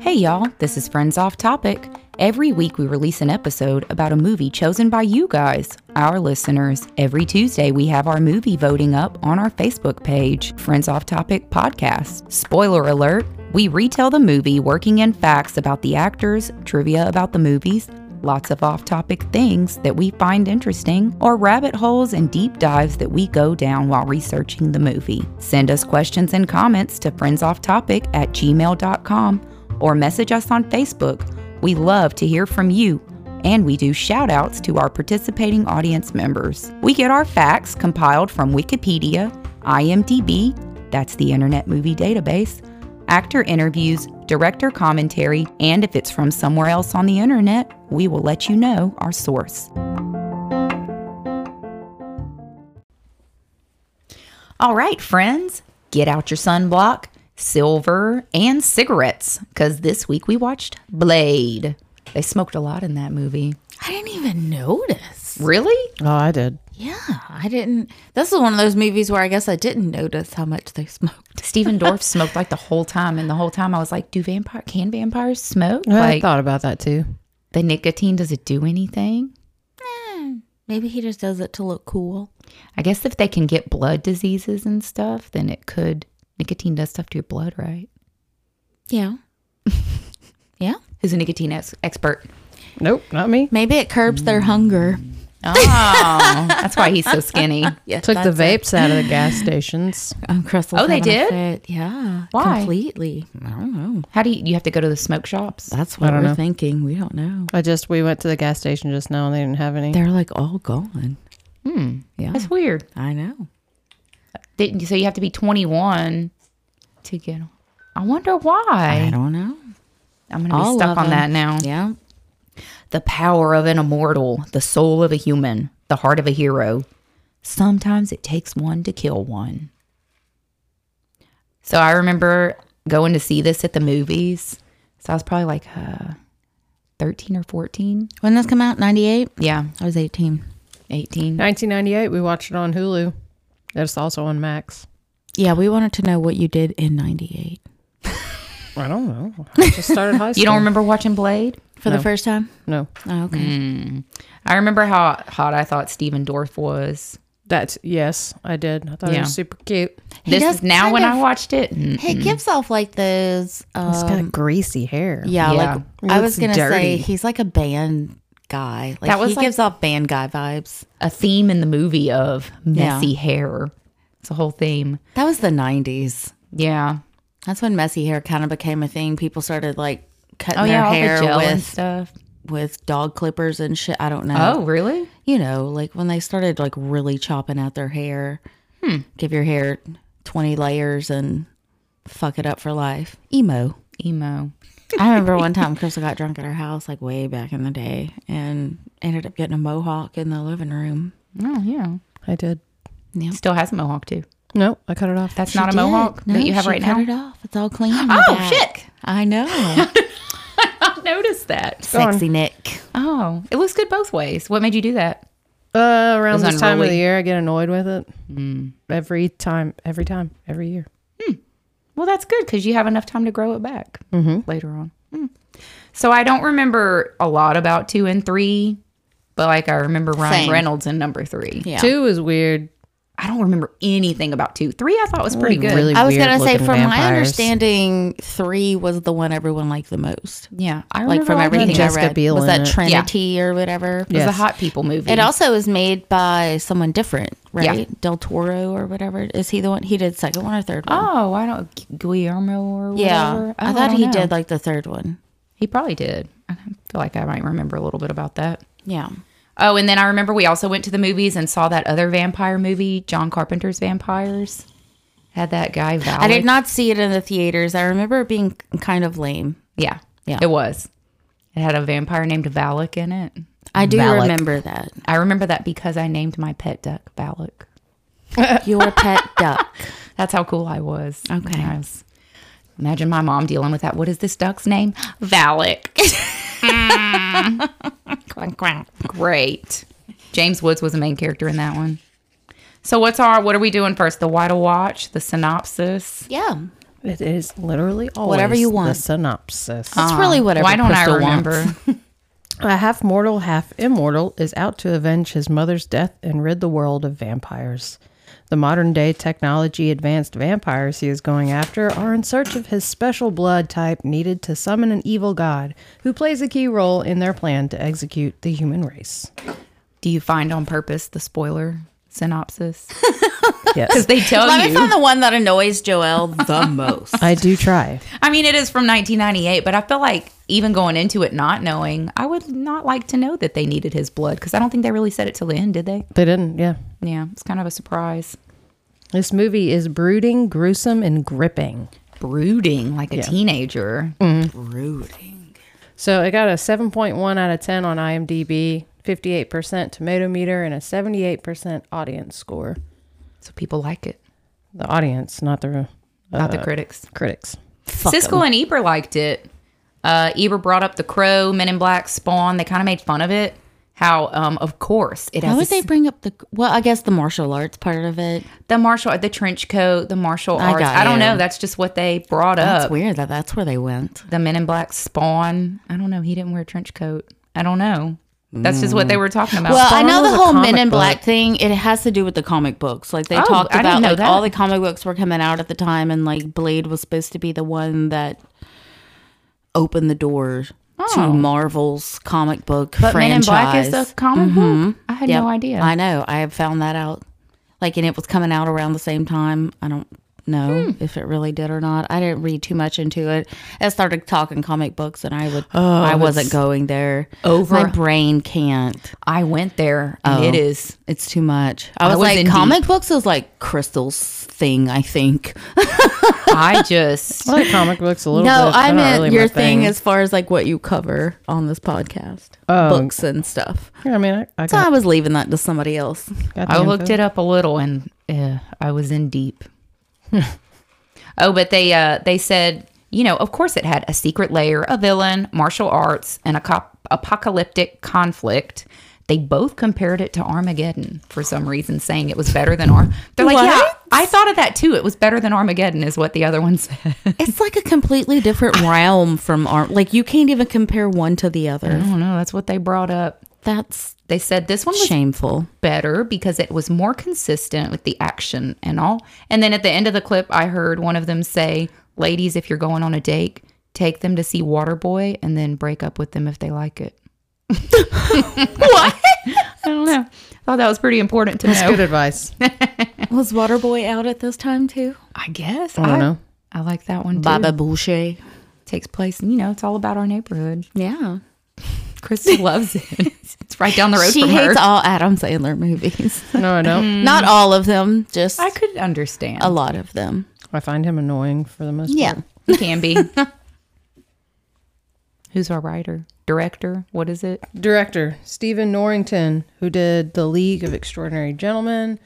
Hey, y'all, this is Friends Off Topic. Every week, we release an episode about a movie chosen by you guys, our listeners. Every Tuesday, we have our movie voting up on our Facebook page, Friends Off Topic Podcast. Spoiler alert, we retell the movie, working in facts about the actors, trivia about the movies, lots of off topic things that we find interesting, or rabbit holes and deep dives that we go down while researching the movie. Send us questions and comments to friendsofftopic at gmail.com or message us on Facebook. We love to hear from you. And we do shout outs to our participating audience members. We get our facts compiled from Wikipedia, IMDb, that's the Internet Movie Database, actor interviews, director commentary, and if it's from somewhere else on the internet, we will let you know our source. All right, friends, get out your sunblock, silver, and cigarettes, because this week we watched Blade. They smoked a lot in that movie. I didn't even notice. Really? Oh, I did. Yeah, I didn't. This is one of those movies where I guess I didn't notice how much they smoked. Stephen Dorff smoked like the whole time, and the whole time I was like, "Do vampire can vampires smoke? I like thought about that too. the nicotine does it do anything?" Hmm, Maybe he just does it to look cool. I guess if they can get blood diseases and stuff, then it could. Nicotine does stuff to your blood, right? Yeah. yeah. Who's a nicotine ex- expert? Nope, not me. Maybe it curbs their hunger. Oh, that's why he's so skinny. Yeah. Took the vapes out of the gas stations. Um, Crystal's Oh, they having a did? fit. Yeah. Why? Completely. I don't know. How do you? You have to go to the smoke shops. That's what don't we're know. thinking. We don't know. I just we went to the gas station just now and they didn't have any. They're like all gone. Hmm. Yeah. That's weird. I know. Didn't so you have to be 21 to get. I wonder why. don't know. I'm gonna be All stuck of on that them. now. Yeah. The power of an immortal, the soul of a human, the heart of a hero. Sometimes it takes one to kill one. So I remember going to see this at the movies. So I was probably like uh, 13 or 14. When this come out? 98? Yeah, I was 18. 18. 1998, we watched it on Hulu. That's also on Max. Yeah, we wanted to know what you did in 98 I don't know. I just started high school. You don't remember watching Blade? for the first time. No, Oh, okay. I remember how hot I thought Steven Dorff was. that's yes, I did. I thought Yeah. it was super cute. He this does is now kind when I of- watched it. mm, He gives off like those. He's Um, got greasy hair. yeah, like He I looks was gonna say, dirty. he's like a band guy. Like That was he like- gives off band guy vibes. a theme in the movie of Yeah. messy hair. It's a whole theme. That was the '90s. Yeah. That's when messy hair kind of became a thing. People started like cutting Oh their yeah, all the hair gel and with stuff. with dog clippers and shit. I don't know. Oh, really? you know, like when they started like really chopping out their hair. Give your hair twenty layers and fuck it up for life. Emo. Emo. I remember one time Crystal got drunk at her house, like way back in the day, and ended up getting a mohawk in the living room. Oh, yeah. I did. Still has a mohawk, too. No, I cut it off. That's She not a did. mohawk No, that you have she right cut now. it off. It's all clean. in the Oh, back. shit. I know. I noticed that. on. Sexy Nick. Oh, it looks good both ways. What made you do that? Uh, It was around this time of unruly. the year, I get annoyed with it. Every time, every time, every year. Well, that's good because you have enough time to grow it back Mm-hmm. later on. Mm. So I don't remember a lot about two and three, but like I remember Ryan Same. Reynolds in number three. Yeah. Two is weird. I don't remember anything about two. Three I thought was pretty good. really I was gonna say, weird-looking from my vampires. understanding, three was the one everyone liked the most. yeah, I remember Like from liking everything it. I Jessica read, Biel was in that it. Trinity or whatever? It was Yes. a hot people movie. It also was made by someone different, right? Yeah. Del Toro or whatever. Is he the one? He did second one or third one? oh, I don't Guillermo or whatever. yeah, Oh, I thought don't he know. did like the third one. He probably did. I feel like I might remember a little bit about that. Yeah. Oh, and then I remember we also went to the movies and saw that other vampire movie, John Carpenter's Vampires. Had that guy Valak. I did not see it in the theaters. I remember it being kind of lame. Yeah, Yeah. it was. It had a vampire named Valak in it. I do Valak. remember that. I remember that because I named my pet duck Valak. Your pet duck. That's how cool I was. Okay. I was- imagine my mom dealing with that. What is this duck's name? Valak. Mm. Quack, quack. Great. James Woods was the main character in that one. So what's our what are we doing first? The why to watch, the synopsis. Yeah. It is literally always Whatever you The want. Uh, synopsis. It's really whatever. Why don't Crystal I wants. remember? A half mortal, half immortal is out to avenge his mother's death and rid the world of vampires. The modern day technology advanced vampires he is going after are in search of his special blood type needed to summon an evil god who plays a key role in their plan to execute the human race. Do you find on purpose the spoiler synopsis? Yes. They tell Let me you. find the one that annoys Joelle the most. I do try. I mean, it is from 1998, but I feel like even going into it not knowing, I would not like to know that they needed his blood because I don't think they really said it till the end, did they? They didn't, yeah. Yeah, it's kind of a surprise. This movie is brooding, gruesome, and gripping. Brooding like a teenager. Brooding. So it got a 7.1 out of 10 on IMDb, 58% tomato meter, and a 78% audience score. So people like it, The audience, not the not Uh, the critics. critics. Siskel and Eber liked it. Uh, Eber brought up The Crow, Men in Black, Spawn. They kind of made fun of it. How, um, of course, it How has would a they bring up the? Well, I guess the martial arts part of it. the martial the trench coat the martial I arts got i don't you. know that's just what they brought That's up weird that that's where they went. the men in black spawn i don't know he didn't wear a trench coat i don't know that's just what they were talking about Mm. Well, I know was the a whole Men comic in Black book. thing. It has to do with the comic books. Like they Oh, talked I didn't about, know like that. all the comic books were coming out at the time, and like Blade was supposed to be the one that opened the door to Marvel's comic book Oh. but men in franchise. Mm-hmm. black is a comic book i had no idea I know. I have found that out. Like, and it was coming out around the same time. I don't Hmm. know if it really did or not. I didn't read too much into it. I started talking comic books, and I would, I wasn't going there. Oh, over- my brain can't. i went there and Oh. it is It's too much. I was, was like, in comic books is like Crystal's thing. I think. i just I like comic books a little No, bit. I They're not meant really my your thing as far as like what you cover on this podcast, books and stuff. Yeah, I Oh, mean, I, I So I got, was leaving that to somebody else. got the I info. looked it up a little and uh, I was in deep. oh, but they uh, they said, you know, of course it had a secret layer, a villain, martial arts, and a cop- apocalyptic conflict. They both compared it to Armageddon for some reason, saying it was better than Arm. They're like, yeah, What? I thought of that too. It was better than Armageddon, is what the other one said. It's like a completely different realm from art. Like you can't even compare one to the I other. don't know. That's what they brought up. That's They said this one was shameful. better because it was more consistent with the action and all. And then at the end of the clip, I heard one of them say, Ladies, if you're going on a date, take them to see Waterboy and then break up with them if they like it. what? I don't know. I thought that was pretty important to know. Good advice. Was Waterboy out at this time too? I guess. I don't know. I like that one too. Baba Boucher. Takes place, you know, it's all about our neighborhood. Yeah. Christy loves it. It's right down the road She from hates her. all Adam Sandler movies. No, I don't. Not all of them, just I could understand. a lot of them. I find him annoying for the most Yeah. part. It can be. Who's our writer? Director? What is it? Director Stephen Norrington, who did The League of Extraordinary Gentlemen,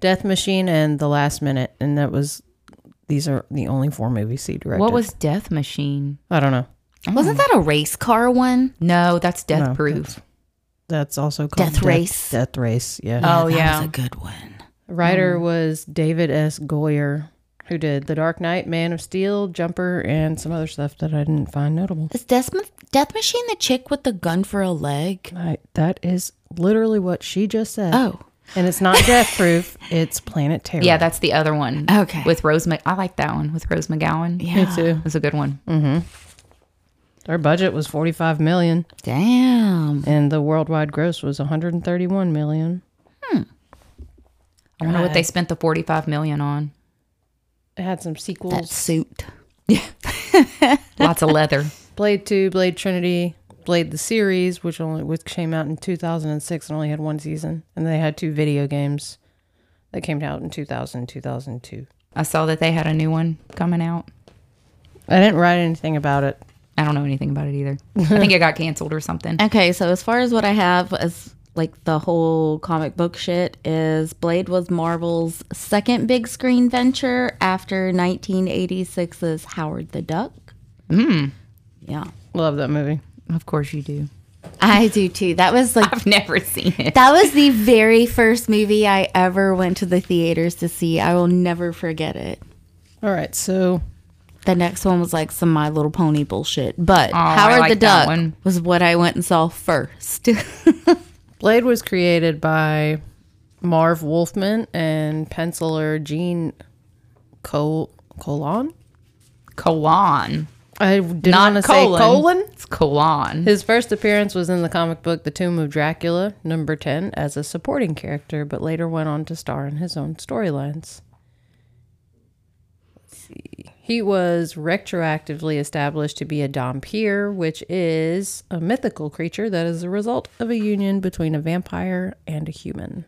Death Machine, and The Last Minute, and that was these are the only four movies he directed. What was Death Machine? I don't know. Wasn't that a race car one? No, that's Death No, Proof. That's also called Death Race. Death Race, yeah. Uh, Oh, that yeah. was a good one. Writer was David S. Goyer, who did The Dark Knight, Man of Steel, Jumper, and some other stuff that I didn't find notable. Is Death, Death Machine the chick with the gun for a leg? I, that is literally what she just said. Oh. And it's not death proof, it's Planet Terror. Yeah, that's the other one. Okay. With Rose Mc- I like that one with Rose McGowan. Yeah. Me too. That's a good one. Their budget was 45 million Damn. and the worldwide gross was 131 million. I wonder what they spent the 45 million on. It had some sequels. That suit. Lots of leather. Blade 2, Blade Trinity, Blade the series, which only which came out in 2006 and only had one season, and they had two video games that came out in 2000 2002. I saw that they had a new one coming out. I didn't write anything about it. I don't know anything about it either. I think it got canceled or something. Okay, so as far as what I have as like the whole comic book shit is Blade was Marvel's second big screen venture after 1986's Howard the Duck. Mm. Yeah. Love that movie. Of course you do. I do too. That was like I've never seen it. that was the very first movie I ever went to the theaters to see. I will never forget it. All right, so The next one was like some My Little Pony bullshit, but Oh, I Howard like the that Duck one. was what I went and saw first. Blade was created by Marv Wolfman and penciler Gene Col- Colon. Colon. I didn't Not want to say colon. colon. It's colon. His first appearance was in the comic book The Tomb of Dracula, number 10, as a supporting character, but later went on to star in his own storylines. Let's see. He was retroactively established to be a Dompeer, which is a mythical creature that is the result of a union between a vampire and a human.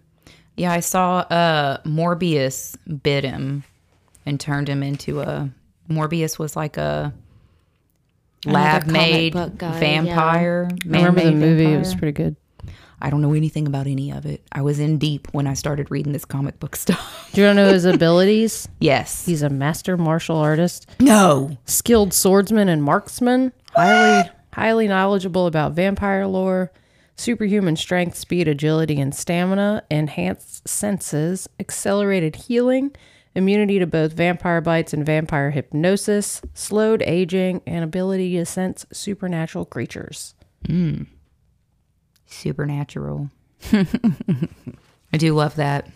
Yeah, I saw uh Morbius bit him and turned him into a Morbius was like a Another lab made comic book guy, yeah. vampire. I remember the man-made movie, vampire. it was pretty good. I don't know anything about any of it. I was in deep when I started reading this comic book stuff. Do you want to know his abilities? yes. He's a master martial artist, No. skilled swordsman and marksman, highly highly knowledgeable about vampire lore, superhuman strength, speed, agility, and stamina, enhanced senses, accelerated healing, immunity to both vampire bites and vampire hypnosis, slowed aging, and ability to sense supernatural creatures. Supernatural. I do love that.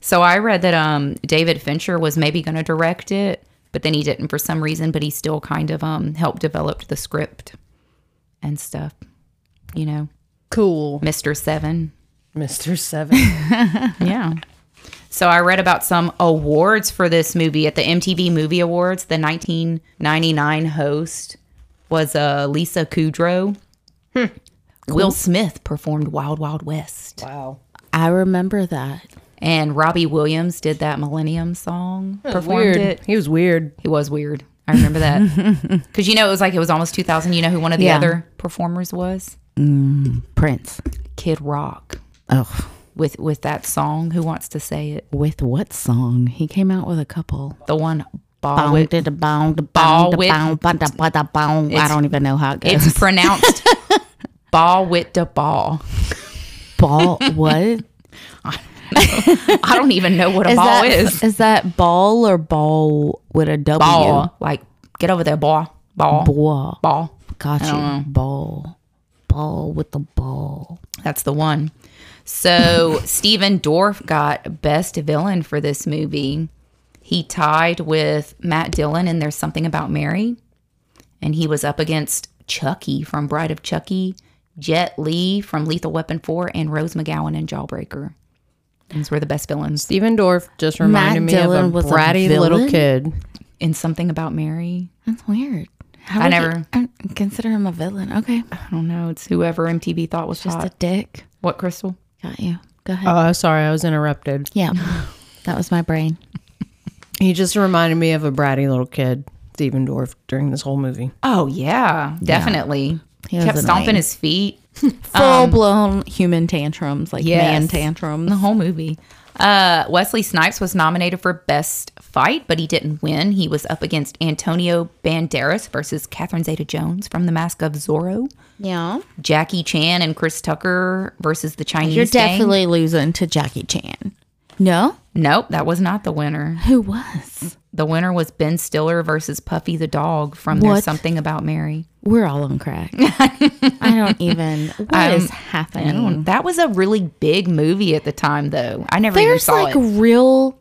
So I read that um David Fincher was maybe going to direct it, but then he didn't for some reason, but he still kind of um helped develop the script and stuff. You know, Cool, Mr. 7. Mr. Seven. Yeah. So I read about some awards for this movie at the MTV Movie Awards. The 1999 host was uh, Lisa Kudrow. Will Smith performed Wild Wild West. wow. I remember that. And Robbie Williams did that Millennium song, performed Weird. it. He was weird. It was weird. I remember that. Because you know, it was like it was almost 2000. You know who one of the Yeah. other performers was? Prince. Kid Rock Oh, with, with that song, Who Wants to Say It? with what song? He came out with a couple. The one, Ball Bong with did a bong, da Ball bong, da wit- bong, ba da ba da bong. I It's- don't even know how it goes. It's pronounced ball with the ball. Ball what? I don't even know what a is ball that, is. Is that ball or ball with a W? Ball. Like, get over there, ball. Ball. Ball. Ball. Got you. Ball. Ball with the ball. That's the one. So, Steven Dorff got best villain for this movie. He tied with Matt Dillon in There's Something About Mary. And he was up against Chucky from Bride of Chucky, Jet Lee from Lethal Weapon 4, and Rose McGowan in Jawbreaker. These were the best villains. Steven Dorff just Matt reminded me Dillon of a was a bratty little villain? kid. In Something About Mary, That's weird. How I would never- you- I consider him a villain. Okay. I don't know. It's whoever MTV thought was Just hot. a dick. what crystal? Got you. Go ahead. Oh, sorry, I was interrupted. uh, yeah. That was my brain. He just reminded me of a bratty little kid, Steven Dorff, during this whole movie. Oh yeah, definitely. He Kept was stomping annoying. his feet Full blown human tantrums, like Yes. man tantrums. the whole movie. Uh, Wesley Snipes was nominated for best fight, but he didn't win. He was up against Antonio Banderas versus Catherine Zeta-Jones from The Mask of Zorro. Yeah. Jackie Chan and Chris Tucker versus the Chinese. You're gang. definitely losing to Jackie Chan. No? nope. That was not the winner. Who was? The winner was Ben Stiller versus Puffy the dog from There's What? Something About Mary. We're all on crack. I don't even. What is happening? I don't- That was a really big movie at the time, though. I never even There's saw like it. real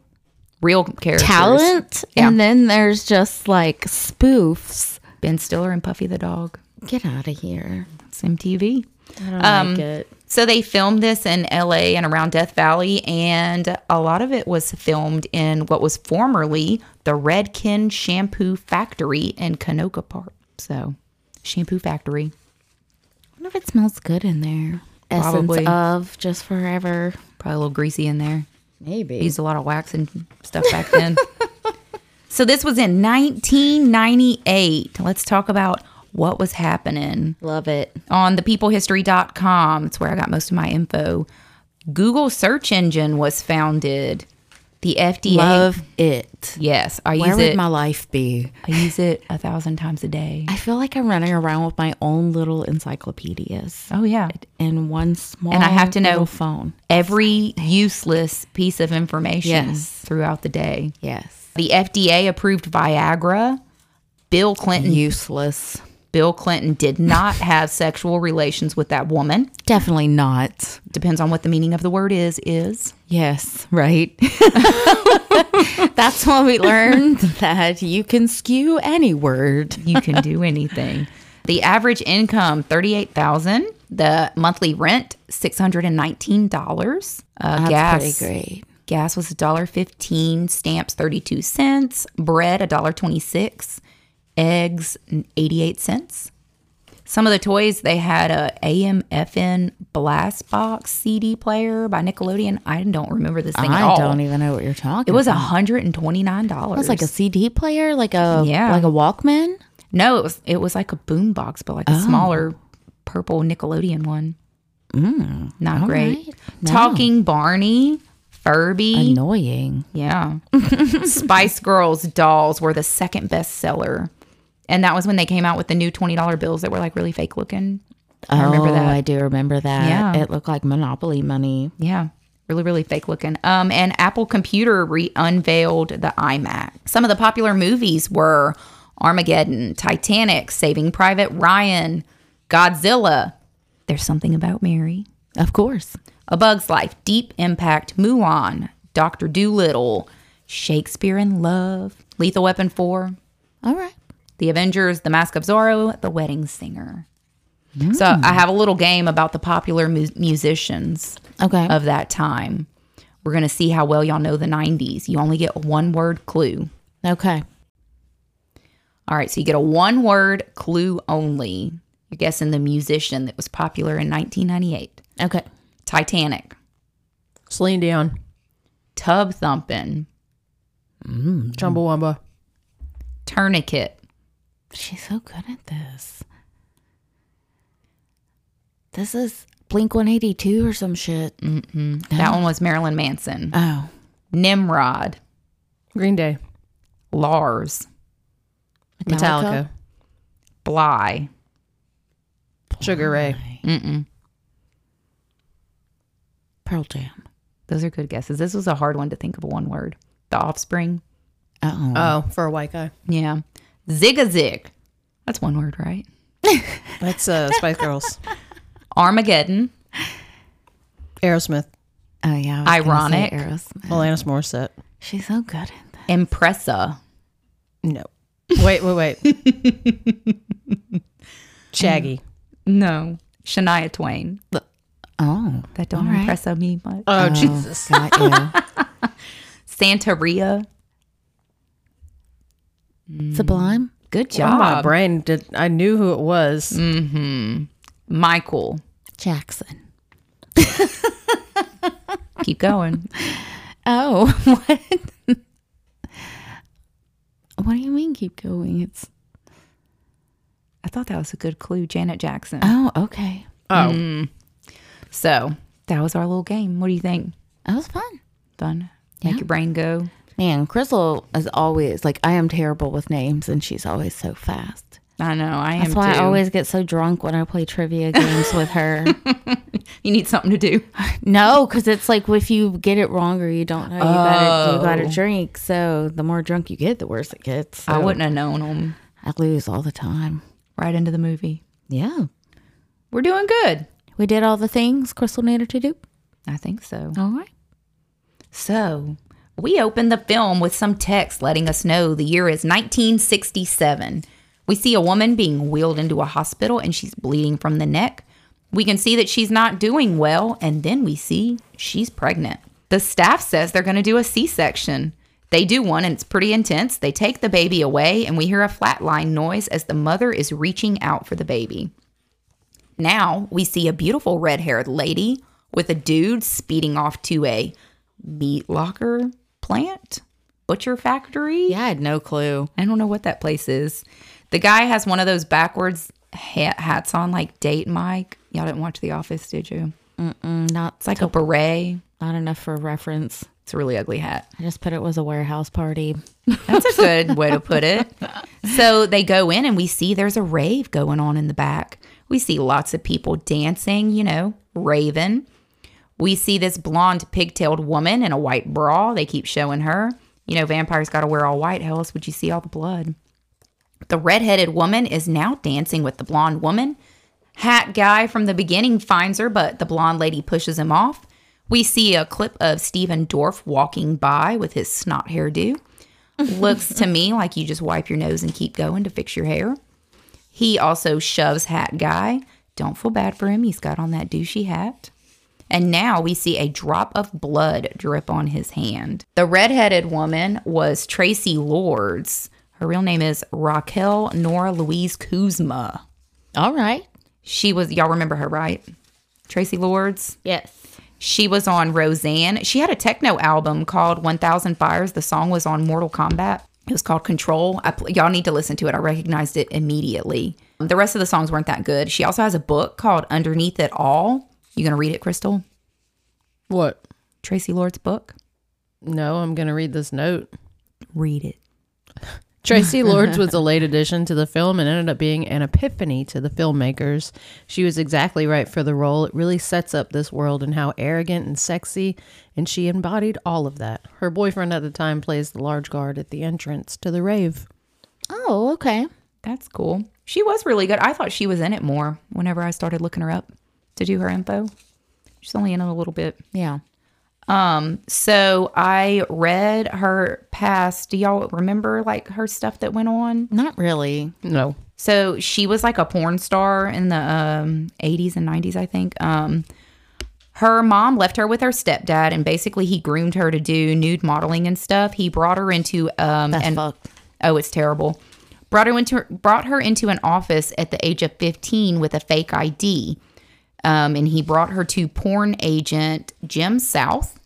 Real characters. talent, Yeah. and then there's just like spoofs. Ben Stiller and Puffy the dog. Get out of here. Um, It's MTV. I don't like it. So they filmed this in LA and around Death Valley, and a lot of it was filmed in what was formerly the Redken Shampoo Factory in Canoga Park. So, Shampoo Factory. I wonder if it smells good in there. Essence Probably. of just forever. Probably a little greasy in there. Maybe. used a lot of wax and stuff back then. so this was in 1998. Let's talk about what was happening Love it. on thepeoplehistory.com. It's where I got most of my info. Google search engine was founded. The FDA. Love it. Yes, I Where use would it. my life be? I use it a thousand times a day. I feel like I'm running around with my own little encyclopedias Oh yeah. and one small And I have to know- little phone. Every useless piece of information Yes. throughout the day. Yes. The FDA approved Viagra. Bill Clinton Useless. Bill Clinton did not have sexual relations with that woman. Definitely not. Depends on what the meaning of the word is is. Yes, right. That's when we learned that you can skew any word. You can do anything. The average income 38,000, the monthly rent $619. Uh, gas pretty great. gas was $1.15, stamps 32 cents, bread $1.26, eggs 88 cents. Some of the toys they had a AMFN blast box CD player by Nickelodeon. I don't remember this thing at I all. don't even know what you're talking. It was about. hundred and twenty nine dollars. It was like a CD player, like a Yeah. like a Walkman. no. It was it was like a boom box, but Oh. like a smaller purple Nickelodeon one. Mm, Not great. Hmm. right. Talking Barney, Furby, Annoying. yeah. Spice Girls dolls were the second best seller, and that was when they came out with the new twenty dollar bills that were like really fake looking. I remember oh, that. I do remember that. Yeah. It looked like Monopoly money. Yeah. Really, really fake looking. Um, and Apple Computer re unveiled the iMac. Some of the popular movies were Armageddon, Titanic, Saving Private Ryan, Godzilla. There's something about Mary. Of course. A Bug's Life, Deep Impact, Mulan, Doctor Doolittle, Shakespeare in Love, Lethal Weapon 4, All right. The Avengers, The Mask of Zorro, The Wedding Singer. So I have a little game about the popular mu- musicians Okay. of that time. We're going to see how well y'all know the 90s. You only get a one word clue. okay. All right, so you get a one word clue only. You're guessing the musician that was popular in 1998 Okay. Titanic, Celine Dion, Tub Thumpin', Chumbawamba, Tourniquet, She's so good at this. This is Blink 182 or some shit. Mm-hmm. that one was Marilyn Manson, Oh. Nimrod, Green Day, Lars, Metallica, Bly, Sugar Ray, Pearl Jam. Those are good guesses. This was a hard one to think of one word. The Offspring. Oh. Uh, oh, for a white guy. Yeah. Zig. That's one word, right? That's uh, Spice Girls, Armageddon. Aerosmith, oh, yeah. I was gonna say Ironic. Aerosmith. Alanis Morissette. She's so good at that. Impressa. No. Wait, wait, wait. Shaggy. No. Shania Twain. Oh. That don't right. impress me much. Oh, Jesus. Jesus. Got you. Santeria. Sublime. Good Oh, job. my brain did. I knew who it was. Michael. Jackson. Keep going. Oh, what? what do you mean keep going? It's I thought that was a good clue. Janet Jackson. Oh, okay. Oh, So that was our little game. What do you think? That was fun. Fun. Make your brain go. Man, Crystal is always like I am terrible with names and she's always so fast. I know. I am That's why too. I always get so drunk when I play trivia games with her. you need something to do. No, because it's like if you get it wrong or you don't know, you gotta you gotta drink. So the more drunk you get, the worse it gets. I So wouldn't have known them. I lose all the time. Right into the movie. Yeah, We're doing good. we did all the things Crystal needed to do. I think so. All right. So, we open the film with some text letting us know the year is 1967. We see a woman being wheeled into a hospital and she's bleeding from the neck. We can see that she's not doing well, and then we see she's pregnant. The staff says they're going to do a C section. They do one and it's pretty intense. They take the baby away, and we hear a flatline noise as the mother is reaching out for the baby. Now we see a beautiful red haired lady with a dude speeding off to a meat locker plant, butcher factory. Yeah, I had no clue. I don't know what that place is. The guy has one of those backwards ha- hats on, like date Mike. Y'all didn't watch The Office, did you? Not It's like a beret. not enough for reference. It's a really ugly hat. I just put it was a warehouse party. That's a good way to put it. So they go in and we see there's a rave going on in the back. We see lots of people dancing, you know, raving. We see this blonde pigtailed woman in a white bra. They keep showing her. You know, vampires got to wear all white. How else would you see all the blood? The redheaded woman is now dancing with the blonde woman. Hat guy from the beginning finds her, but the blonde lady pushes him off. We see a clip of Stephen Dorff walking by with his snot hairdo. Looks to me like you just wipe your nose and keep going to fix your hair. He also shoves Hat Guy. Don't feel bad for him. He's got on that douchey hat. And now we see a drop of blood drip on his hand. The redheaded woman was Tracy Lords. Her real name is Raquel Nora Louise Kuzma. All right. She was, y'all remember her, right? Tracy Lords. Yes. She was on Roseanne. She had a techno album called 1000 Fires. The song was on Mortal Kombat. It was called Control. I pl- y'all need to listen to it. I recognized it immediately. The rest of the songs weren't that good. She also has a book called Underneath It All. You going to read it, Crystal? What? Tracy Lord's book? No, I'm going to read this note. Read it. Tracy Lords was a late addition to the film and ended up being an epiphany to the filmmakers. She was exactly right for the role. It really sets up this world and how arrogant and sexy, and she embodied all of that. Her boyfriend at the time plays the large guard at the entrance to the rave. Oh, okay. That's cool. She was really good. I thought she was in it more whenever I started looking her up to do her info. She's only in it a little bit. Yeah. Um, so I read her past. Do y'all remember like her stuff that went on? Not really. No. So she was like a porn star in the um, 80s and 90s, I think. Um, her mom left her with her stepdad, and basically he groomed her to do nude modeling and stuff. He brought her into um, That's and fucked. oh, it's terrible. Brought her into brought her into an office at the age of 15 with a fake ID, um, and he brought her to porn agent Jim South.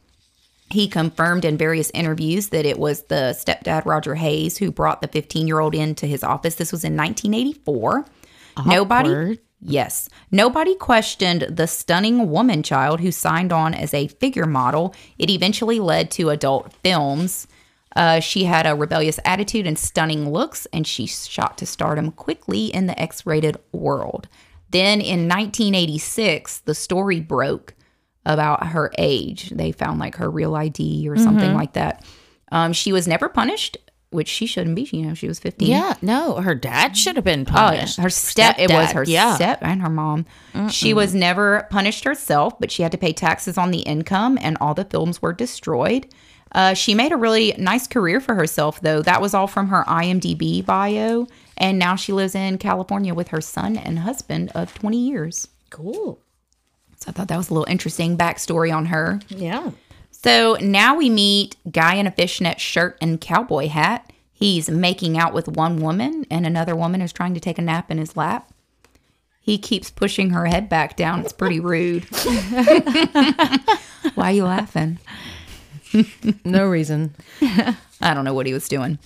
He confirmed in various interviews that it was the stepdad Roger Hayes who brought the 15 year old into his office. This was in 1984. Nobody, Awkward. yes, nobody questioned the stunning woman child who signed on as a figure model. It eventually led to adult films. Uh, she had a rebellious attitude and stunning looks, and she shot to stardom quickly in the X rated world. Then in 1986, the story broke about her age. They found like her real ID or something like that. Um, she was never punished, which she shouldn't be. You know, she was 15. Yeah. No, her dad should have been Oh, yeah. punished. Her step, it was Stepdad, her yeah. step and her mom. She was never punished herself, but she had to pay taxes on the income, and all the films were destroyed. Uh, she made a really nice career for herself, though. That was all from her IMDb bio, and now she lives in California with her son and husband of 20 years. Cool. So I thought that was a little interesting backstory on her. Yeah. So now we meet guy in a fishnet shirt and cowboy hat. He's making out with one woman, and another woman is trying to take a nap in his lap. He keeps pushing her head back down. It's pretty rude. Why are you laughing? No reason. I don't know what he was doing.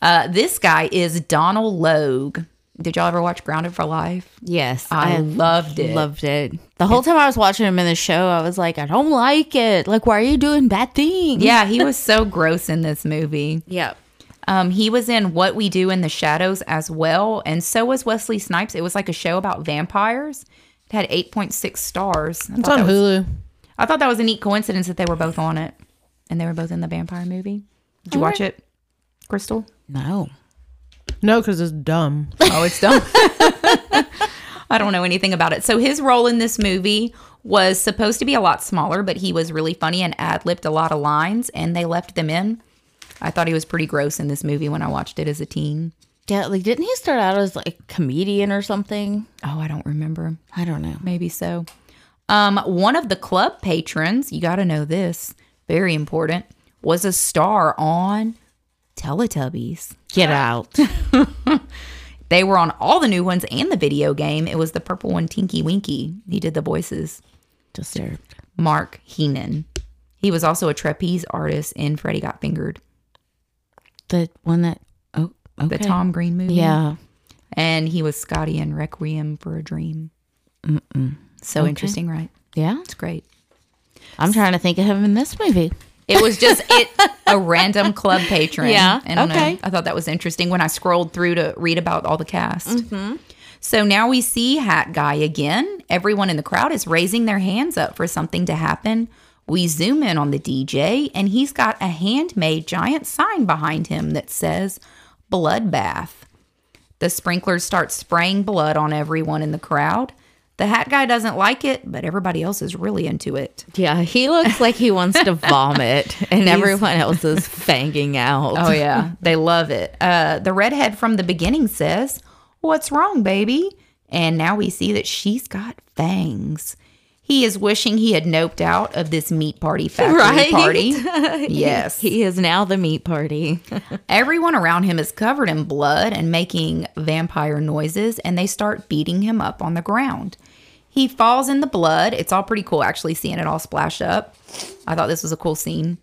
Uh, this guy is Donald Logue. Did y'all ever watch Grounded for Life? Yes. I loved it. Loved it. The whole time I was watching him in the show, I was like, I don't like it. Like, why are you doing bad things? Yeah, he was so gross in this movie. Yeah. Um, he was in What We Do in the Shadows as well, and so was Wesley Snipes. It was like a show about vampires. It had 8.6 stars. I It's thought, on that was, Hulu. I thought that was a neat coincidence that they were both on it, and they were both in the vampire movie. Did you watch it, Crystal? No. No, because it's dumb. Oh, it's dumb. I don't know anything about it. So his role in this movie was supposed to be a lot smaller, but he was really funny and ad libbed a lot of lines, and they left them in. I thought he was pretty gross in this movie when I watched it as a teen. Yeah. Like, didn't he start out as like a comedian or something? Oh, I don't remember. I don't know. Maybe so. Um, one of the club patrons, you got to know this, very important, was a star on Teletubbies. Get out. They were on all the new ones and the video game. It was the purple one, Tinky Winky. He did the voices. Disturbed. Mark Heenan. He was also a trapeze artist in Freddy Got Fingered, The one that. Oh, okay. the Tom Green movie. Yeah. And he was Scotty in Requiem for a Dream. Mm-mm. So interesting, right? Yeah. It's great. I'm trying to think of him in this movie. It was just it a random club patron. Yeah, I don't okay. know. I thought that was interesting when I scrolled through to read about all the cast. Mm-hmm. So now we see Hat Guy again. Everyone in the crowd is raising their hands up for something to happen. We zoom in on the DJ, and he's got a handmade giant sign behind him that says Bloodbath. The sprinklers start spraying blood on everyone in the crowd. The hat guy doesn't like it, but everybody else is really into it. Yeah, he looks like he wants to vomit, and everyone else is fanging out. Oh, yeah. they love it. Uh, the redhead from the beginning says, What's wrong, baby? And now we see that she's got fangs. He is wishing he had noped out of this meat party factory Right? party. Yes. He is now the meat party. Everyone around him is covered in blood and making vampire noises, and they start beating him up on the ground. He falls in the blood. It's all pretty cool, actually, seeing it all splash up. I thought this was a cool scene.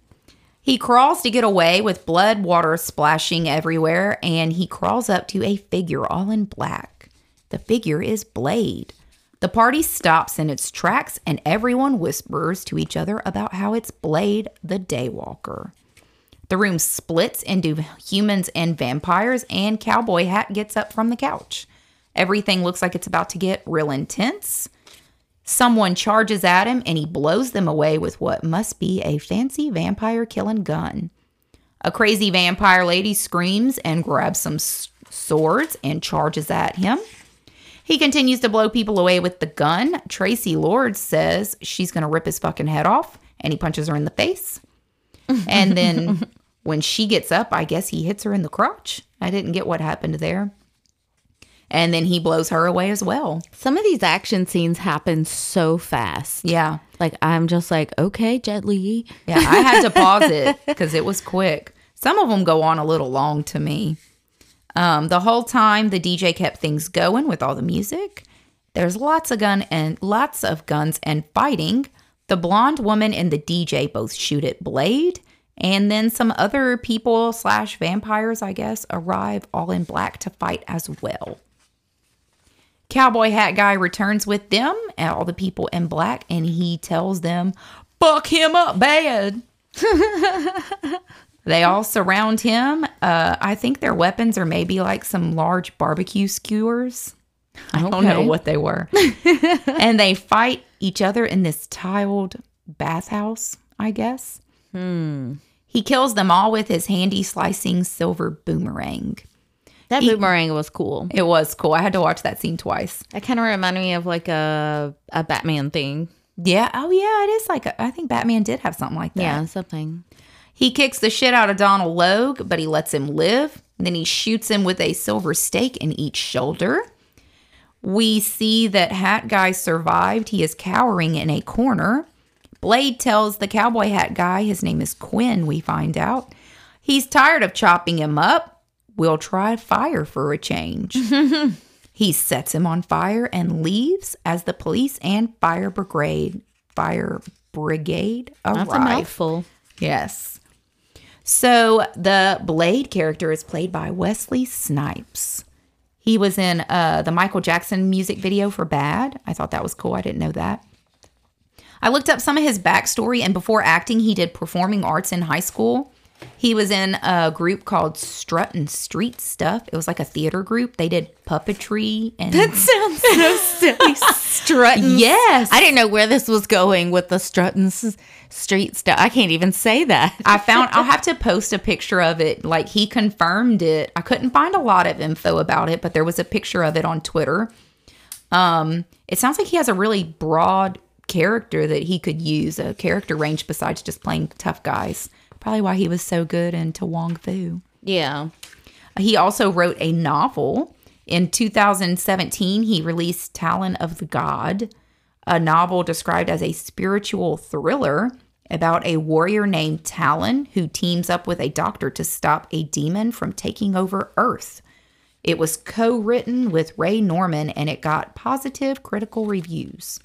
He crawls to get away with blood water splashing everywhere, and he crawls up to a figure all in black. The figure is Blade. The party stops in its tracks, and everyone whispers to each other about how it's Blade the Daywalker. The room splits into humans and vampires, and Cowboy Hat gets up from the couch. Everything looks like it's about to get real intense. Someone charges at him and he blows them away with what must be a fancy vampire killing gun. A crazy vampire lady screams and grabs some s- swords and charges at him. He continues to blow people away with the gun. Tracy Lord says she's going to rip his fucking head off and he punches her in the face. And then when she gets up, I guess he hits her in the crotch. I didn't get what happened there. And then he blows her away as well. Some of these action scenes happen so fast. Yeah. Like I'm just like, okay, Jet Li. Yeah, I had to pause it because it was quick. Some of them go on a little long to me. Um, the whole time, the DJ kept things going with all the music. There's lots of gun and lots of guns and fighting. The blonde woman and the DJ both shoot at Blade, and then some other people slash vampires, I guess, arrive all in black to fight as well. Cowboy Hat Guy returns with them, and all the people in black, and he tells them, fuck him up bad. they all surround him. Uh, I think their weapons are maybe like some large barbecue skewers. I don't know Okay. what they were. and they fight each other in this tiled bathhouse, I guess. He kills them all with his handy slicing silver boomerang. That boomerang was cool. It was cool. I had to watch that scene twice. That kind of reminded me of like a a Batman thing. Yeah. Oh, yeah. It is like, a, I think Batman did have something like that. Yeah, something. He kicks the shit out of Donald Logue, but he lets him live. Then he shoots him with a silver stake in each shoulder. We see that Hat Guy survived. He is cowering in a corner. Blade tells the cowboy hat guy, his name is Quinn, we find out. He's tired of chopping him up. We'll try fire for a change. he sets him on fire and leaves as the police and fire brigade fire brigade arrive. That's a mouthful. Yes. So the Blade character is played by Wesley Snipes. He was in uh, the Michael Jackson music video for Bad. I thought that was cool. I didn't know that. I looked up some of his backstory, and before acting, he did performing arts in high school. He was in a group called Strut and Street Stuff. It was like a theater group. They did puppetry and Sounds so silly. Strutting. yes, I didn't know where this was going with the strutting s- street stuff. I can't even say that. I found I'll have to post a picture of it. Like he confirmed it. I couldn't find a lot of info about it, but there was a picture of it on Twitter. Um, it sounds like he has a really broad character that he could use, a character range besides just playing tough guys. Probably why he was so good in To Wong Fu. Yeah. He also wrote a novel. In 2017, he released Talon of the God, a novel described as a spiritual thriller about a warrior named Talon who teams up with a doctor to stop a demon from taking over Earth. It was co written with Ray Norman and it got positive critical reviews.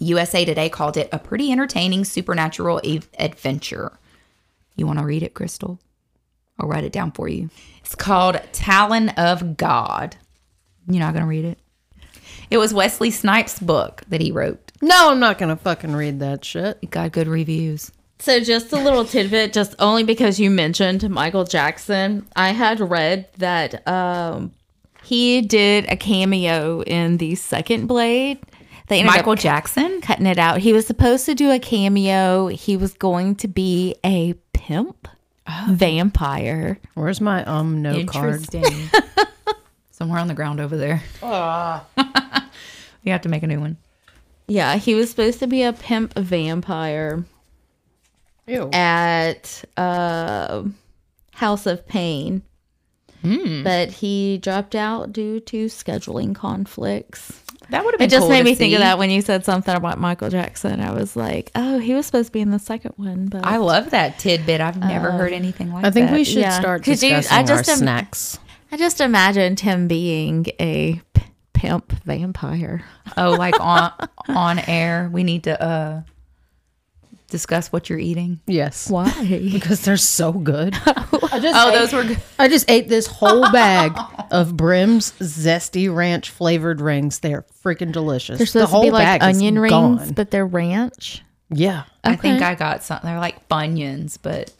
USA Today called it a pretty entertaining supernatural ev- adventure. You want to read it, Crystal? I'll write it down for you. It's called Talon of God. You're not going to read it. It was Wesley Snipes' book that he wrote. No, I'm not going to fucking read that shit. It got good reviews. So just a little tidbit, just only because you mentioned Michael Jackson. I had read that um, he did a cameo in the second Blade. They ended Michael up Jackson? cutting it out. He was supposed to do a cameo. He was going to be a pimp Oh. vampire. Where's my um no card? Interesting. Somewhere on the ground over there. Ah. you have to make a new one. Yeah, he was supposed to be a pimp vampire Ew. at uh, House of Pain. Hmm. But he dropped out due to scheduling conflicts. That would have been It just cool made to me think of see. that when you said something about Michael Jackson. I was like, oh, he was supposed to be in the second one, but I love that tidbit. I've never heard anything like that. I think we should yeah. start Could you- I discussing our just am- snacks. I just imagined him being a p- pimp vampire. Oh, like on on air, we need to uh discuss what you're eating. Yes. Why? Because they're so good. I just Oh, ate- those were good. I just ate this whole bag of Brim's zesty ranch flavored rings. They are freaking delicious. They're the supposed whole to be like bag is onion rings, gone. but they're ranch. yeah, I think I got something. They're like bunions, but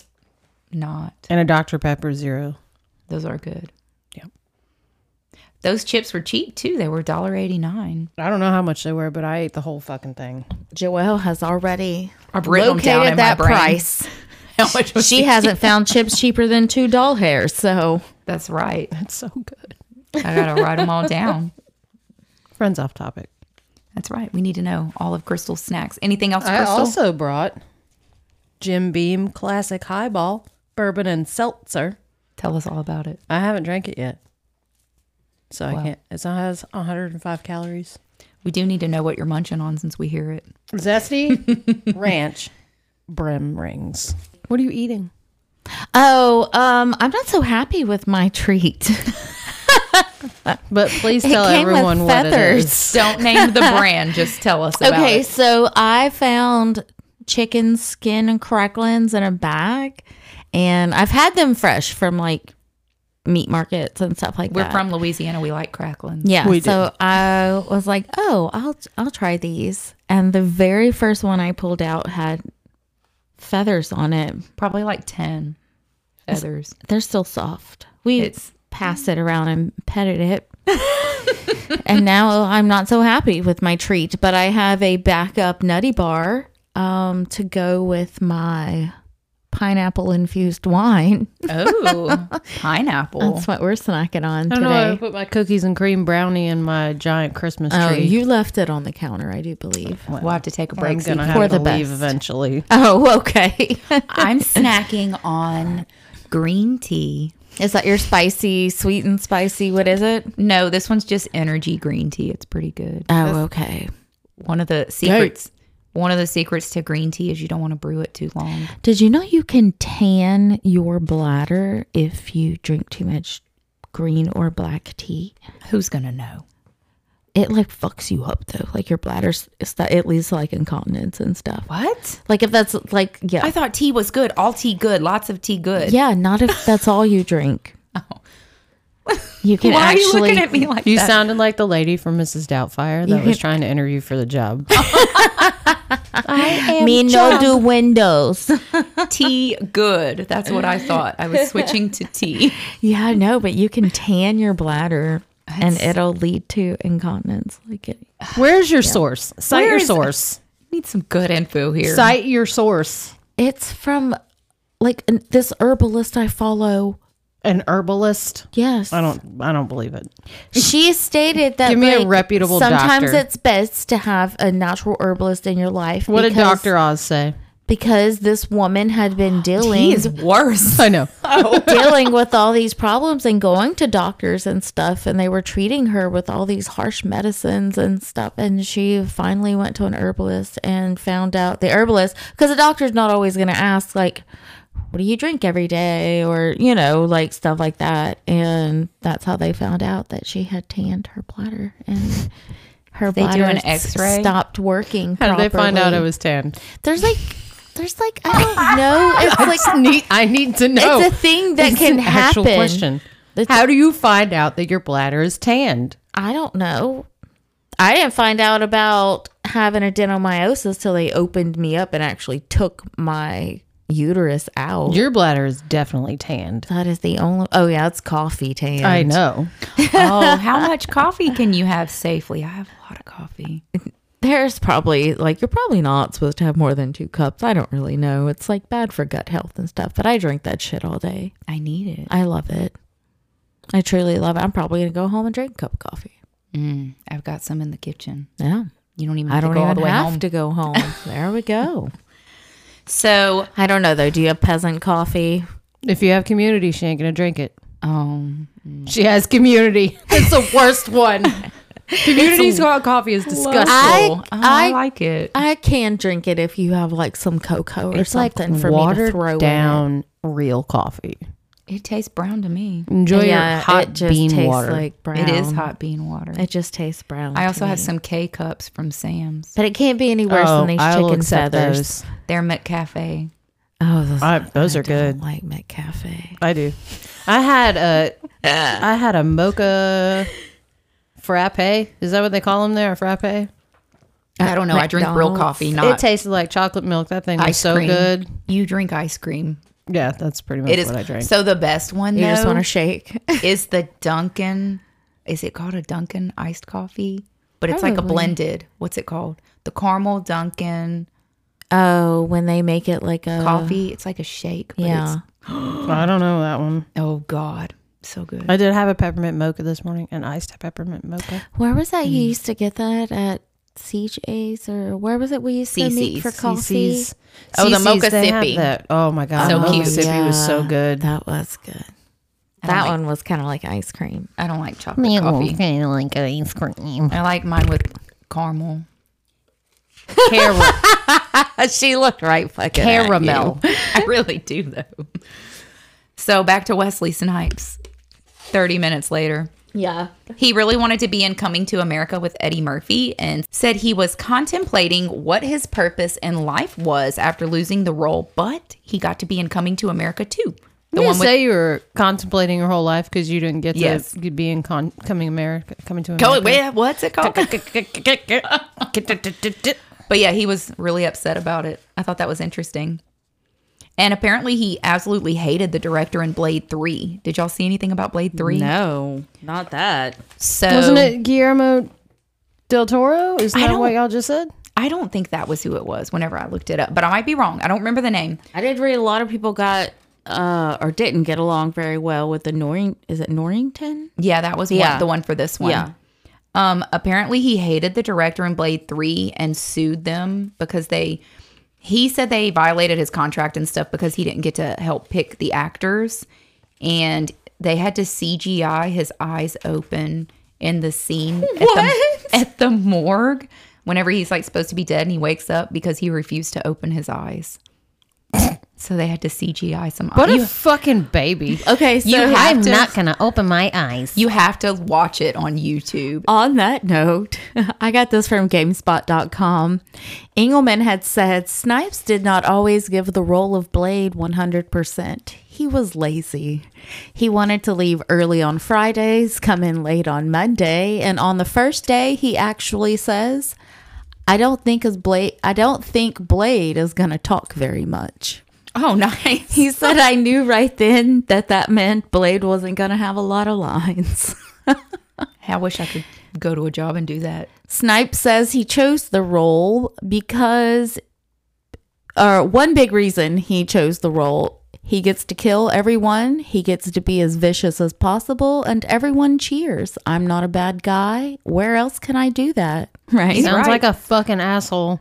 not. and a Dr Pepper Zero. Those are good. Yep. Those chips were cheap too. They were $1.89. I don't know how much they were, but I ate the whole fucking thing. Joelle has already I've written them down in my that brain. price. How much was She it? hasn't found chips cheaper than two doll hairs, so That's right. That's so good. I gotta write them all down. Friends off topic. That's right. We need to know all of Crystal's snacks. Anything else, I Crystal? also brought Jim Beam Classic Highball Bourbon and Seltzer. Tell us all about it. I haven't drank it yet, so I can't. It has 105 calories. We do need to know what you're munching on since we hear it. Zesty ranch brim rings. What are you eating? Oh, um, I'm not so happy with my treat. But please It tell came with everyone what it feathers. is. Don't name the brand. Just tell us about okay, it. so I found chicken skin and cracklings in a bag, and I've had them fresh from like meat markets and stuff like We're that. from Louisiana. We like cracklings. yeah. We so I was like, oh, I'll I'll try these, and the very first one I pulled out had feathers on it. Probably like 10 feathers. They're still soft. We It's- passed it around and petted it. and now I'm not so happy with my treat, but I have a backup nutty bar um, to go with my pineapple infused wine. Oh, pineapple. That's what we're snacking on I don't know. I today. put my cookies and cream brownie in my giant Christmas tree. Oh, you left it on the counter, I do believe. We'll have to take a I'm break. gonna for have to the leave best. eventually. Oh, okay. I'm snacking on green tea. Is that your spicy, sweet and spicy? What is it? No, this one's just energy green tea. It's pretty good. Oh, okay. One of the secrets. One of the secrets to green tea is you don't want to brew it too long. Did you know you can tan your bladder if you drink too much green or black tea? Who's gonna know? It like fucks you up though. Like your bladder's stu- it leads to like incontinence and stuff. What? Like if that's like yeah. I thought tea was good. All tea good. Lots of tea good. yeah, not if that's all you drink. You can Oh. Why are you actually looking at me like You that? sounded like the lady from Mrs. Doubtfire that was trying to interview for the job. Oh, me no do windows. tea good. That's what I thought. I was switching to tea. yeah, I know, but you can tan your bladder and it'll lead to incontinence. Like it, Where's your source? Cite Where your is- source. Need some good info here. Cite your source. it's from like an- this herbalist I follow. An herbalist. Yes. I don't. I don't believe it. She stated that Give me a like, reputable Sometimes doctor. it's best to have a natural herbalist in your life. What did because- Doctor Oz say? Because this woman had Oh, been dealing Tea is worse. I know. dealing with all these problems and going to doctors and stuff, and they were treating her with all these harsh medicines and stuff. And she finally went to an herbalist and found out the herbalist because the doctor's not always going to ask like, "What do you drink every day?" or you know, like stuff like that. And that's how they found out that she had tanned her bladder and. Her They do bladder an s- X-ray? stopped working. How did they find out properly. I was tan? There's like, there's like I don't know. It's like Neat. I need to know. Oh, it's a thing that It's can an happen. Actual question. It's- How do you find out that your bladder is tanned? I don't know. I didn't find out about having adenomyosis till they opened me up and actually took my uterus out. Your bladder is definitely tanned. that is the only. Oh yeah, it's coffee tan. I know. Oh, how much coffee can you have safely? I have a lot of coffee. There's probably like you're probably not supposed to have more than two cups. I don't really know. It's like bad for gut health and stuff. But I drink that shit all day. I need it. I love it. I truly love it. I'm probably gonna go home and drink a cup of coffee. Mm, I've got some in the kitchen. Yeah. You don't even I have don't to go all even the way have home. to go home. There we go. So, I don't know though. Do you have peasant coffee? If you have community, she ain't gonna drink it. um, She has community. It's the worst one. Community's coffee is disgusting. I, I- I- like it. I can drink it if you have like some cocoa or It's like something for me to throw watered In. down real coffee. it tastes brown to me. Enjoy yeah, your hot it just bean tastes water. like brown. It is hot bean water. It just tastes brown. I to also have me. some K cups from Sam's. but it can't be any Oh, worse than these chicken feathers. They're McCafe. Oh, those, I- those are good. Like McCafe. I do. I had a I had a mocha frappe. Is that what they call them there? A frappe. I don't know. I drink real McDonald's. coffee, not it tasted like chocolate milk. That thing was ice so cream. good. You drink ice cream. Yeah, that's pretty much It is what I drank. so the best one You though just want to shake. is the Dunkin'. Is it called a Dunkin' iced coffee? But it's like a blended. What's it called? The caramel Dunkin' oh, when they make it like a coffee. It's like a shake. But Uh, Yeah. It's, I don't know that one. oh God, so good. I did have a peppermint mocha this morning, an iced peppermint mocha. Where was that? You used to get that at CJ's or where was it? We used to meet CC's. for coffee. CC's. Oh, the CC's, mocha they have sippy. that. Oh my god, So the mocha cute. sippy was so Yeah. good. That was good. That one was kind of like ice cream. I don't like chocolate coffee. of like ice cream. I like mine with caramel. Caramel. she looked right fucking Caramel. I really do though. So back to Wesley Snipes. Thirty minutes later. Yeah. He really wanted to be in Coming to America with Eddie Murphy and said he was contemplating what his purpose in life was after losing the role, but he got to be in Coming to America too. The you one with say you were contemplating your whole life because you didn't get to Yes. be in con- coming America, coming to Go- America. where- what's it called? But yeah, he was really upset about it. I thought that was interesting. And apparently he absolutely hated the director in Blade 3. Did y'all see anything about Blade 3? No, not that. So Wasn't it Guillermo del Toro? Is that don't- what y'all just said? I don't think that was who it was whenever I looked it up, but I might be wrong. I don't remember the name. I did read a lot of people got uh or didn't get along very well with the Norring. Is it Norrington? Yeah, that was Yeah. One, the one for this one. Yeah. Um, apparently he hated the director in Blade 3 and sued them because they he said they violated his contract and stuff because he didn't get to help pick the actors and they had to CGI his eyes open in the scene at the, at the morgue whenever he's like supposed to be dead and he wakes up because he refused to open his eyes. so they had to CGI some What eyes. a fucking baby. Okay, so You have to going to open my eyes. you have to watch it on YouTube. on that note, I got this from GameSpot.com. Engelman had said Snipes did not always give the role of Blade 100%. He was lazy. He wanted to leave early on Fridays, come in late on Monday, and on the first day, he actually says, I don't think is Blade I don't think Blade is going to talk very much. Oh, nice. He said I knew right then that that meant Blade wasn't going to have a lot of lines. I wish I could go to a job and do that. Snipe says he chose the role because, or one big reason he chose the role, he gets to kill everyone, he gets to be as vicious as possible, and everyone cheers. I'm not a bad guy. Where else can I do that? Right? Sounds right. like a fucking asshole.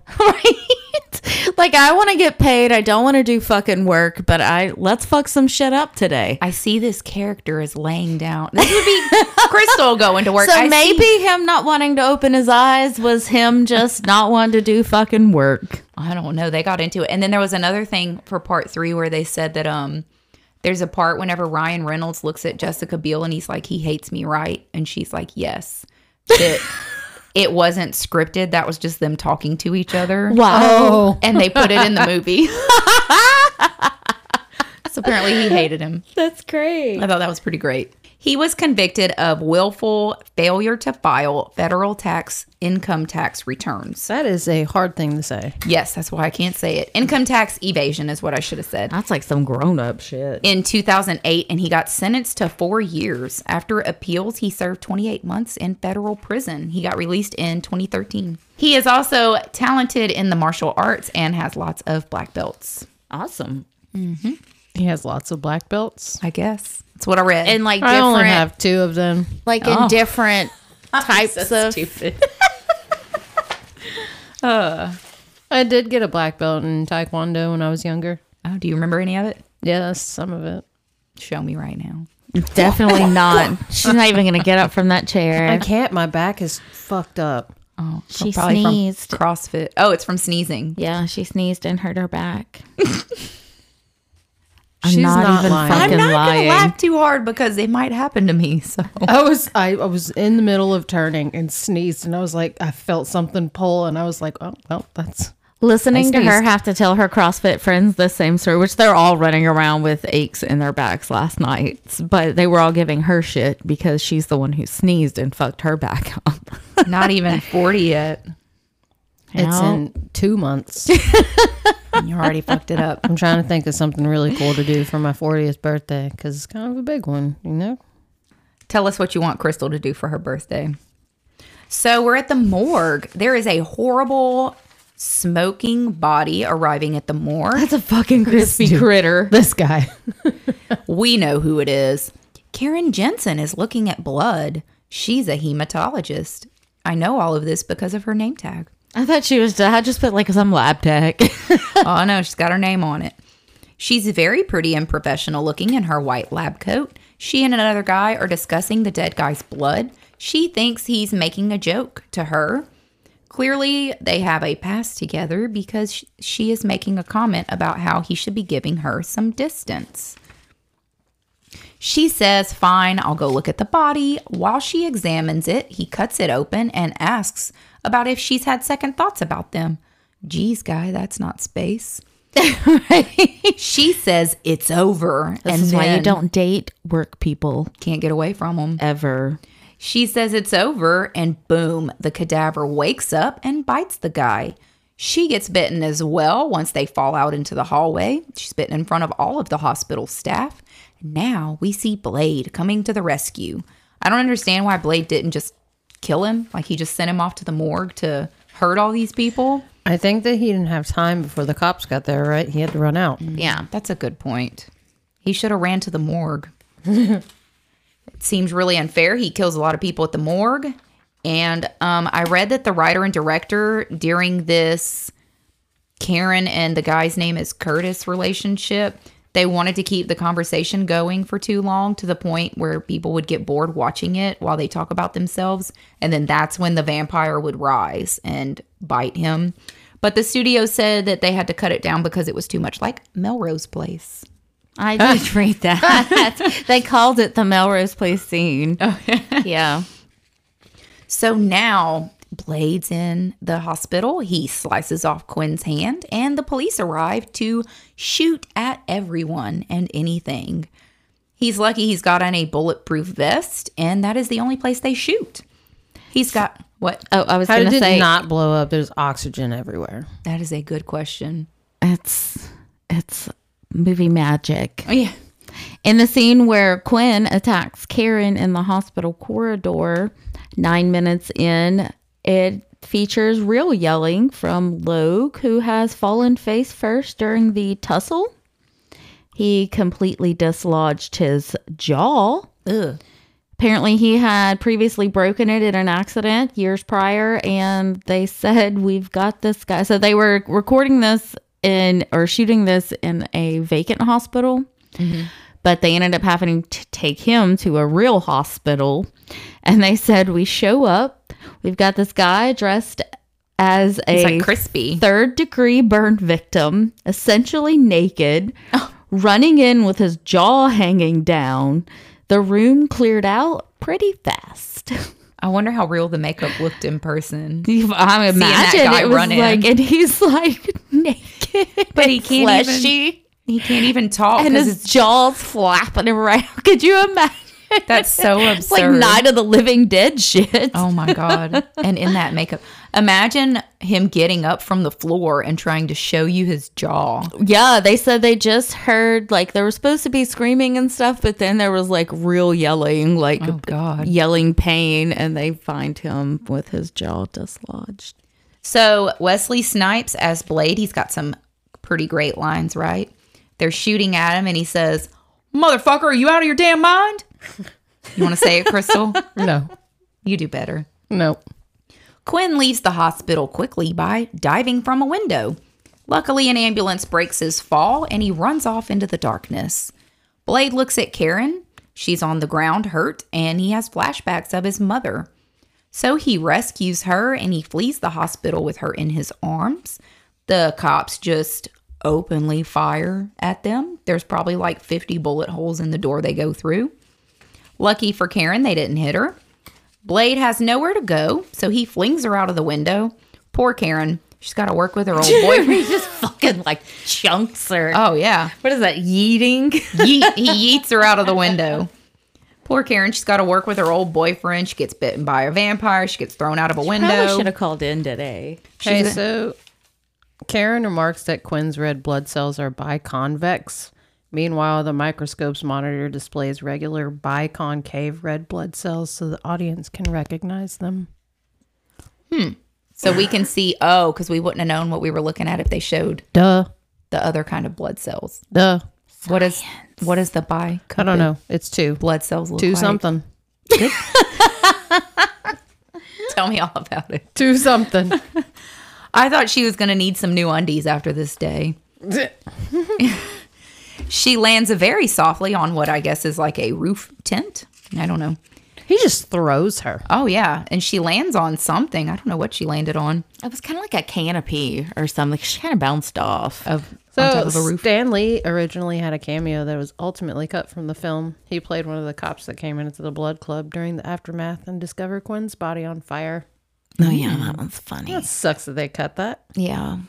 right? Like I want to get paid. I don't want to do fucking work, but I let's fuck some shit up today. I see this character is laying down. This would be Crystal going to work. So I see- maybe him not wanting to open his eyes was him just not wanting to do fucking work. I don't know. They got into it, and then there was another thing for part three where they said that um, there's a part whenever Ryan Reynolds looks at Jessica Biel and he's like, "He hates me, right?" And she's like, "Yes." That it wasn't scripted. That was just them talking to each other. Oh. And they put it in the movie. so apparently, he hated him. That's great. I thought that was pretty great. He was convicted of willful failure to file federal tax income tax returns. That is a hard thing to say. Yes, that's why I can't say it. Income tax evasion is what I should have said. That's like some grown up shit. in 2008 and he got sentenced to four years. After appeals, he served 28 months in federal prison. He got released in 2013. He is also talented in the martial arts and has lots of black belts, Awesome. He has lots of black belts. I guess. That's what I read. and like I only different, have two of them. like in different types of. I did get a black belt in Taekwondo when I was younger. oh, do you remember any of it? Yes, some of it. Show me right now. Definitely not. She's not even gonna get up from that I chair. can't. My back is fucked up. Oh, She probably sneezed. from CrossFit. Oh, it's from sneezing. Yeah, she sneezed and hurt her back. I'm She's not lying. I'm I'm fucking not lying. gonna laugh too hard because it might happen to me. So I was I, I was in the middle of turning and sneezed, and I was like, I felt something pull, and I was like, oh well, that's I Listening to her sneezed. have to tell her CrossFit friends the same story, which they're all running around with aches in their backs last night, but they were all giving her shit because she's the one who sneezed and fucked her back up. not even 40 yet. it's Well. in two months. And you already fucked it up. I'm trying to think of something really cool to do for my 40th birthday because it's kind of a big one, you know. Tell us what you want Crystal to do for her birthday. So we're at the morgue. There is a horrible smoking body arriving at the morgue. That's a fucking crispy critter. This guy, We know who it is. Karen Jensen is looking at blood. She's a hematologist. I know all of this because of her name tag. I thought she was. I just put like some lab tech. oh no, she's got her name on it. She's very pretty and professional looking in her white lab coat. She and another guy are discussing the dead guy's blood. She thinks he's making a joke to her. Clearly, they have a past together because sh- she is making a comment about how he should be giving her some distance. She says, Fine, I'll go look at the body. While she examines it, he cuts it open and asks about if she's had second thoughts about them. Geez, guy, that's not space. She says, It's over. This is why you don't date work people Can't get away from him. ever. She says it's over, and boom, the cadaver wakes up and bites the guy. She gets bitten as well once they fall out into the hallway. She's bitten in front of all of the hospital staff. Now we see Blade coming to the rescue. I don't understand why Blade didn't just kill him. Like he just sent him off to the morgue to hurt all these people. I think that he didn't have time before the cops got there, right? He had to run out. Mm. Yeah. That's a good point. He should have ran to the morgue. it seems really unfair. He kills a lot of people at the morgue. And um, I read that the writer and director during this Karen and the guy's name is Curtis relationship, they wanted to keep the conversation going for too long to the point where people would get bored watching it while they talk about themselves. And then that's when the vampire would rise and bite him. But the studio said that they had to cut it down because it was too much like Melrose Place. I did read that. they called it the Melrose Place scene. Oh, yeah. So now Blade's in the hospital. He slices off Quinn's hand, and the police arrive to shoot at everyone and anything. He's lucky he's got on a bulletproof vest, and that is the only place they shoot. He's got what? Oh, I was How going did to it say not blow up? There's oxygen everywhere. That is a good question. it's it's movie magic. Oh, yeah. In the scene where Quinn attacks Karen in the hospital corridor, nine minutes in, it features real yelling from Logue, who has fallen face first during the tussle. He completely dislodged his jaw. Ugh. Apparently, he had previously broken it in an accident years prior, and they said, We've got this guy. So they were recording this in or shooting this in a vacant hospital, Mm-hmm. but they ended up having to take him to a real hospital. And they said, We show up, we've got this guy dressed as a It's like crispy. third degree burn victim, essentially naked, running in with his jaw hanging down. The room cleared out pretty fast. I wonder how real the makeup looked in person. I Seeing that imagine guy it was run in. like, and he's like naked, But he and can't even- fleshy, He can't even talk and because his jaw's flapping around. Could you imagine? That's so absurd. like Night of the Living Dead shit. Oh my god. and in that makeup. Imagine him getting up from the floor and trying to show you his jaw. Yeah, they said they just heard like there was supposed to be screaming and stuff, but then there was like real yelling, like Oh, God. yelling pain, and they find him with his jaw dislodged. So Wesley Snipes as Blade, he's got some pretty great lines, right? They're shooting at him and he says, Motherfucker, are you out of your damn mind? You want to say it, Crystal? No, you do better. no. Quinn leaves the hospital quickly by diving from a window. Luckily, an ambulance breaks his fall and he runs off into the darkness. Blade looks at Karen. She's on the ground, hurt, and he has flashbacks of his mother. So he rescues her and he flees the hospital with her in his arms. The cops just openly fire at them. There's probably like 50 bullet holes in the door they go through. Lucky for Karen, they didn't hit her. Blade has nowhere to go, so he flings her out of the window. Poor Karen. She's got to work with her old boyfriend. He just fucking like chunks her. Oh, yeah. Uh, What is that? Yeeting? Ye- he yeets her out of the window. Poor Karen. She's got to work with her old boyfriend. She gets bitten by a vampire. She gets thrown out of a Probably should window. have called in today. Okay, so Karen remarks that Quinn's red blood cells are biconvex. Meanwhile, the microscope's monitor displays regular biconcave red blood cells so the audience can recognize them. So we can see, oh, because we wouldn't have known what we were looking at if they showed Duh. the other kind of blood cells. Duh. What is what is the bi I don't know. It's two. blood cells look Two like? something. Tell me all about it. Two something. I thought she was going to need some new undies after this day. She lands very softly on what I guess is like a roof tent. I don't know. he just throws her. Oh yeah, and she lands on something. I don't know what she landed on. It was kind of like a canopy or something. She kind of bounced off. Of on top So of a roof. Stanley originally had a cameo that was ultimately cut from the film. He played one of the cops that came into the blood club during the aftermath and discovered Quinn's body on fire. Oh yeah, that one's funny. That sucks that they cut that. Yeah,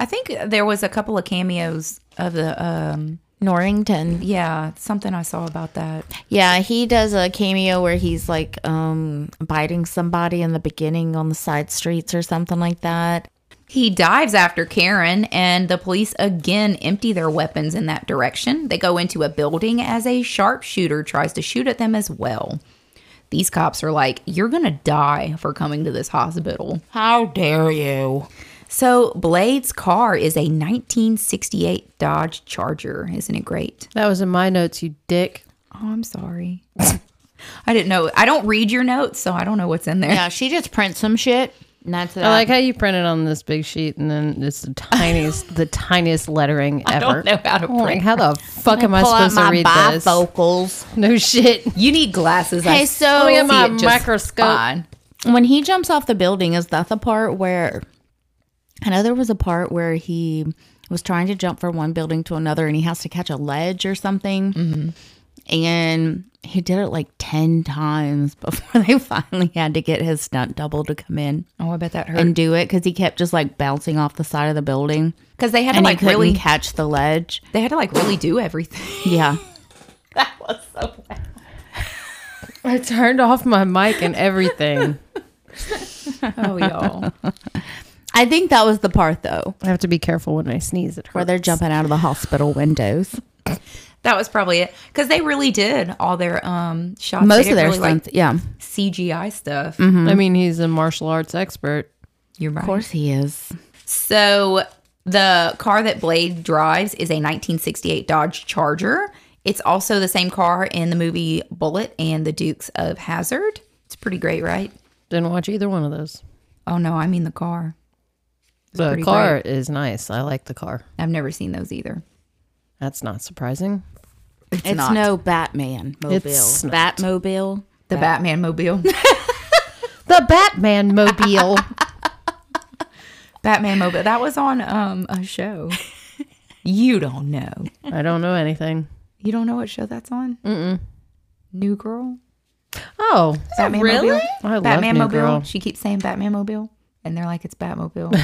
I think there was a couple of cameos of the um Norrington. yeah something I saw about that. Yeah, he does a cameo where he's like um biting somebody in the beginning on the side streets or something like that. He dives after Karen, and the police again empty their weapons in that direction. They go into a building as a sharpshooter tries to shoot at them as well. These cops are like, You're gonna die for coming to this hospital. How dare you? So, Blade's car is a 1968 Dodge Charger. Isn't it great? That was in my notes, you dick. Oh, I'm sorry. I didn't know. I don't read your notes, so I don't know what's in there. Yeah, she just prints some shit. And that's that. I like how you print it on this big sheet and then it's the tiniest, the tiniest lettering ever. don't know how to Oh. I'm like, print. how the fuck am I Pull out supposed to read this? bifocals. No shit. You need glasses. I Hey, so- see Let me get my it just microscope. fine. When he jumps off the building, is that the part where I know there was a part where he was trying to jump from one building to another and he has to catch a ledge or something. And he did it like 10 times before they finally had to get his stunt double to come in. Oh, I bet that hurt. and do it because he kept just like bouncing off the side of the building Because they had to and like he couldn't really, catch the ledge. they had to like really do everything. Yeah, I turned off my mic and everything. Oh, y'all. I think that was the part though I have to be careful when I sneeze at her. where they're jumping out of the hospital windows. That was probably it because they really did all their um shots. They Most didn't of their Mm. really, stunts, yeah. like CGI stuff. I mean, he's a martial arts expert. You're right. Of course he is. So the car that Blade drives is a 1968 Dodge Charger. It's also the same car in the movie Bullet and the Dukes of Hazard. It's pretty great, right? Didn't watch either one of those. Oh no, I mean the car. The pretty car is nice. I like the car. I've never seen those either. That's not surprising. It's, not. no Batman mobile. It's not. Batmobile. The Batman Mobile. The Batman mobile. Batman Mobile. That was on um a show. you don't know. I don't know anything. You don't know what show that's on? Mm-mm. New Girl. Oh, Batman Mobile. I love Batman New Mobile. Girl. She keeps saying Batman Mobile, and they're like, "It's Batmobile."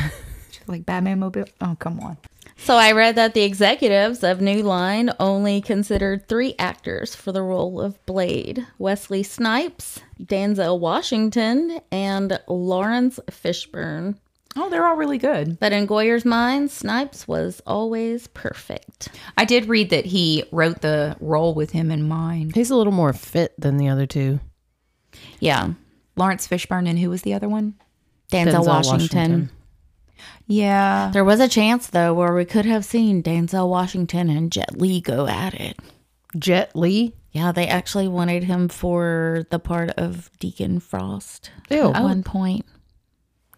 She's like Batman Mobile. Oh, come on. So I read that the executives of New Line only considered three actors for the role of Blade Wesley Snipes, Danzel Washington, and Lawrence Fishburne. Oh, they're all really good. But in Goyer's mind, Snipes was always perfect. I did read that he wrote the role with him in mind. He's a little more fit than the other two. Yeah. Lawrence Fishburne and who was the other one? Danzel, Denzel Washington. Washington. Yeah. There was a chance though where we could have seen Denzel Washington and Jet Li go at it. Jet Li. Yeah, they actually wanted him for the part of Deacon Frost Ew. Oh. at one point.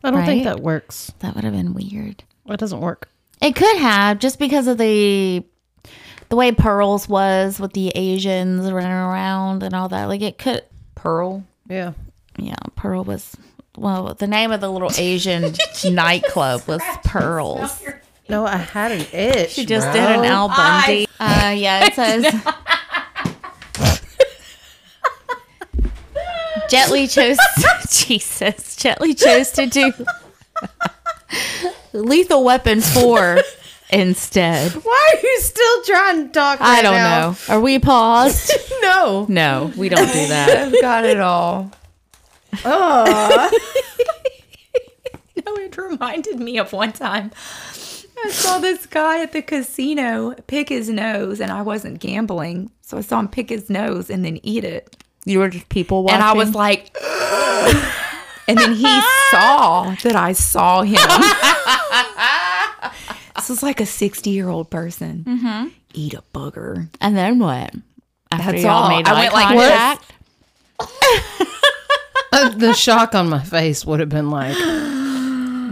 I don't think Oh, right. that works. That would have been weird. That doesn't work. It could have just because of the the way Pearls was with the Asians running around and all that. Like it could Pearl. Yeah. yeah, Pearl was well, the name of the little Asian nightclub was Pearls. No, I had an itch. She just did an Al Bundy. Uh, yeah, it says. Gently chose. Jesus, gently chose to do Lethal Weapon Four instead. Why are you still trying to talk? I don't know. Are we paused? No. No, we don't do that. I've got it all. Oh. no, it reminded me of one time. I saw this guy at the casino pick his nose, and I wasn't gambling. So I saw him pick his nose and then eat it. You were just people watching. And I was like, and then he saw that I saw him. this was like a 60 year old person. Eat a booger. and then what? After That's y'all all. made I eye went like contact? the shock on my face would have been like,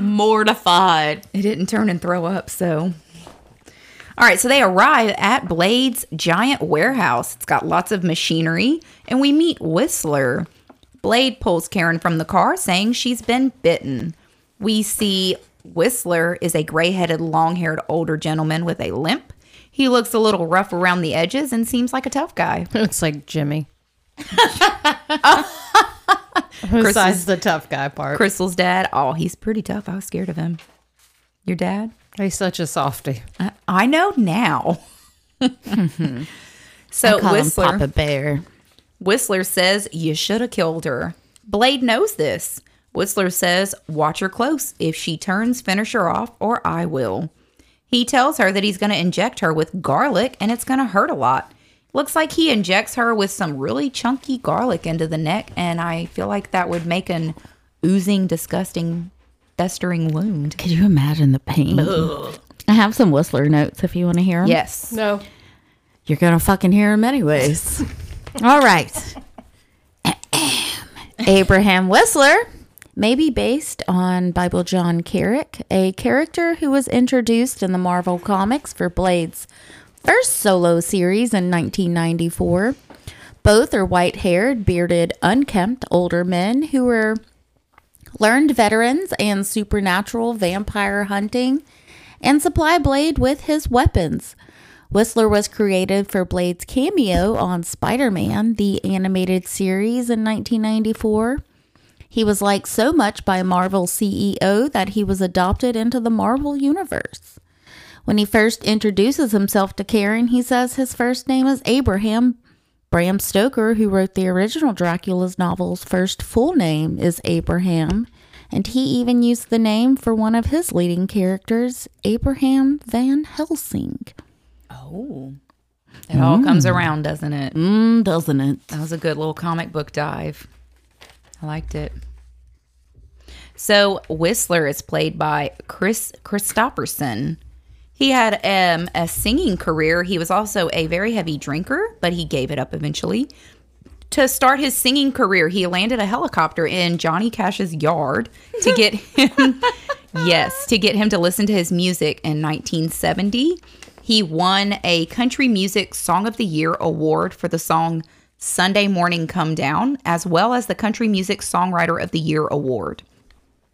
mortified. It didn't turn and throw up, so. All right, so they arrive at Blade's giant warehouse. It's got lots of machinery, and we meet Whistler. Blade pulls Karen from the car, saying she's been bitten. We see Whistler is a gray headed, long haired older gentleman with a limp. He looks a little rough around the edges and seems like a tough guy. it's like Jimmy. Besides the tough guy part, Crystal's dad, oh, he's pretty tough. I was scared of him. Your dad? he's such a softy. I, I know now. so Call Whistler. him Papa Bear. Whistler says, You should have killed her. Blade knows this. Whistler says, Watch her close. If she turns, finish her off, or I will. He tells her that he's going to inject her with garlic and it's going to hurt a lot. Looks like he injects her with some really chunky garlic into the neck, and I feel like that would make an oozing, disgusting, festering wound. Could you imagine the pain? I have some Whistler notes if you want to hear them. Yes. No, You're going to fucking hear them anyways. All right. Abraham Whistler may be based on Bible John Carrick, a character who was introduced in the Marvel Comics for Blade's first solo series in 1994. Both are white haired, bearded, unkempt older men who were learned veterans and supernatural vampire hunting, and supply Blade with his weapons. Whistler was created for Blade's cameo on Spider Man, the animated series in 1994. He was liked so much by Marvel CEO that he was adopted into the Marvel Universe. When he first introduces himself to Karen, he says his first name is Abraham. Bram Stoker, who wrote the original Dracula's novel's first full name, is Abraham, and he even used the name for one of his leading characters, Abraham Van Helsing. Oh. It all comes around, doesn't it? Mm, doesn't it? That was a good little comic book dive. I liked it. So Whistler is played by Chris Christopherson. He had um, a singing career. He was also a very heavy drinker, but he gave it up eventually. To start his singing career, he landed a helicopter in Johnny Cash's yard to get him, yes, to get him to listen to his music in 1970. He won a Country Music Song of the Year award for the song Sunday Morning Come Down, as well as the Country Music Songwriter of the Year award.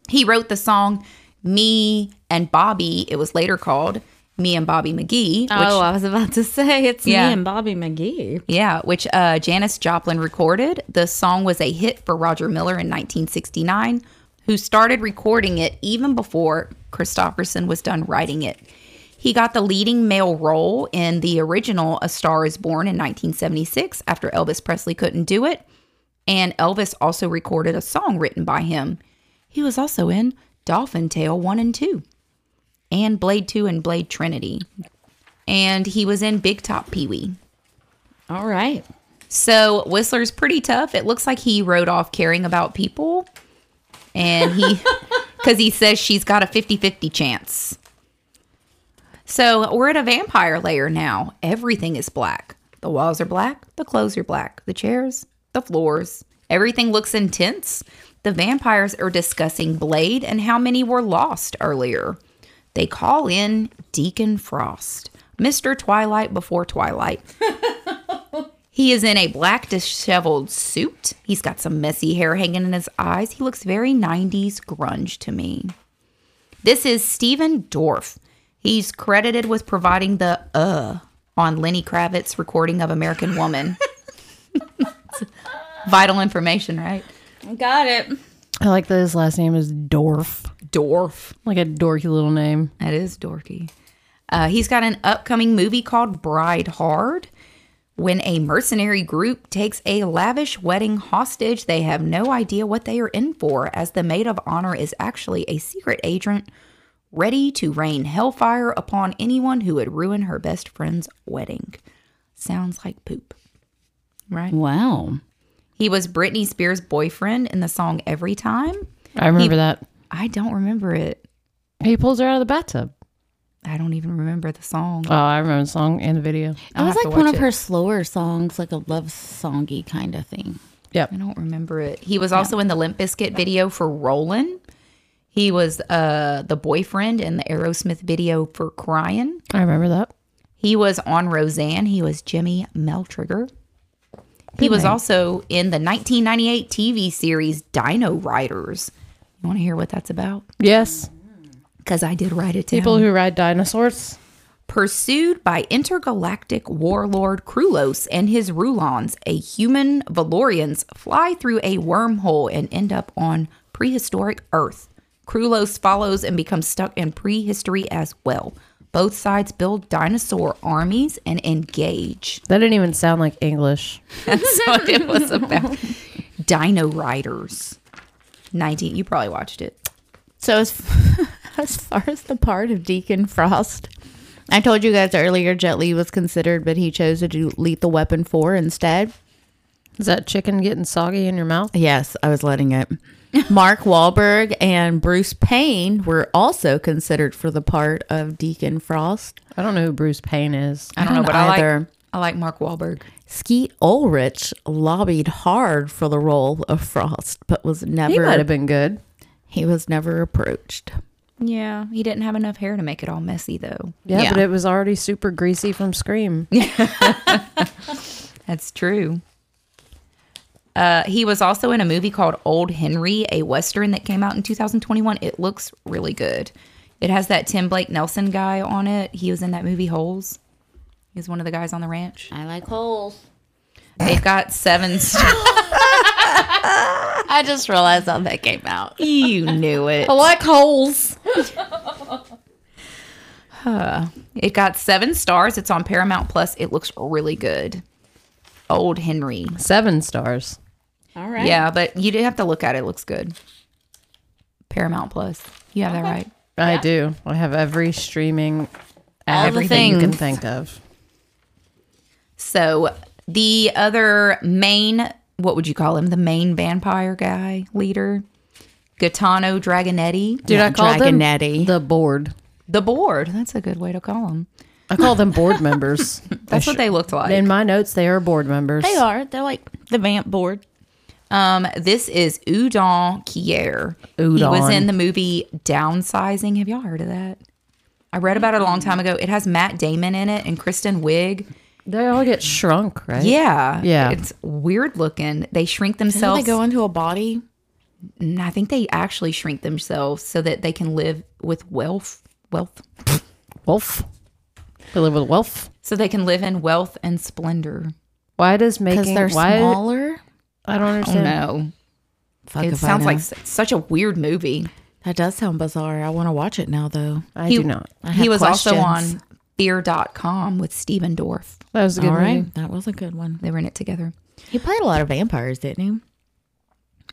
He wrote the song Me and Bobby, it was later called Me and Bobby McGee, which oh, I was about to say it's Yeah. me and Bobby McGee. yeah, which uh, Janis Joplin recorded. The song was a hit for Roger Miller in 1969, who started recording it even before Christopherson was done writing it. He got the leading male role in the original A Star is Born in 1976 after Elvis Presley couldn't do it. And Elvis also recorded a song written by him. He was also in Dolphin Tale 1 and 2, and Blade 2 and Blade Trinity. And he was in Big Top Pee Wee. All right. So Whistler's pretty tough. It looks like he wrote off caring about people. And he, because he says she's got a 50 50 chance. So we're at a vampire layer now. Everything is black. The walls are black. The clothes are black. The chairs, the floors. Everything looks intense. The vampires are discussing Blade and how many were lost earlier. They call in Deacon Frost, Mr. Twilight before Twilight. He is in a black disheveled suit. He's got some messy hair hanging in his eyes. He looks very 90s grunge to me. This is Steven Dorff. He's credited with providing the uh on Lenny Kravitz's recording of American Woman. Vital information, right? Got it. I like that his last name is Dorf. Dorff. Like a dorky little name. That is dorky. Uh, he's got an upcoming movie called Bride Hard. When a mercenary group takes a lavish wedding hostage, they have no idea what they are in for, as the maid of honor is actually a secret agent ready to rain hellfire upon anyone who would ruin her best friend's wedding. Sounds like poop. Right? Wow. He was Britney Spears' boyfriend in the song Every Time. I remember that. I don't remember it. He pulls her out of the bathtub. I don't even remember the song. Oh, I remember the song and the video. It have was to like one watch of her slower songs, like a love songy kind of thing. I don't remember it. He was also in the Limp Bizkit video for Rollin'. He was uh, the boyfriend in the Aerosmith video for Crying. I remember that. He was on Roseanne. He was Jimmy Meltrigger. He was also in the 1998 TV series Dino Riders. You want to hear what that's about? Yes. Because I did write it down. People who ride dinosaurs. pursued by intergalactic warlord Krulos and his Rulons, a human Valorians fly through a wormhole and end up on prehistoric Earth. Krulos follows and becomes stuck in prehistory as well. Both sides build dinosaur armies and engage. That didn't even sound like English. That's what it was about. Dino Riders. 19 you probably watched it. So as as far as the part of Deacon Frost, I told you guys earlier Jet Li was considered, but he chose to do Lethal Weapon four instead. Is that chicken getting soggy in your mouth? Yes, I was letting it. Mark Wahlberg and Bruce Payne were also considered for the part of Deacon Frost. I don't know who Bruce Payne is. I don't know, don't but I like either. I like Mark Wahlberg. Skeet Ulrich lobbied hard for the role of Frost, but was He never might have been good. he was never approached. Yeah, he didn't have enough hair to make it all messy though. Yeah, Yeah. but it was already super greasy from Scream. That's true. Uh, he was also in a movie called Old Henry, a Western that came out in 2021. It looks really good. It has that Tim Blake Nelson guy on it. He was in that movie Holes. He was one of the guys on the ranch. I like holes. It got seven stars. I just realized how that came out. you knew it. like holes. It got seven stars. It's on Paramount Plus. It looks really good. Old Henry. Seven stars. All right. Yeah, but you did have to look at it. It looks good. Paramount Plus. You have that right. I do. I have every streaming app the that you can things. think of. So the other main, what would you call him? The main vampire guy leader, Gaetano Dragonetti. Dude, Yeah, I call them Dragonetti. the board. The board. That's a good way to call him. I call them board members. That's what they looked like. In my notes, they are board members. They are. They're like the vamp board. Um, this is Udon Kier. He was Udon. in the movie Downsizing. Have y'all heard of that? I read about it a long time ago. It has Matt Damon in it and Kristen Wiig. They all get shrunk, right? Yeah, Yeah. It's weird looking. They shrink So themselves. they go into a body. And I think they actually shrink themselves so that they can live with wealth, wealth, Wolf. They live with wolf. so they can live in wealth and splendor. Why does Because making they're why smaller. I don't understand. Oh, no, Fuck it if I sounds know. like s- such a weird movie. that does sound bizarre. I want to watch it now, though. I do not. He have was also questions. on Fear.com with Steven Dorff. That was a good All right, movie. that was a good one. They were in it together. He played a lot of vampires, didn't he?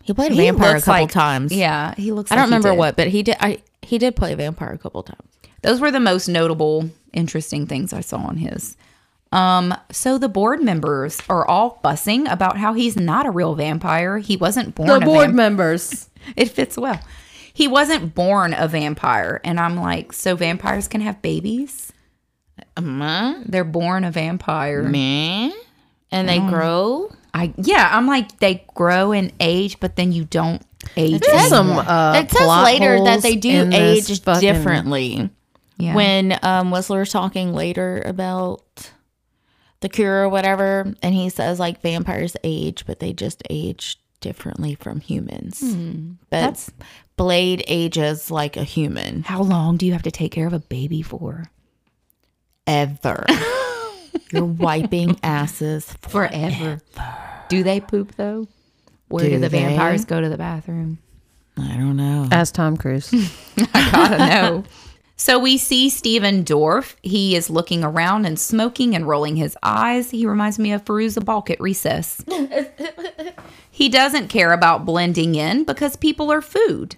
He played a He vampire a looks couple like- times. Yeah, he looks. I like don't he remember did. what, but he did. I he did play a vampire a couple times. Those were the most notable, interesting things I saw on his. Um, so the board members are all fussing about how he's not a real vampire. He wasn't born The a board vampire. members. it fits well. He wasn't born a vampire, and I'm like, so vampires can have babies? They're born a vampire. Man, and they grow. I yeah, I'm like they grow and age, but then you don't age. There's some anymore. uh, it says plot later that holes they do in this age fucking- differently. Yeah. When um, Whistler's talking later about the cure or whatever, and he says like vampires age, but they just age differently from humans. but that's- Blade ages like a human how long do you have to take care of a baby for? ever. You're wiping asses. Forever. Do they poop though? Where do, Do the they? vampires go to the bathroom? I don't know. Ask Tom Cruise. Gotta know. So we see Stephen Dorff. He is looking around and smoking and rolling his eyes. He reminds me of Feruza Balk at recess. he doesn't care about blending in because people are food.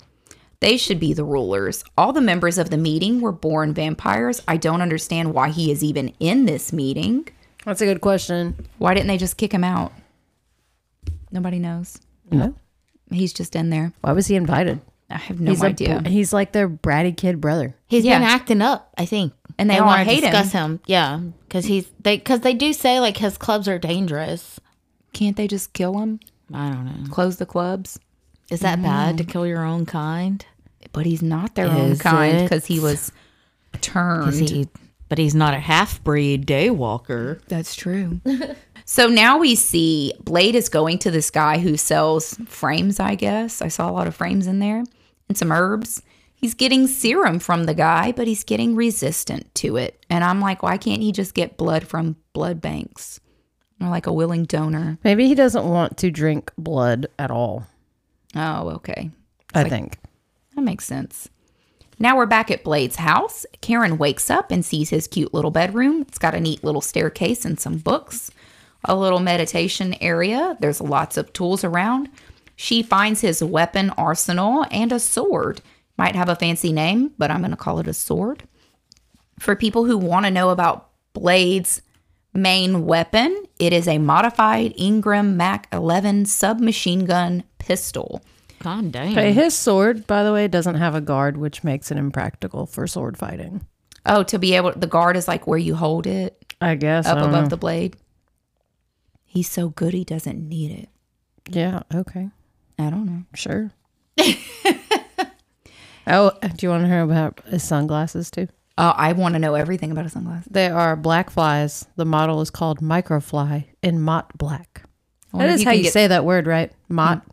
They should be the rulers. All the members of the meeting were born vampires. I don't understand why he is even in this meeting. That's a good question. Why didn't they just kick him out? Nobody knows. No. He's just in there. Why was he invited? I have no he's a idea. br- he's like their bratty kid brother. He's Yeah. been acting up, I think, And they all wanna hate him. discuss him. Yeah, because he's they because they do say like his clubs are dangerous. Can't they just kill him? I don't know. Close the clubs? Is that bad to kill your own kind? But he's not their own Is kind it? because he was turned. He, but he's not a half breed day walker. That's true. so now we see Blade is going to this guy who sells frames, I guess. I saw a lot of frames in there and some herbs. He's getting serum from the guy, but he's getting resistant to it. And I'm like, why can't he just get blood from blood banks or like a willing donor? Maybe he doesn't want to drink blood at all. Oh, okay. I think. That makes sense. Now we're back at Blade's house. Karen wakes up and sees his cute little bedroom. It's got a neat little staircase and some books, a little meditation area. There's lots of tools around. She finds his weapon arsenal and a sword. Might have a fancy name, but I'm going to call it a sword. For people who want to know about Blade's main weapon, it is a modified Ingram Mac 11 submachine gun pistol. God Mm. damn. Okay, his sword, by the way, doesn't have a guard, which makes it impractical for sword fighting. Oh, to be able, the guard is like where you hold it I guess. up I don't above know. the blade. He's so good, he doesn't need it. yeah. Okay. I don't know. Sure. oh, do you want to hear about his sunglasses too? Oh, I want to know everything about his sunglasses. They are black flies. The model is called Microfly in Mott Black. I Hmm. That wonder if is how can you get- say that word, right? Mott,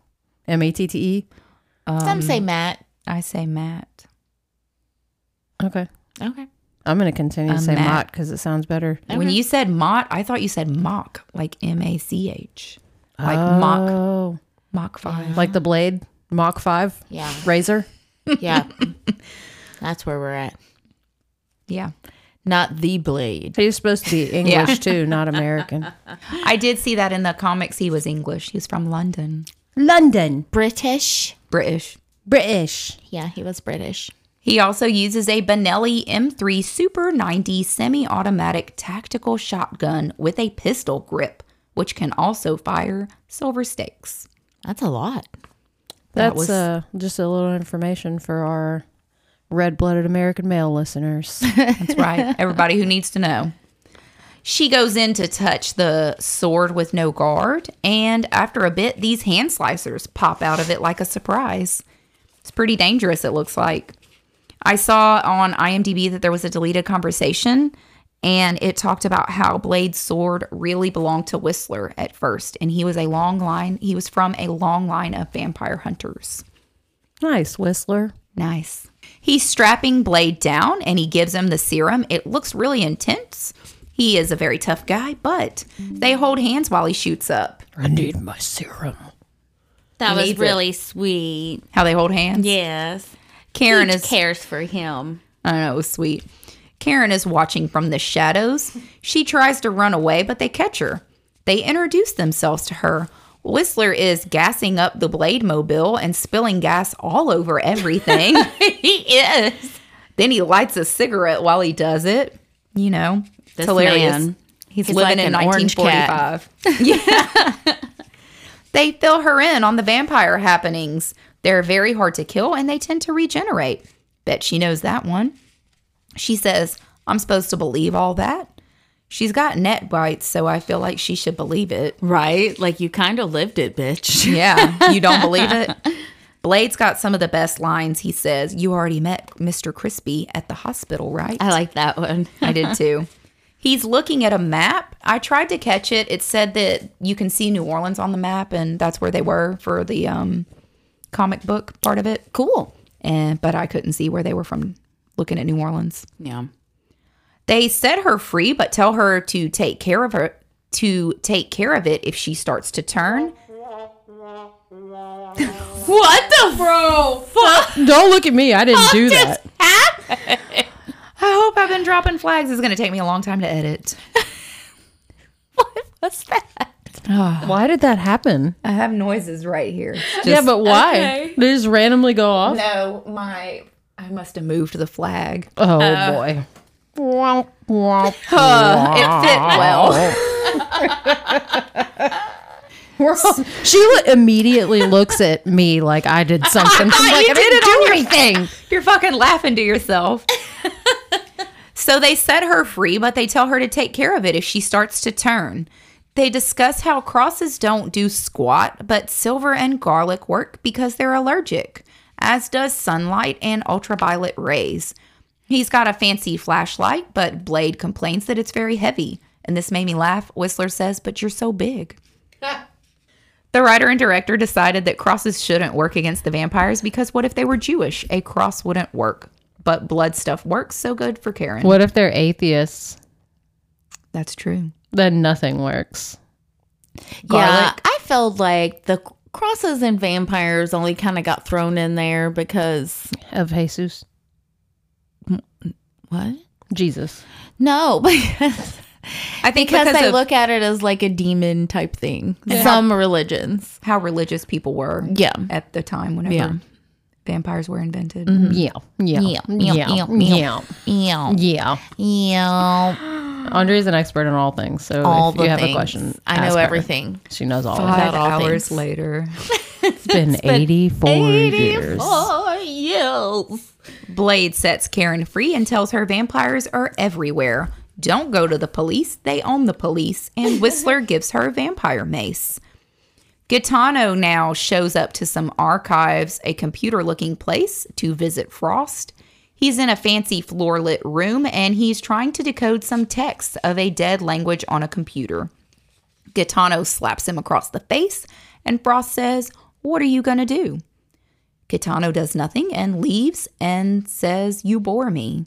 M A T T E. Some say Matt. I say Matt. Okay. Okay. I'm going to continue to A say mat. Mott because it sounds better. When you said Mott, I thought you said mock, like M A C H, like mock, Oh. mock five. Like the blade, Mach 5, Yeah. razor. Yeah. That's where we're at. Yeah, Not the blade. He's supposed to be English too, not American. I did see that in the comics. He was English. He's from London, London, British. British. British. Yeah, he was British. He also uses a Benelli M3 Super 90 semi automatic tactical shotgun with a pistol grip, which can also fire silver stakes. That's a lot. That's was- uh, just a little information for our red blooded American male listeners. That's right. Everybody who needs to know. She goes in to touch the sword with no guard, and after a bit, these hand slicers pop out of it like a surprise. It's pretty dangerous, it looks like. I saw on IMDb that there was a deleted conversation, and it talked about how Blade's sword really belonged to Whistler at first, and he was a long line. He was from a long line of vampire hunters. nice, Whistler. Nice. He's strapping Blade down and he gives him the serum. It looks really intense. He is a very tough guy, but they hold hands while he shoots up. I need my serum. He That was needs it. really sweet. How they hold hands. Yes. Karen He is cares for him. I know, it was sweet. Karen is watching from the shadows. She tries to run away, but they catch her. They introduce themselves to her. Whistler is gassing up the blade mobile and spilling gas all over everything. he is. then he lights a cigarette while he does it. You know, it's This hilarious. man, he's, he's living like in an orange cat. 1945. yeah. they fill her in on the vampire happenings. They're very hard to kill and they tend to regenerate. Bet she knows that one. She says, I'm supposed to believe all that. She's got net bites, so I feel like she should believe it. Right? Like you kind of lived it, bitch. Yeah, you don't believe it? Blade's got some of the best lines. He says, You already met Mr. Crispy at the hospital, right? I like that one. I did too. He's looking at a map. I tried to catch it. It said that you can see New Orleans on the map, and that's where they were for the um, comic book part of it. Cool. And but I couldn't see where they were from looking at New Orleans. Yeah. They set her free, but tell her to take care of her to take care of it if she starts to turn. What the bro? Don't look at me. I didn't do that. I hope I've been dropping flags. It's going to take me a long time to edit. What's that? Why did that happen? I have noises right here. yeah, but why? They just randomly go off. No, my I must have moved the flag. Oh boy. Womp, womp. It fit well. We're all- Sheila immediately looks at me like I did something. I'm like, I didn't do anything. You're fucking laughing to yourself. so they set her free, but they tell her to take care of it if she starts to turn. They discuss how crosses don't do squat, but silver and garlic work because they're allergic, as does sunlight and ultraviolet rays. He's got a fancy flashlight, but Blade complains that it's very heavy. And this made me laugh. Whistler says, But you're so big. The writer and director decided that crosses shouldn't work against the vampires because what if they were Jewish? A cross wouldn't work. But blood stuff works so good for Karen. What if they're atheists? That's true. Then nothing works. Garlic. Yeah, I felt like the crosses and vampires only kind of got thrown in there because Of Jesus. what? Jesus. No, because I think because, because they of look at it as like a demon type thing. Some religions, how religious people were yeah, at the time whenever Yeah. Mm-hmm. vampires were invented. Yeah. Yeah. Yeah, yeah, Yeah. yeah, Yeah. yeah, Yeah. yeah, Andrea's an expert in all things. So all if the you have things. a question, I know ask her. everything. She knows all. of it. Five About all hours things. later, It's been 84 years. Oh, yes. Blade sets Karen free and tells her vampires are everywhere. Don't go to the police, they own the police. And Whistler gives her a vampire mace. Gitano now shows up to some archives, a computer looking place, to visit Frost. He's in a fancy floor lit room and he's trying to decode some text of a dead language on a computer. Gitano slaps him across the face and Frost says, What are you going to do? Kitano does nothing and leaves and says, You bore me.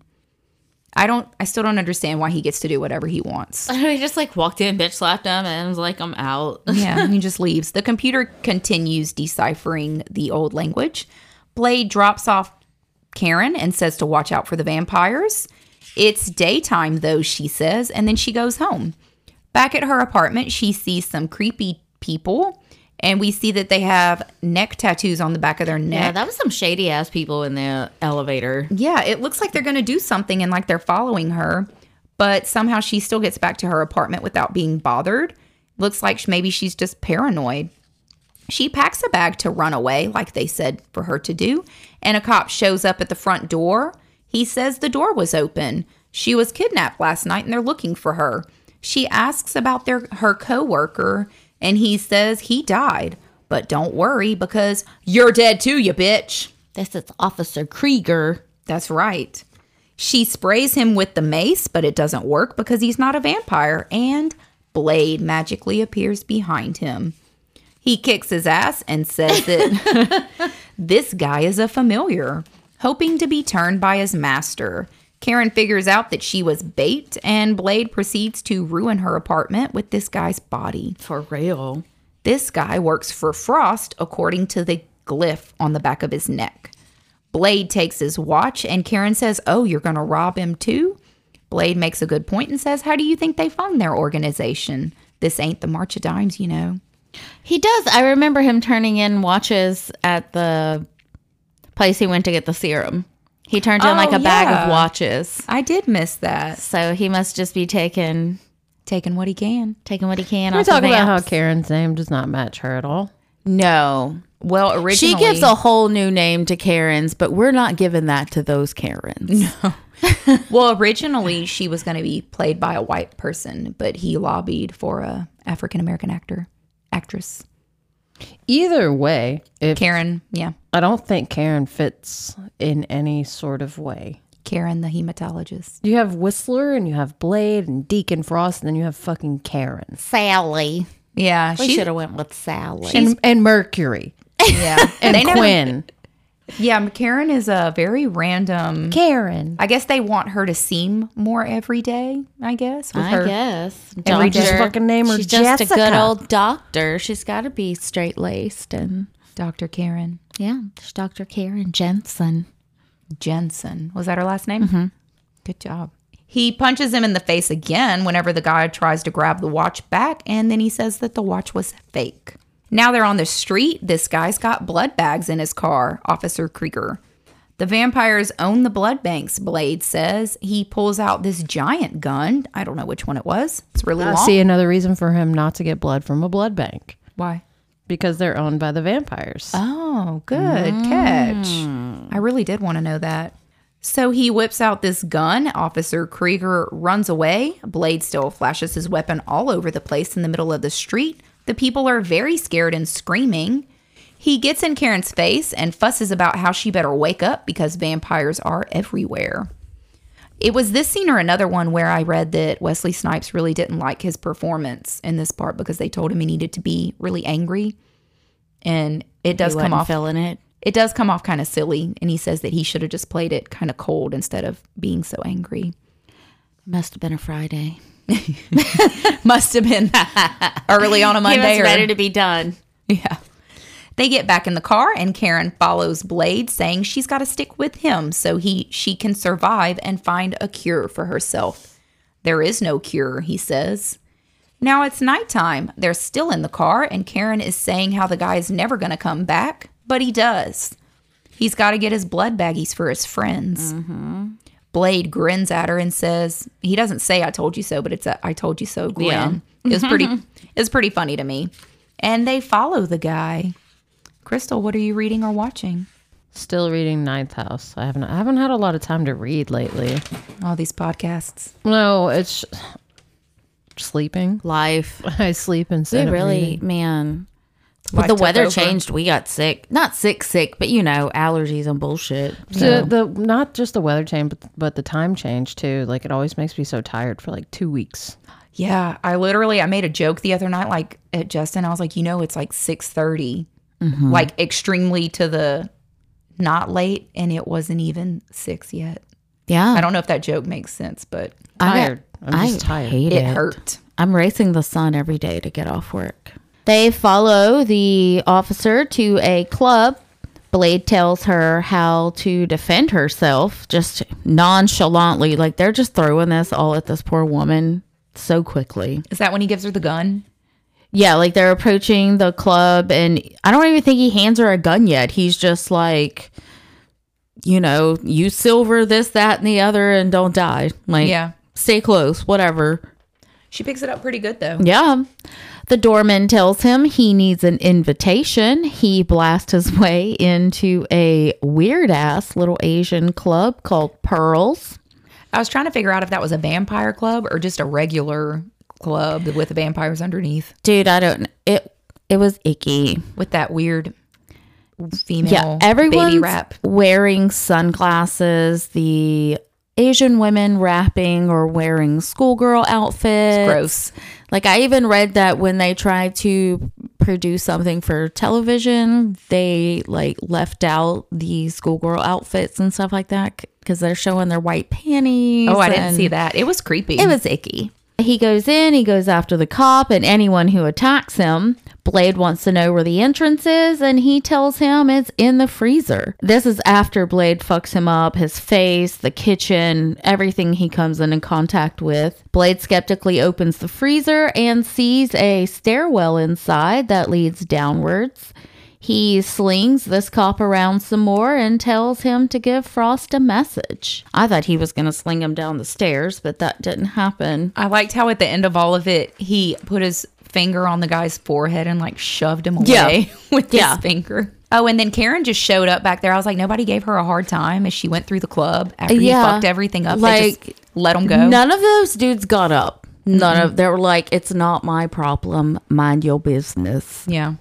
I don't, I still don't understand why he gets to do whatever he wants. He just like walked in, bitch slapped him, and was like, I'm out. Yeah, he just leaves. The computer continues deciphering the old language. Blade drops off Karen and says to watch out for the vampires. It's daytime, though, she says, and then she goes home. Back at her apartment, she sees some creepy people, and we see that they have neck tattoos on the back of their neck. Uh, Yeah, that was some shady ass people in the elevator. Yeah, it looks like they're going to do something and like they're following her, but somehow she still gets back to her apartment without being bothered. Looks like sh- maybe she's just paranoid. She packs a bag to run away, like they said for her to do, and a cop shows up at the front door. He says the door was open. She was kidnapped last night and they're looking for her. She asks about their her coworker and he says he died. But don't worry because you're dead too, you bitch. This is Officer Krieger. That's right. She sprays him with the mace, but it doesn't work because he's not a vampire, and Blade magically appears behind him. He kicks his ass and says that this guy is a familiar, hoping to be turned by his master. Karen figures out that she was bait, and Blade proceeds to ruin her apartment with this guy's body. For real. This guy works for Frost according to the glyph on the back of his neck. Blade takes his watch, and Karen says, Oh, you're going to rob him too? Blade makes a good point and says, How do you think they fund their organization? This ain't the March of Dimes, you know. He does. I remember him turning in watches at the place he went to get the serum. He turned in like Oh, a bag yeah. of watches. I did miss that. So he must just be taking Taking what he can. taking what he can. We're off the talking about how vamps. Karen's name does not match her at all. no. Well, originally. She gives a whole new name to Karens, but we're not giving that to those Karens. Well, originally she was going to be played by a white person, but he lobbied for a African American actor, actress. Either way, if Karen, yeah, I don't think Karen fits in any sort of way. Karen the hematologist. You have Whistler and you have Blade and Deacon Frost and then you have fucking Karen. Sally. Yeah, We she's- should have went with Sally. And, and Mercury. yeah, And They never- Quinn. yeah, Karen is a very random. Karen. I guess they want her to seem more every day. I guess with I her. guess. Every Doctor. just fucking name her She's just a good Jessica. old doctor. She's got to be straight laced and Dr. Karen yeah, she's Dr. Karen Jensen. Jensen was that her last name? Good job. Mm-hmm. He punches him in the face again whenever the guy tries to grab the watch back, and then he says that the watch was fake. Now they're on the street. This guy's got blood bags in his car, Officer Krieger. The vampires own the blood banks, Blade says. He pulls out this giant gun. I don't know which one it was. It's really I long. see another reason for him not to get blood from a blood bank Why? because they're owned by the vampires. Oh, good Mm. catch. I really did want to know that. So he whips out this gun. Officer Krieger runs away. Blade still flashes his weapon all over the place in the middle of the street. The people are very scared and screaming. He gets in Karen's face and fusses about how she better wake up because vampires are everywhere. It was this scene or another one where I read that Wesley Snipes really didn't like his performance in this part because they told him he needed to be really angry. And it does He come wasn't off feeling it. it does come off kind of silly and he says that he should have just played it kind of cold instead of being so angry Must have been a Friday. must have been early on a monday he was or- ready to be done. yeah they get back in the car and karen follows blade saying she's got to stick with him so he she can survive and find a cure for herself there is no cure he says now it's nighttime they're still in the car and karen is saying how the guy is never going to come back but he does he's got to get his blood baggies for his friends Blade grins at her and says, "He doesn't say I told you so, but it's a I told you so grin." It was pretty it was pretty funny to me. And they follow the guy. Crystal, what are you reading or watching? Still reading Ninth House. I haven't I haven't had a lot of time to read lately. All these podcasts. No, it's sleeping. Life. I sleep instead We of really, reading. man. Life But the took weather over. changed. We got sick. Not sick, sick, but you know, allergies and bullshit. The, the not just the weather change, but, but the time change too. Like it always makes me so tired for like two weeks. Yeah, I literally I made a joke the other night like at Justin. I was like, "You know, it's like 6:30." Like extremely to the not late and it wasn't even 6 yet. Yeah. I don't know if that joke makes sense, but I got- Tired. I'm just I tired. hate it it. hurt. I'm racing the sun every day to get off work. They follow the officer to a club. Blade tells her how to defend herself just nonchalantly. Like they're just throwing this all at this poor woman so quickly. Is that when he gives her the gun? Yeah, like they're approaching the club, and I don't even think he hands her a gun yet. He's just like, you know, you silver this, that, and the other, and don't die. Like, Yeah. stay close, whatever. She picks it up pretty good though. Yeah. The doorman tells him he needs an invitation. He blasts his way into a weird ass little Asian club called Pearls. I was trying to figure out if that was a vampire club or just a regular club with vampires underneath Dude, I don't it it was icky. Oh, with that weird female Yeah, baby everyone's rap. wearing sunglasses. The Asian women rapping or wearing schoolgirl outfits. gross. Like I even read that when they tried to produce something for television, they like left out the schoolgirl outfits and stuff like that because they're showing their white panties. Oh, I didn't and see that. It was creepy. It was icky. he goes in, he goes after the cop and anyone who attacks him. Blade wants to know where the entrance is, and he tells him it's in the freezer. This is after Blade fucks him up his face, the kitchen, everything he comes into contact with. Blade skeptically opens the freezer and sees a stairwell inside that leads downwards. He slings this cop around some more and tells him to give Frost a message. I thought he was going to sling him down the stairs, but that didn't happen. I liked how at the end of all of it, he put his finger on the guy's forehead and like shoved him away with Yeah. his finger. Oh, and then Karen just showed up back there. I was like, nobody gave her a hard time as she went through the club after Yeah. he fucked everything up. they Like, just let him go. None of those dudes got up. None of they were like, it's not my problem. Mind your business. yeah.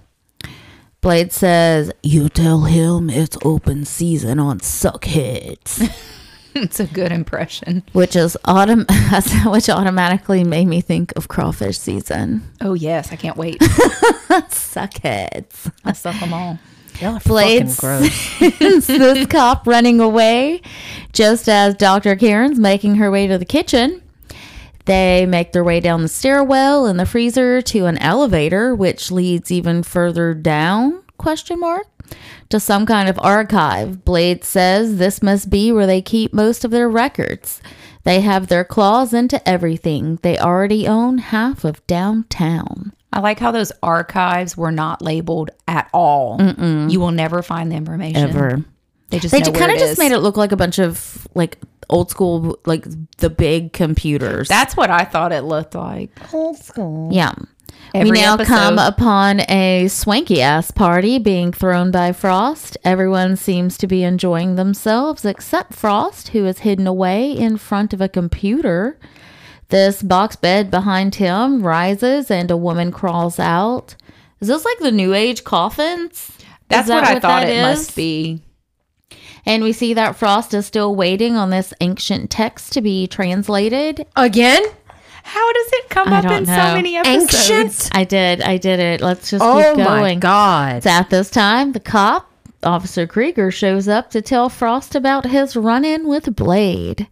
Blade says, You tell him it's open season on Suckheads. It's a good impression. which is autom- which automatically made me think of crawfish season. Oh, yes. I can't wait. Suckheads. I suck them all. Y'all are Blades. fucking gross. It's this cop running away just as Dr. Karen's making her way to the kitchen. They make their way down the stairwell and the freezer to an elevator which leads even further down question mark to some kind of archive. Blade says this must be where they keep most of their records. They have their claws into everything. They already own half of downtown. I like how those archives were not labeled at all. You will never find the information. Ever. They just They know kind where of it just is. made It looked like a bunch of like old school, like the big computers. That's what I thought it looked like. Old school. Yeah. Every we now come episode. upon a swanky ass party being thrown by Frost. Everyone seems to be enjoying themselves except Frost, who is hidden away in front of a computer. This box bed behind him rises and a woman crawls out. Is this like the new age coffins? That's that what I what thought that it is? must be. And we see that Frost is still waiting on this ancient text to be translated. Again? How does it come I up don't in know. so many episodes? Ancient? I did, I did it. Let's just Oh keep my going. god. So at this time, the cop, Officer Krieger, shows up to tell Frost about his run in with Blade.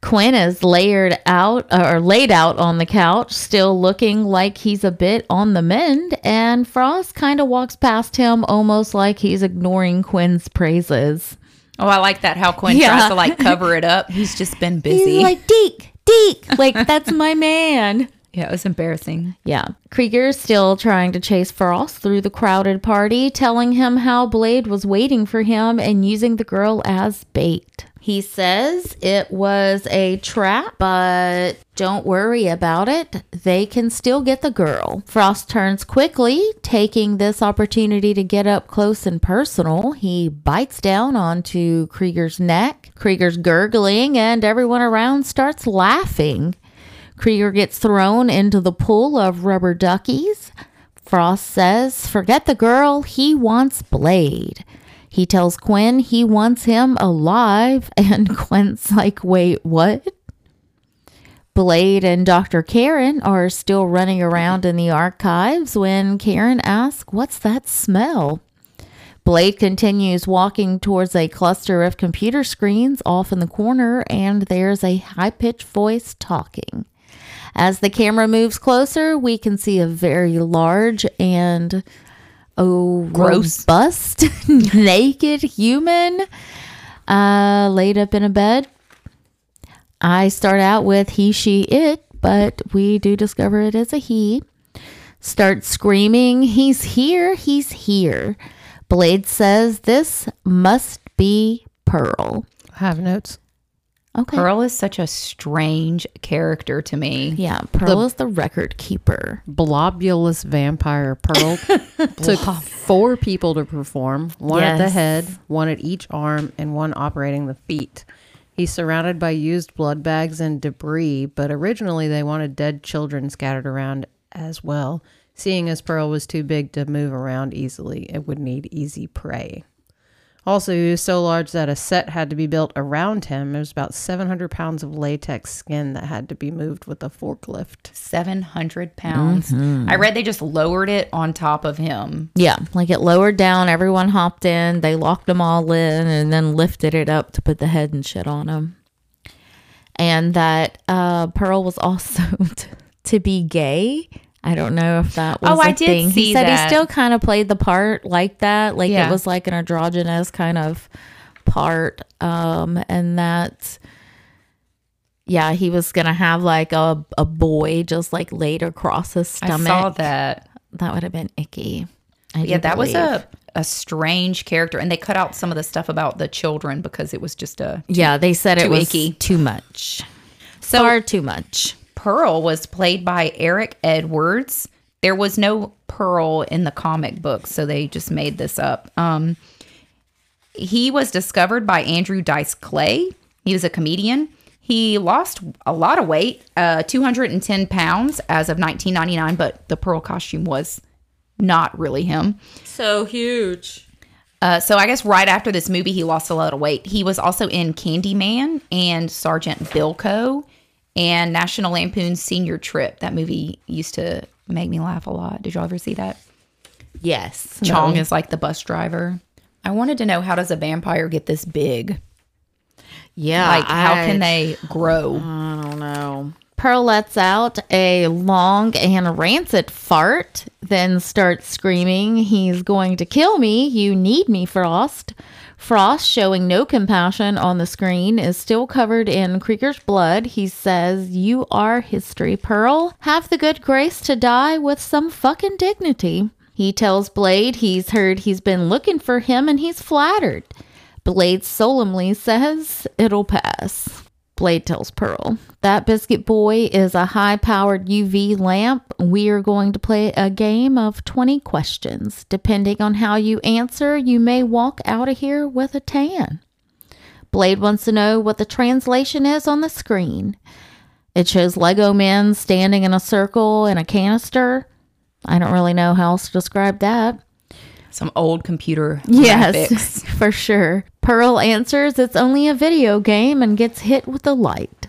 Quinn is layered out uh, or laid out on the couch, still looking like he's a bit on the mend, and Frost kind of walks past him almost like he's ignoring Quinn's praises. Oh, I like that. How Quinn Yeah. tries to like cover it up. He's just been busy. He's like, Deke, Deke, like, that's my man. yeah, it was embarrassing. Yeah. Krieger's still trying to chase Frost through the crowded party, telling him how Blade was waiting for him and using the girl as bait. He says it was a trap, but don't worry about it. They can still get the girl. Frost turns quickly, taking this opportunity to get up close and personal. He bites down onto Krieger's neck. Krieger's gurgling, and everyone around starts laughing. Krieger gets thrown into the pool of rubber duckies. Frost says, Forget the girl, he wants Blade. He tells Quinn he wants him alive, and Quinn's like, Wait, what? Blade and Dr. Karen are still running around in the archives when Karen asks, What's that smell? Blade continues walking towards a cluster of computer screens off in the corner, and there's a high pitched voice talking. As the camera moves closer, we can see a very large and oh, Gross. robust, naked human uh, laid up in a bed. I start out with he, she, it, but we do discover it is a he starts screaming, He's here, he's here. Blade says, This must be Pearl. I have notes. Okay. Pearl is such a strange character to me. Yeah, Pearl is the record keeper. Blobulous vampire pearl took four people to perform one at the Yes. head, one at each arm, and one operating the feet. He's surrounded by used blood bags and debris, but originally they wanted dead children scattered around as well, seeing as Pearl was too big to move around easily. It would need easy prey. Also, he was so large that a set had to be built around him. It was about 700 pounds of latex skin that had to be moved with a forklift. 700 pounds. Mm-hmm. I read they just lowered it on top of him. Yeah, like it lowered down, everyone hopped in, they locked them all in, and then lifted it up to put the head and shit on them. and that uh, Pearl was also t- to be gay. I don't know if that was. Oh, I I did thing. see he said that. he still kind of played the part like that, like Yeah. it was like an androgynous kind of part, um, and that. Yeah, he was gonna have like a, a boy just like laid across his I stomach. saw that. That would have been icky. I Yeah, do that was believe. a a strange character, and they cut out some of the stuff about the children because it was just a Yeah, they said it Too was icky. too much. So- Far too much. Pearl was played by Eric Edwards. There was no Pearl in the comic book, so they just made this up. Um, he was discovered by Andrew Dice Clay. He was a comedian. He lost a lot of weight, uh, 210 pounds as of 1999, but the Pearl costume was not really him. So huge. Uh, so I guess right after this movie, he lost a lot of weight. He was also in Candyman and Sergeant Bilko and National Lampoon's Senior Trip. That movie used to make me laugh a lot. Did y'all ever see that? Yes. Chong is like the bus driver. I wanted to know how does a vampire get this big? Yeah. Like how I- can they grow? I don't know. Pearl lets out a long and rancid fart, then starts screaming, He's going to kill me. You need me, Frost. Frost, showing no compassion on the screen, is still covered in Krieger's blood. He says, You are history, Pearl. Have the good grace to die with some fucking dignity. He tells Blade he's heard he's been looking for him and he's flattered. Blade solemnly says, It'll pass. Blade tells Pearl. That biscuit boy is a high powered UV lamp. We are going to play a game of 20 questions. Depending on how you answer, you may walk out of here with a tan. Blade wants to know what the translation is on the screen. It shows Lego men standing in a circle in a canister. I don't really know how else to describe that. Some old computer graphics. Yes, for sure. Pearl answers it's only a video game and gets hit with a light.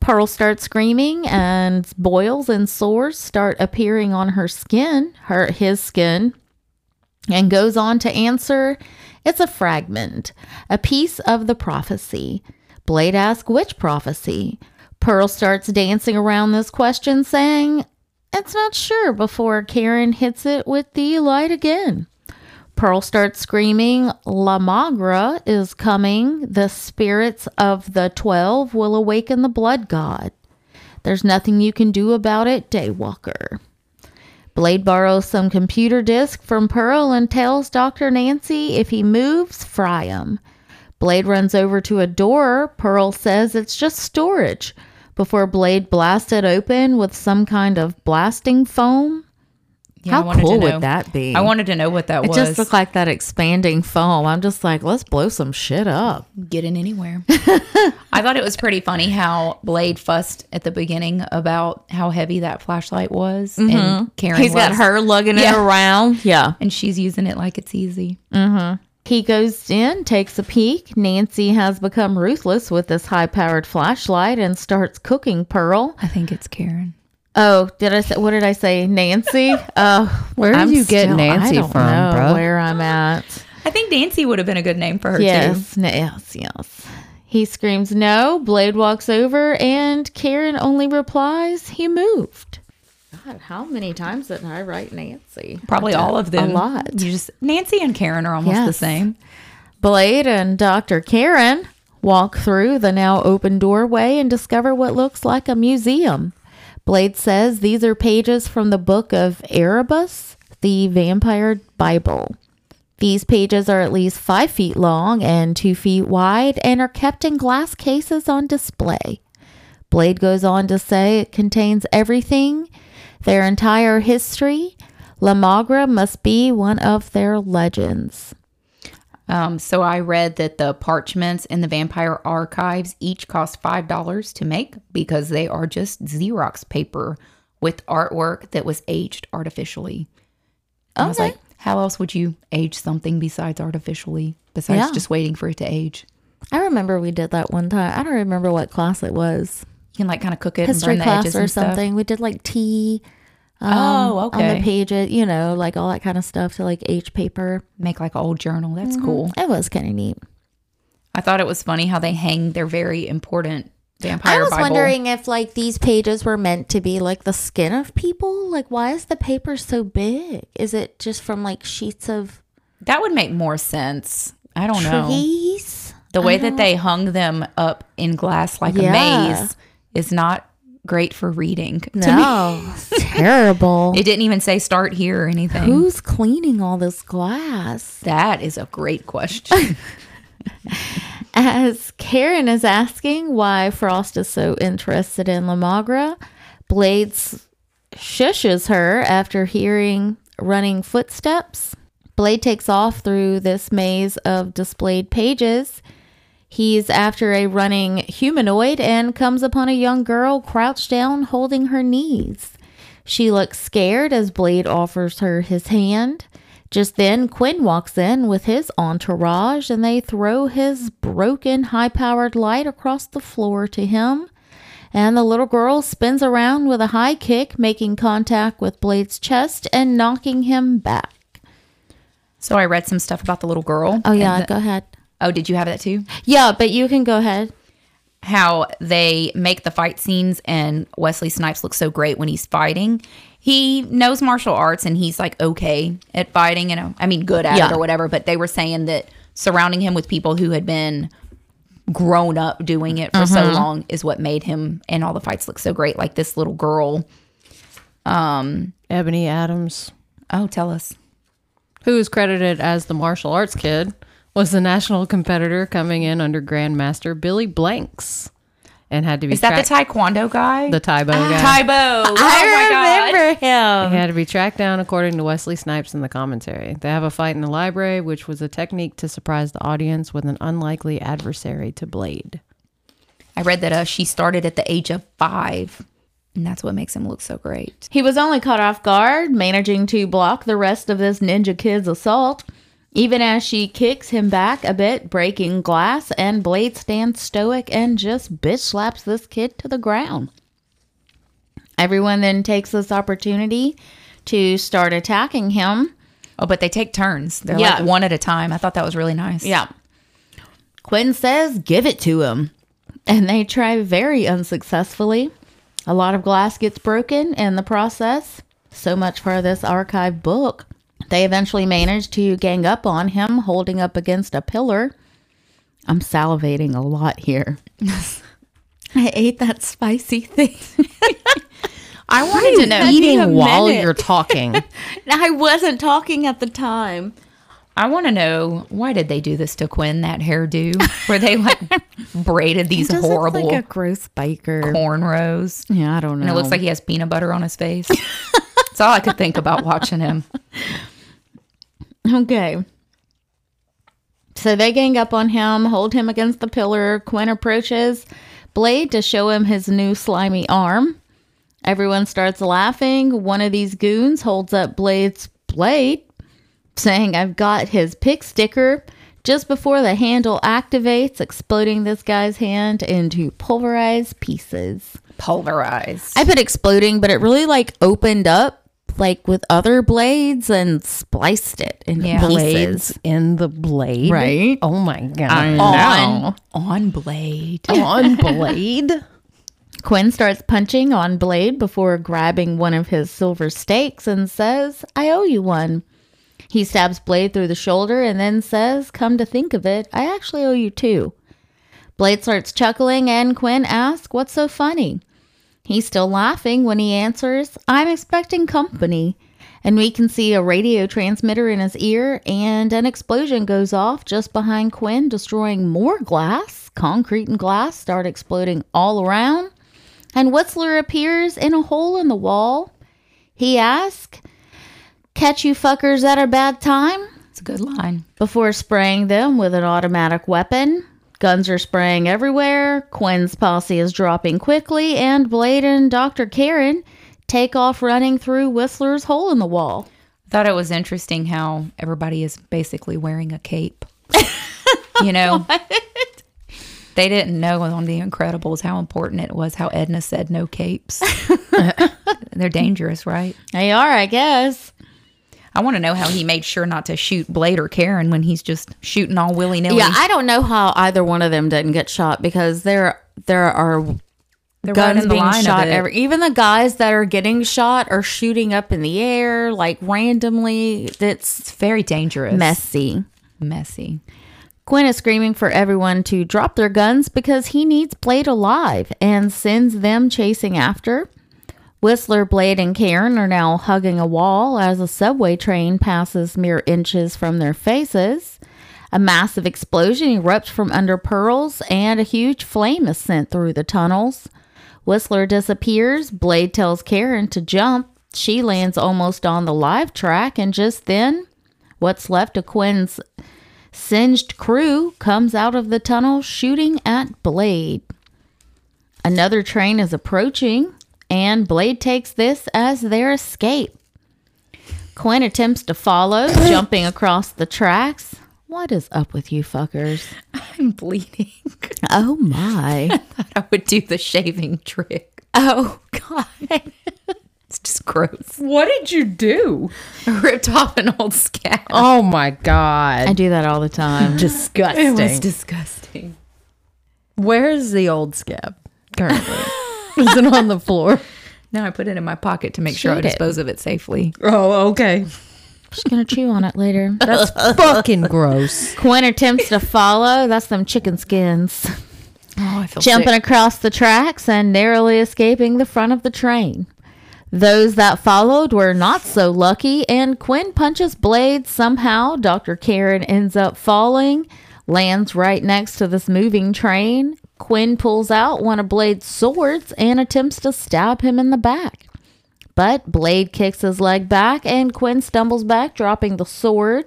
Pearl starts screaming and boils and sores start appearing on her skin, her his skin, and goes on to answer it's a fragment, a piece of the prophecy. Blade asks which prophecy. Pearl starts dancing around this question saying it's not sure before Karen hits it with the light again. Pearl starts screaming, La Magra is coming. The spirits of the 12 will awaken the blood god. There's nothing you can do about it, Daywalker. Blade borrows some computer disk from Pearl and tells Dr. Nancy if he moves, fry him. Blade runs over to a door. Pearl says it's just storage. Before Blade blasts it open with some kind of blasting foam. Yeah, I How wanted to cool know. would that be? I wanted to know what that It was. just looked like that expanding foam. I'm just like, let's blow some shit up. getting anywhere. I thought it was pretty funny how Blade fussed at the beginning about how heavy that flashlight was, and Karen Mm-hmm. He's got was, her lugging it around. Yeah. and she's using it like it's easy. He goes in, takes a peek. Nancy has become ruthless with this high powered flashlight and starts cooking Pearl. I think it's Karen. Oh, did I say, what did I say? Nancy? Oh, Where do I'm you get still- Nancy I don't from, know bro? Where I'm at. I think Nancy would have been a good name for her too. Yes, n- yes, yes. He screams no. Blade walks over, and Karen only replies, "He moved." God, how many times did I write Nancy? Probably all of them. A lot. You just Nancy and Karen are almost the Yes. same. Blade and Dr. Karen walk through the now open doorway and discover what looks like a museum. Blade says these are pages from the book of Erebus, the vampire Bible. These pages are at least five feet long and two feet wide and are kept in glass cases on display. Blade goes on to say it contains everything, their entire history. La Magra must be one of their legends. Um, so I read that the parchments in the vampire archives each cost five dollars to make because they are just Xerox paper with artwork that was aged artificially. And I was Okay. like, how else would you age something besides artificially? Besides Yeah. just waiting for it to age, I remember we did that one time. I don't remember what class it was. you can like kind of cook it History and burn the edges class or and stuff. something. We did like tea oh, on okay. the pages, you know, like all that kind of stuff to like age paper. Make like an old journal. Mm-hmm. That's cool. It was kind of neat. I thought it was funny how they hang their very important I vampire was Bible. wondering if like these pages were meant to be like the skin of people. Like, why is the paper so big? Is it just from like sheets of that would make more sense. I don't know. trees? The way that they hung them up in glass like Uh-huh. Yeah. a maze is not great for reading. to me. No, it's terrible. It didn't even say start here or anything. Who's cleaning all this glass? That is a great question. As Karen is asking why Frost is so interested in Lamagra, Blades shushes her after hearing running footsteps. Blade takes off through this maze of displayed pages. He's after a running humanoid and comes upon a young girl crouched down holding her knees. She looks scared as Blade offers her his hand. Just then, Quinn walks in with his entourage and they throw his broken, high powered light across the floor to him. And the little girl spins around with a high kick, making contact with Blade's chest and knocking him back. so I read some stuff about the little girl. Oh, yeah, And the- go ahead. oh, did you have that too? Yeah, but you can go ahead. How they make the fight scenes and Wesley Snipes looks so great when he's fighting. He knows martial arts and he's like okay at fighting and uh, I mean good at Yeah. it or whatever, but they were saying that surrounding him with people who had been grown up doing it for so long is what made him and all the fights look so great like this little girl. Ebony Adams, Oh, tell us. who is credited as the martial arts kid, was the national competitor coming in under Grandmaster Billy Blanks, and had to be Is that tracked- the taekwondo guy? the Taibo guy? Taibo. Oh my god. him. He had to be tracked down, according to Wesley Snipes in the commentary. They have a fight in the library, which was a technique to surprise the audience with an unlikely adversary to Blade. I read that uh, she started at the age of five, and that's what makes him look so great. He was only caught off guard, managing to block the rest of this ninja kid's assault. Even as she kicks him back a bit, breaking glass, and Blade stands stoic and just bitch slaps this kid to the ground. Everyone then takes this opportunity to start attacking him. Oh, but they take turns. They're Yeah. like one at a time. I thought that was really nice. Yeah. Quinn says, give it to him. And they try very unsuccessfully. A lot of glass gets broken in the process. So much for this archive book. They eventually manage to gang up on him, holding up against a pillar. I'm salivating a lot here. I ate that spicy thing. I wanted to know. Eating while you're talking. I wasn't talking at the time. I want to know why did they do this to Quinn? That hairdo, where they like braided these horrible like a gross biker. cornrows, Yeah, I don't know. and it looks like he has peanut butter on his face. That's all I could think about watching him. Okay. So they gang up on him, hold him against the pillar. Quinn approaches Blade to show him his new slimy arm. Everyone starts laughing. One of these goons holds up Blade's blade, saying, I've got his pick sticker. Just before the handle activates, exploding this guy's hand into pulverized pieces. Pulverized. I put exploding, but it really like opened up like with other blades and spliced it into Yeah. pieces. in the blade. Right. Oh my God. on, on blade. On blade? Quinn starts punching on Blade before grabbing one of his silver stakes and says, I owe you one. He stabs Blade through the shoulder and then says, Come to think of it, I actually owe you two. Blade starts chuckling and Quinn asks, What's so funny? He's still laughing when he answers, I'm expecting company. And we can see a radio transmitter in his ear, and an explosion goes off just behind Quinn, destroying more glass. Concrete and glass start exploding all around. And Whistler appears in a hole in the wall. He asks, Catch you fuckers at a bad time? It's a good line. before spraying them with an automatic weapon. Guns are spraying everywhere. Quinn's posse is dropping quickly, and Blade and Dr. Karen take off running through Whistler's hole in the wall. thought it was interesting how everybody is basically wearing a cape. you know, they didn't know on The Incredibles how important it was how Edna said no capes. They're dangerous, right? They are, I guess. I want to know how he made sure not to shoot Blade or Karen when he's just shooting all willy nilly. Yeah, I don't know how either one of them didn't get shot because they're there are They're right guns in the being line of shot it. every even the guys that are getting shot are shooting up in the air like randomly that's It's very dangerous. messy Messy. Quinn is screaming for everyone to drop their guns because he needs Blade alive and sends them chasing after. Whistler, Blade, and Karen are now hugging a wall as a subway train passes mere inches from their faces. A massive explosion erupts from under Pearls, and a huge flame is sent through the tunnels. Whistler disappears. Blade tells Karen to jump. She lands almost on the live track, and just then, what's left of Quinn's singed crew comes out of the tunnel shooting at Blade. Another train is approaching, and Blade takes this as their escape. Quinn attempts to follow, jumping across the tracks. What is up with you fuckers? I'm bleeding. Oh my. I would do the shaving trick. oh god. It's just gross. What did you do? I ripped off an old scab. Oh my god. I do that all the time. Disgusting. It's disgusting. Where's the old scab currently? Is it on the floor? No, I put it in my pocket to make sure I Shoot it. dispose of it safely. Oh, okay. Just gonna chew on it later. That's fucking gross. Quinn attempts to follow. That's them chicken skins. Oh, I feel jumping across the tracks and narrowly escaping the front of the train. Those that followed were not so lucky, and Quinn punches Blade somehow. Dr. Karen ends up falling, lands right next to this moving train. Quinn pulls out one of Blade's swords and attempts to stab him in the back. But Blade kicks his leg back, and Quinn stumbles back, dropping the sword.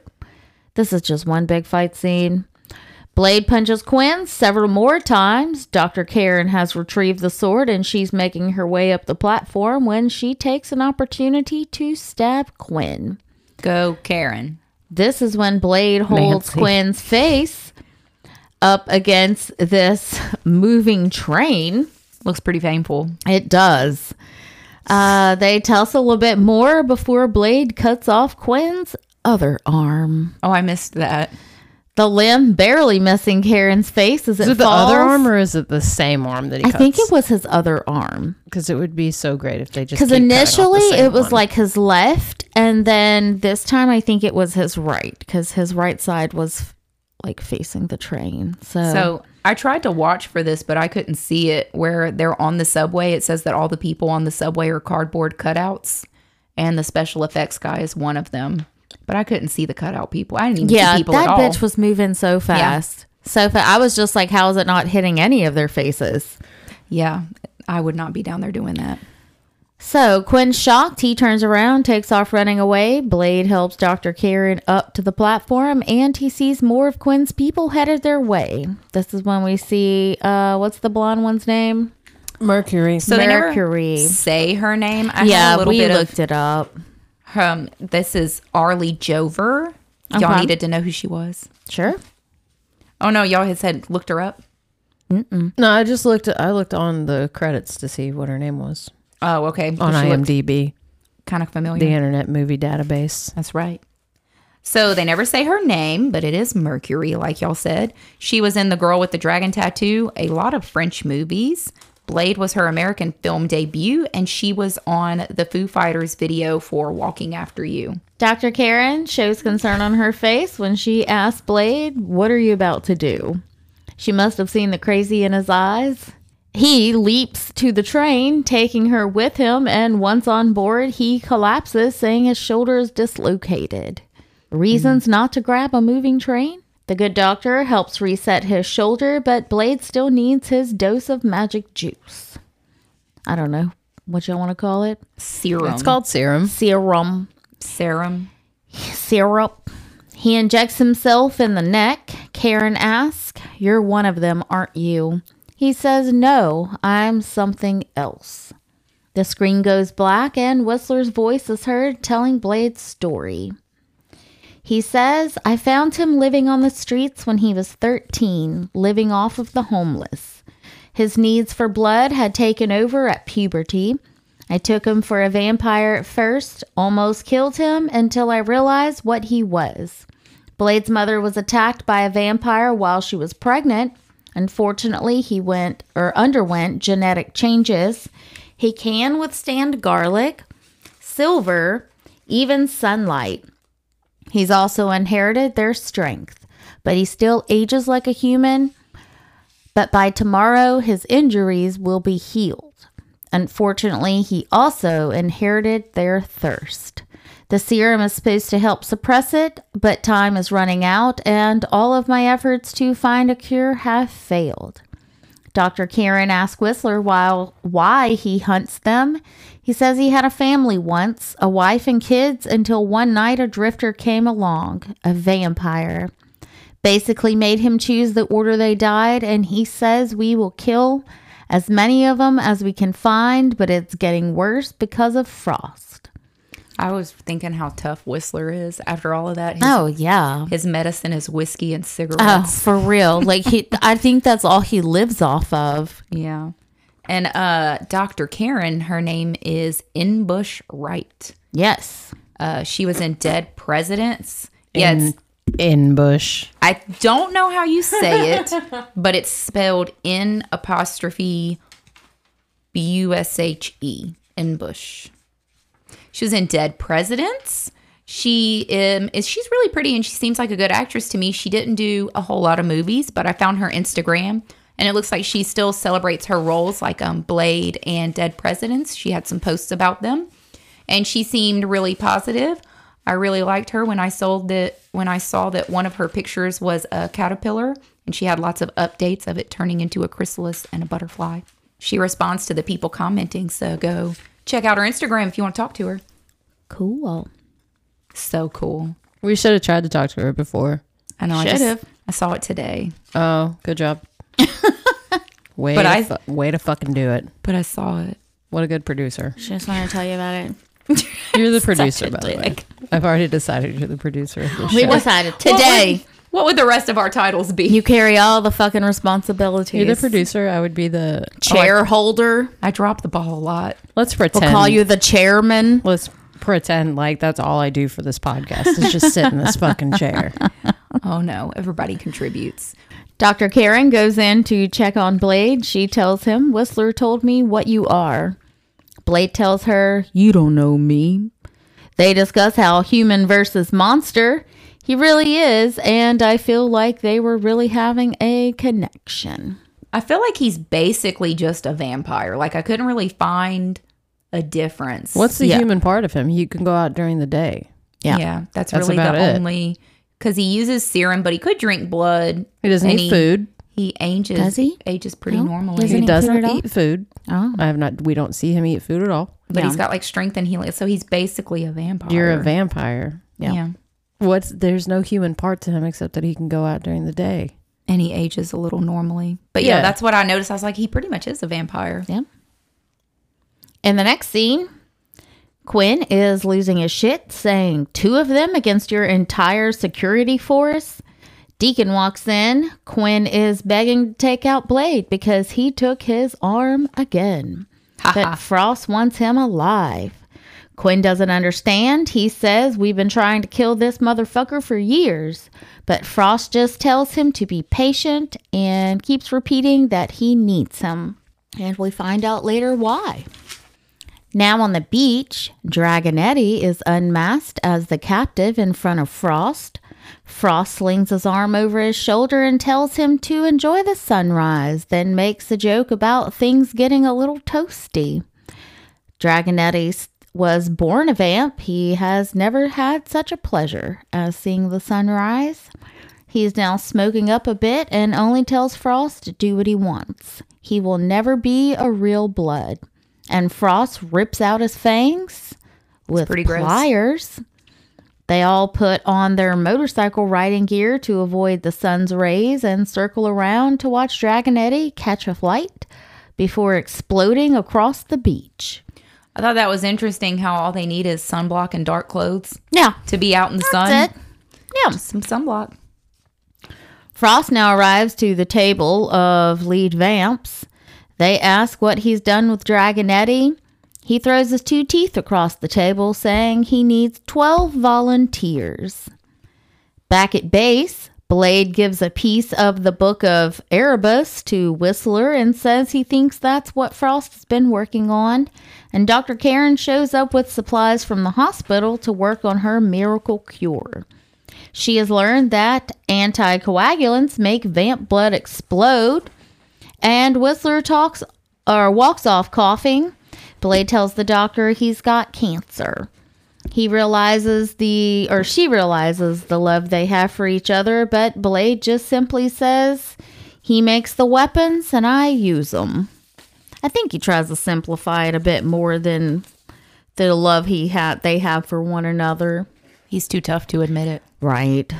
This is just one big fight scene. Blade punches Quinn several more times. Dr. Karen has retrieved the sword and she's making her way up the platform when she takes an opportunity to stab Quinn. Go, Karen. This is when Blade holds Nancy. Quinn's face up against this moving train. Looks pretty painful. It does. Uh, they tussle a little bit more before Blade cuts off Quinn's other arm. Oh, I missed that. The limb barely missing Karen's face as it, Is it the falls. other arm or is it the same arm that he I cuts? think it was his other arm. because it would be so great if they just because keep cutting off the initially same it was one. like his left and then this time i think it was his right because his right side was like facing the train so, So I tried to watch for this, but I couldn't see it where they're on the subway. It says that all the people on the subway are cardboard cutouts, and the special effects guy is one of them. But I couldn't see the cutout people. I didn't even yeah see that people at all. bitch was moving so fast so fa- i was just like how is it not hitting any of their faces yeah, I would not be down there doing that. so quinn shocked he turns around takes off running away blade helps dr karen up to the platform and he sees more of quinn's people headed their way this is when we see uh what's the blonde one's name Mercury. So they Mercury. never say her name. I had a yeah little we bit looked it up of um. This is Arlie Jover. Y'all Okay. needed to know who she was. sure Oh no, y'all had said looked her up. no, I just looked. I looked on the credits to see what her name was Oh, okay. on IMDb, Kind of familiar. the Internet Movie Database. That's right. So they never say her name, but it is Mercury, like y'all said. She was in The Girl with the Dragon Tattoo, a lot of French movies. Blade was her American film debut, and she was on the Foo Fighters video for Walking After You. Dr. Karen shows concern on her face when she asks Blade, What are you about to do? She must have seen the crazy in his eyes. He leaps to the train, taking her with him, and once on board, he collapses, saying his shoulder is dislocated. Reasons not to grab a moving train? The good doctor helps reset his shoulder, but Blade still needs his dose of magic juice. I don't know what y'all want to call it. Serum. It's called Serum. Serum Serum. syrup. He injects himself in the neck. Karen asks, You're one of them, aren't you? He says, No, I'm something else. The screen goes black and Whistler's voice is heard telling Blade's story. He says, I found him living on the streets when he was 13, living off of the homeless. His needs for blood had taken over at puberty. I took him for a vampire at first, almost killed him until I realized what he was. Blade's mother was attacked by a vampire while she was pregnant. Unfortunately, he went or underwent genetic changes. He can withstand garlic, silver, even sunlight. He's also inherited their strength, but he still ages like a human. But by tomorrow, his injuries will be healed. Unfortunately, he also inherited their thirst. The serum is supposed to help suppress it, but time is running out, and all of my efforts to find a cure have failed. Dr. Karen asked Whistler while, why he hunts them. He says he had a family once, a wife and kids, until one night a drifter came along, a vampire. Basically, made him choose the order they died, and he says we will kill as many of them as we can find, but it's getting worse because of frost. I was thinking how tough Whistler is after all of that. His, Oh, yeah. his medicine is whiskey and Oh, cigarettes. for real. Like he I think that's all he lives off of. Yeah. And uh, Dr. Karen, her name is Inbush Wright. Yes. Uh, she was in Dead Presidents. Yeah, it's, In bush. I don't know how you say it, but it's spelled N apostrophe B U S H E in Bush. She was in Dead Presidents. She um, is she's really pretty and she seems like a good actress to me. She didn't do a whole lot of movies, but I found her Instagram and it looks like she still celebrates her roles like um, Blade and Dead Presidents. She had some posts about them and she seemed really positive. I really liked her when I sold that when I saw that one of her pictures was a caterpillar and she had lots of updates of it turning into a chrysalis and a butterfly. She responds to the people commenting, so go check out her Instagram if you want to talk to her. Cool. So cool. We should have tried to talk to her before. I know I Should've. just I saw it today, Oh, good job. way, But to I- fu- way to fucking do it. but I saw it. What a good producer. She just wanted to tell you about it. You're the producer, a by the way. dick. I've already decided you're the producer of this We show. decided What would- today what would, the rest of our titles be? you carry all the fucking responsibilities. You're the producer. I would be the. chair holder. I drop the ball a lot. Let's pretend. We'll call you the chairman. Let's pretend like that's all I do for this podcast is just sit in this fucking chair. Oh no, everybody contributes. Dr. Karen goes in to check on Blade. She tells him, Whistler told me what you are. Blade tells her, You don't know me. They discuss how human versus monster he really is, and I feel like they were really having a connection. I feel like he's basically just a vampire. Like I couldn't really find a difference. What's the Yeah. human part of him? You can go out during the day. yeah, Yeah. that's, That's really about the it. only because he uses serum, but he could drink blood. He doesn't And eat food. He ages. Does he? ages pretty No, normally? doesn't He eat doesn't food at all? eat food. Oh. I have not. We don't see him eat food at all. But Yeah. he's got like strength and healing, so he's basically a vampire. You're a vampire. Yeah. What's there's no human part to him except that he can go out during the day. and he ages a little normally. But yeah, Yeah. that's what I noticed. I was like, he pretty much is a vampire. Yeah. In the next scene, Quinn is losing his shit, saying, Two of them against your entire security force. Deacon walks in. Quinn is begging to take out Blade because he took his arm again. but Frost wants him alive. Quinn doesn't understand. He says, We've been trying to kill this motherfucker for years. But Frost just tells him to be patient and keeps repeating that he needs him. And we find out later why. Now on the beach, Dragonetti is unmasked as the captive in front of Frost. Frost slings his arm over his shoulder and tells him to enjoy the sunrise, then makes a joke about things getting a little toasty. Dragonetti s- was born a vamp. He has never had such a pleasure as seeing the sunrise. He is now smoking up a bit and only tells Frost to do what he wants. He will never be a real blood. And Frost rips out his fangs with pretty gross. pliers. They all put on their motorcycle riding gear to avoid the sun's rays and circle around to watch Dragonetti catch a flight before exploding across the beach. I thought that was interesting how all they need is sunblock and dark clothes Yeah, to be out in the sun. that's it. Yeah. Some sunblock. Frost now arrives to the table of lead vamps. They ask what he's done with Dragonetti. He throws his two teeth across the table, saying he needs 12 volunteers. Back at base, Blade gives a piece of the Book of Erebus to Whistler and says he thinks that's what Frost has been working on. And Dr. Karen shows up with supplies from the hospital to work on her miracle cure. She has learned that anticoagulants make vamp blood explode, and Whistler talks or walks off coughing. Blade tells the doctor he's got cancer. He realizes the or she realizes the love they have for each other, but Blade just simply says he makes the weapons and I use them. I think he tries to simplify it a bit more than the love he had they have for one another. He's too tough to admit it. Right.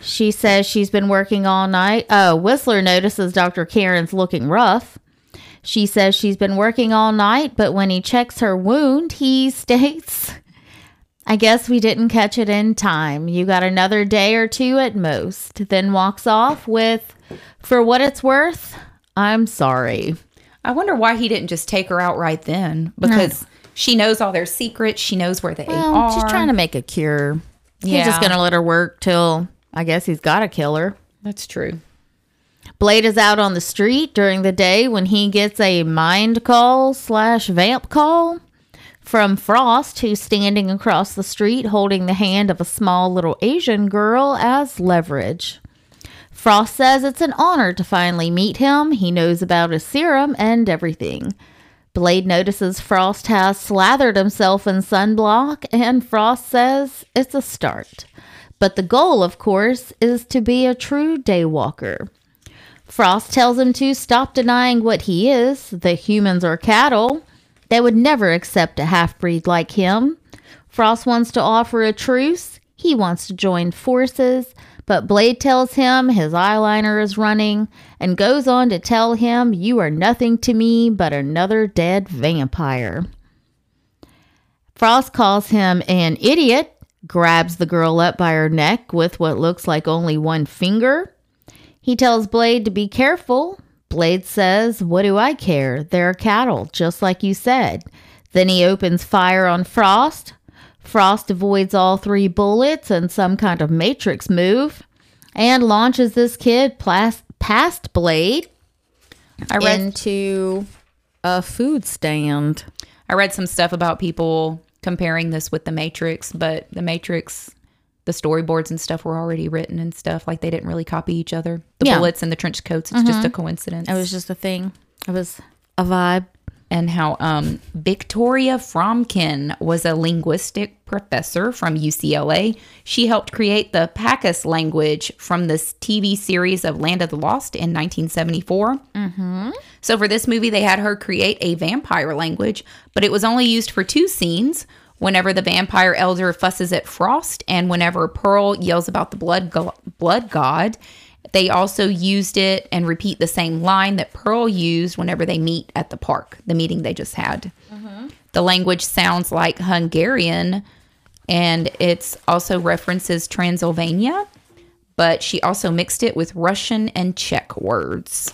She says she's been working all night. Oh, Whistler notices Dr. Karen's looking rough. She says she's been working all night, but when he checks her wound, he states, I guess we didn't catch it in time. You got another day or two at most. Then walks off with, For what it's worth, I'm sorry. I wonder why he didn't just take her out right then because she knows all their secrets. She knows where they Well, are. she's trying to make a cure. Yeah. He's just going to let her work till I guess he's got to kill her. That's true. Blade is out on the street during the day when he gets a mind call slash vamp call from Frost, who's standing across the street holding the hand of a small little Asian girl as leverage. Frost says it's an honor to finally meet him. He knows about his serum and everything. Blade notices Frost has slathered himself in sunblock, and Frost says it's a start. But the goal, of course, is to be a true daywalker. Frost tells him to stop denying what he is the humans are cattle. They would never accept a half breed like him. Frost wants to offer a truce. He wants to join forces, but Blade tells him his eyeliner is running and goes on to tell him, You are nothing to me but another dead vampire. Frost calls him an idiot, grabs the girl up by her neck with what looks like only one finger. He tells Blade to be careful. Blade says, What do I care? They're cattle, just like you said. Then he opens fire on Frost. Frost avoids all three bullets and some kind of matrix move and launches this kid plas- past Blade I read into a food stand. I read some stuff about people comparing this with the Matrix, but the Matrix the storyboards and stuff were already written and stuff like they didn't really copy each other. The Yeah. Mm-hmm. bullets and the trench coats, it's just a coincidence. It was just a thing, it was a vibe. and how um, Victoria Fromkin was a linguistic professor from UCLA. She helped create the Pacas language from this TV series of Land of the Lost in 1974. Mm-hmm. So for this movie, they had her create a vampire language, but it was only used for two scenes. Whenever the vampire elder fusses at Frost, and whenever Pearl yells about the blood go- blood god, they also used it and repeat the same line that Pearl used whenever they meet at the park, the meeting they just had. The language sounds like Hungarian and it's also references Transylvania, but she also mixed it with Russian and Czech words.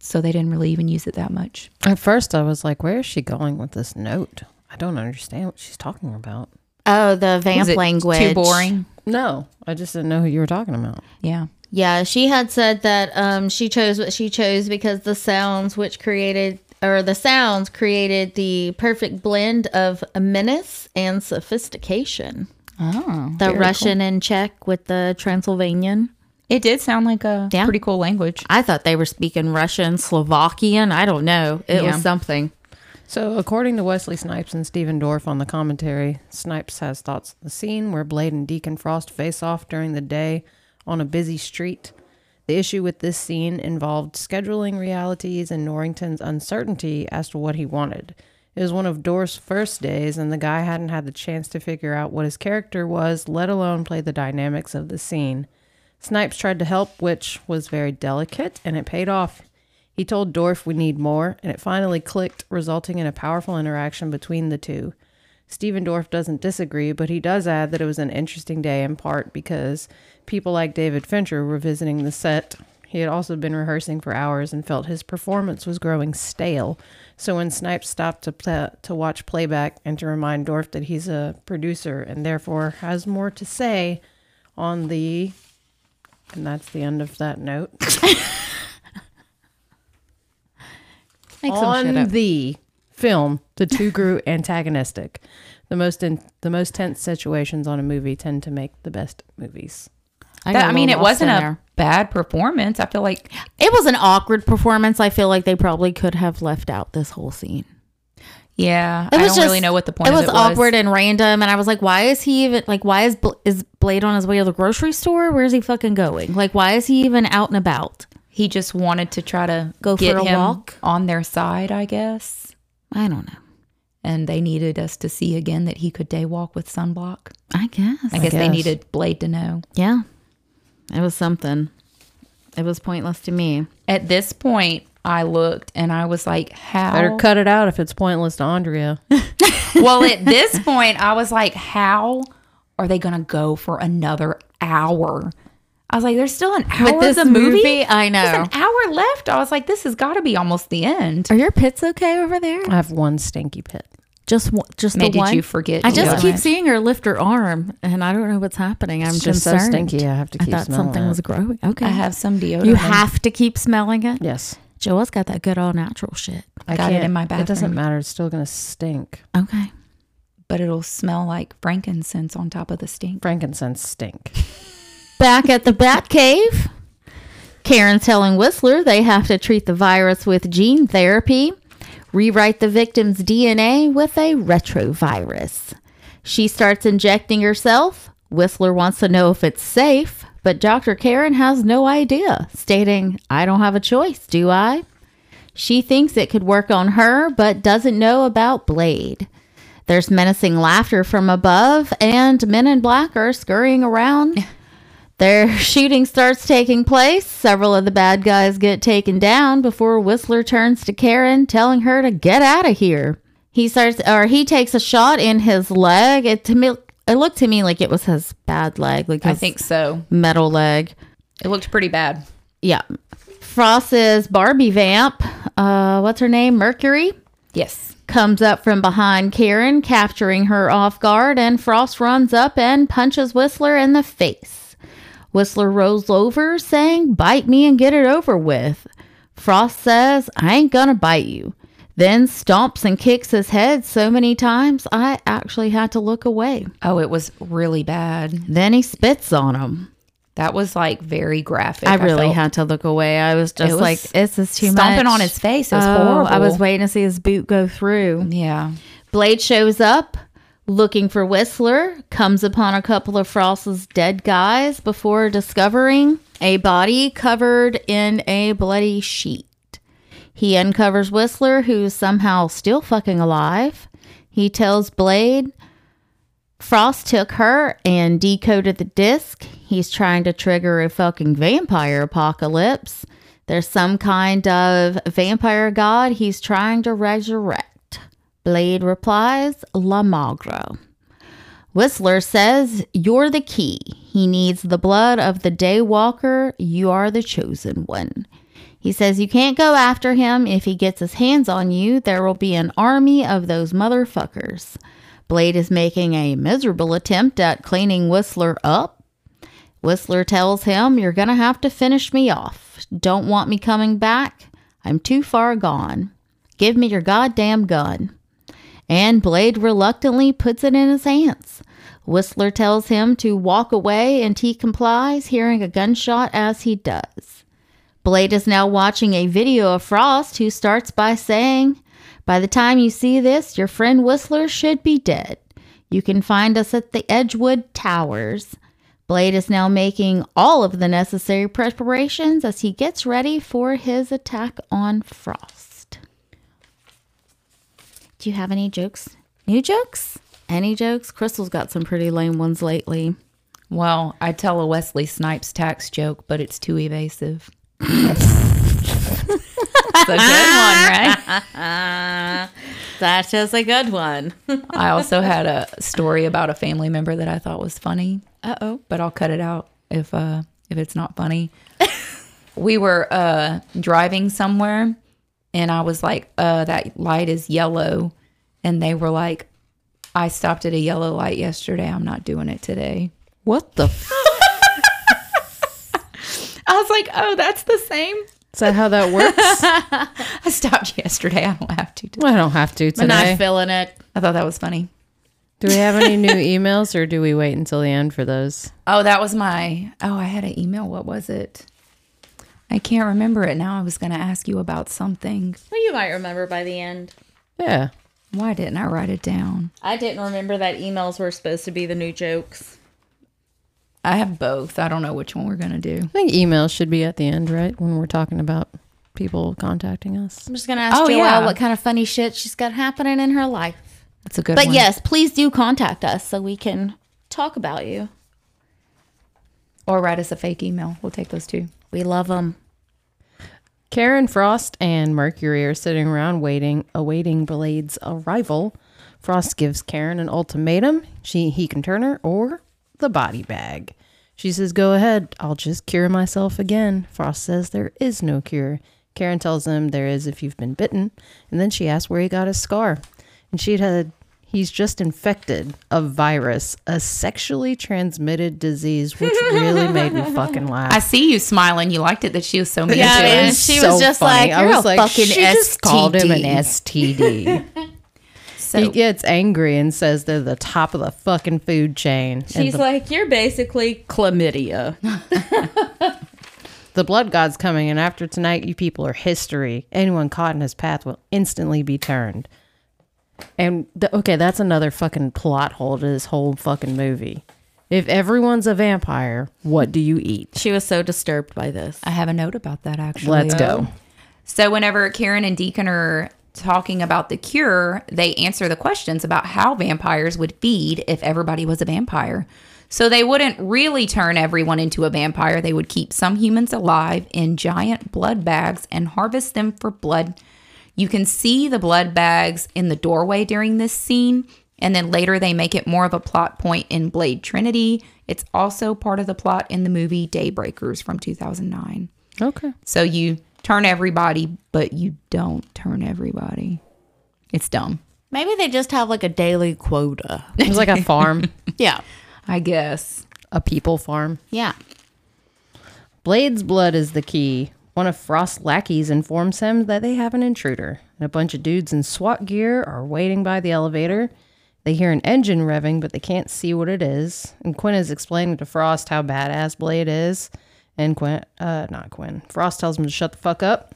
So they didn't really even use it that much. At first, I was like, where is she going with this note? I don't understand what she's talking about. Oh, the vamp Is it language. Too boring. No, I just didn't know who you were talking about. Yeah. Yeah, she had said that um, she chose what she chose because the sounds which created, or the sounds created the perfect blend of menace and sophistication. Oh. The Russian and Czech with the Transylvanian. It did sound like a Yeah. pretty cool language. I thought they were speaking Russian, Slovakian. I don't know. It Yeah. was something. So, according to Wesley Snipes and Stephen Dorff on the commentary, Snipes has thoughts of the scene where Blade and Deacon Frost face off during the day on a busy street. The issue with this scene involved scheduling realities and Norrington's uncertainty as to what he wanted. It was one of Dorff's first days, and the guy hadn't had the chance to figure out what his character was, let alone play the dynamics of the scene. Snipes tried to help, which was very delicate, and it paid off. He told Dorf we need more, and it finally clicked, resulting in a powerful interaction between the two. Steven Dorff doesn't disagree, but he does add that it was an interesting day in part because people like David Fincher were visiting the set. He had also been rehearsing for hours and felt his performance was growing stale. So when Snipes stopped to pla to watch playback and to remind Dorff that he's a producer and therefore has more to say on the And that's the end of that note. Make some shit on up. the film, the two grew antagonistic. The most in, the most tense situations on a movie tend to make the best movies. I, That- got I mean, little it lost wasn't in a there. bad performance. I feel like It was an awkward performance. I feel like they probably could have left out this whole scene. yeah, It I was don't just, really know what the point It of was it was. awkward and random, and I was like, "Why is he even like? Why is Bl- is Blade on his way to the grocery store? Where's he fucking going? Like, why is he even out and about? He just wanted to try to Go get for a him walk? on their side, I guess. I don't know. And they needed us to see again that he could day walk with sunblock. I guess. I guess they guess. needed Blade to know. Yeah, it was something. It was pointless to me. At this point, I looked and I was like, "How Better cut it out if it's pointless to Andrea. well, at this point, I was like, how are they going to go for another hour? I was like, there's still an hour this of the movie? movie? I There's know. an hour left. I was like, this has got to be almost the end. Are your pits okay over there? I have one stinky pit. Just one, just Man, the did one. you forget I the just other keep one? seeing her lift her arm, and I don't know what's happening. I'm It's just so concerned. stinky, I have to keep I thought smelling something it. was growing. Okay, I have some deodorant. You have to keep smelling it. Yes, Joel's got that good all natural shit. I Got it can't- in my It doesn't bathroom. matter. It's still gonna stink. Okay. but it'll smell like frankincense on top of the stink. Frankincense stink. Back at the Bat Cave, Karen telling Whistler they have to treat the virus with gene therapy, rewrite the victim's DNA with a retrovirus. She starts injecting herself. Whistler wants to know if it's safe, but Dr. Karen has no idea, stating, I don't have a choice, do I? She thinks it could work on her, but doesn't know about Blade. There's menacing laughter from above, and men in black are scurrying around. Their shooting starts taking place. Several of the bad guys get taken down before Whistler turns to Karen, telling her to get out of here. He starts, or he takes a shot in his leg. It to me, it looked to me like it was his bad leg, like his I think so. metal leg. It looked pretty bad. Yeah, Frost's Barbie vamp. Uh, what's her name? Mercury Yes. comes up from behind Karen, capturing her off guard, and Frost runs up and punches Whistler in the face. Whistler rolls over, saying, Bite me and get it over with. Frost says, I ain't gonna bite you. Then stomps and kicks his head so many times, I actually had to look away. Oh, it was really bad. Then he spits on him. That was like very graphic. I really felt. had to look away. I was just It was like, this is too much. Oh, stomping on his face. It was horrible. I was waiting to see his boot go through. Yeah. Blade shows up looking for Whistler, comes upon a couple of Frost's dead guys before discovering a body covered in a bloody sheet. He uncovers Whistler, who's somehow still fucking alive. He tells Blade Frost took her and decoded the disc. He's trying to trigger a fucking vampire apocalypse. There's some kind of vampire god he's trying to resurrect. Blade replies, La Magro. Whistler says, You're the key. He needs the blood of the Daywalker. You are the chosen one. He says, You can't go after him. If he gets his hands on you, there will be an army of those motherfuckers. Blade is making a miserable attempt at cleaning Whistler up. Whistler tells him, You're going to have to finish me off. Don't want me coming back. I'm too far gone. Give me your goddamn gun. And Blade reluctantly puts it in his hands. Whistler tells him to walk away, and he complies, hearing a gunshot as he does. Blade is now watching a video of Frost, who starts by saying, By the time you see this, your friend Whistler should be dead. You can find us at the Edgewood Towers. Blade is now making all of the necessary preparations as he gets ready for his attack on Frost. Do you have any jokes? New jokes? Any jokes? Crystal's got some pretty lame ones lately. Well, I tell a Wesley Snipes tax joke, but it's too evasive. it's a good one, right? That is a good one. I also had a story about a family member that I thought was funny. Uh oh. But I'll cut it out if uh if it's not funny. we were uh driving somewhere and I was like, uh, that light is yellow. And they were like, I stopped at a yellow light yesterday. I'm not doing it today. What the? F- I was like, oh, that's the same. Is that how that works? I stopped yesterday. I don't have to. do- I don't have to I'm not today. feeling it. I thought that was funny. Do we have any new emails or do we wait until the end for those? Oh, that was my. Oh, I had an email. What was it? I can't remember it now. I was going to ask you about something. Well, you might remember by the end. Yeah. Why didn't I write it down? I didn't remember that emails were supposed to be the new jokes. I have both. I don't know which one we're going to do. I think emails should be at the end, right? When we're talking about people contacting us. I'm just gonna ask Oh, oh, yeah. what kind of funny shit she's got happening in her life. That's a good But one. yes, please do contact us so we can talk about you. Or write us a fake email. We'll take those two. We love them. Karen Frost and Mercury are sitting around waiting, awaiting Blade's arrival. Frost gives Karen an ultimatum. She he can turn her or the body bag. She says, Go ahead, I'll just cure myself again. Frost says there is no cure. Karen tells him there is if you've been bitten, and then she asks where he got his scar. And she had he's just infected a virus, a sexually transmitted disease, which really made me fucking laugh. I see you smiling. You liked it that she was so mean Yeah, to it us. is. she was just like, I "You're was a like, fucking she just called him an STD. So, he gets angry and says they're the top of the fucking food chain. and She's the, like, you're basically chlamydia. the blood god's coming, and after tonight, you people are history. Anyone caught in his path will instantly be turned. And th- okay, that's another fucking plot hole to this whole fucking movie. If everyone's a vampire, what do you eat? She was so disturbed by this. I have a note about that actually. Let's go. So whenever Karen and Deacon are talking about the cure, they answer the questions about how vampires would feed if everybody was a vampire. So they wouldn't really turn everyone into a vampire. They would keep some humans alive in giant blood bags and harvest them for blood. You can see the blood bags in the doorway during this scene. And then later they make it more of a plot point in Blade Trinity. It's also part of the plot in the movie Daybreakers from 2009. Okay. So you turn everybody, but you don't turn everybody. It's dumb, Maybe they just have like a daily quota. It was like a farm, yeah. I guess. a people farm. Yeah. Blade's blood is the key. One of Frost's lackeys informs him that they have an intruder, and a bunch of dudes in SWAT gear are waiting by the elevator. They hear an engine revving, but they can't see what it is. And Quinn is explaining to Frost how badass Blade is. And Quinn, uh, not Quinn, Frost tells him to shut the fuck up.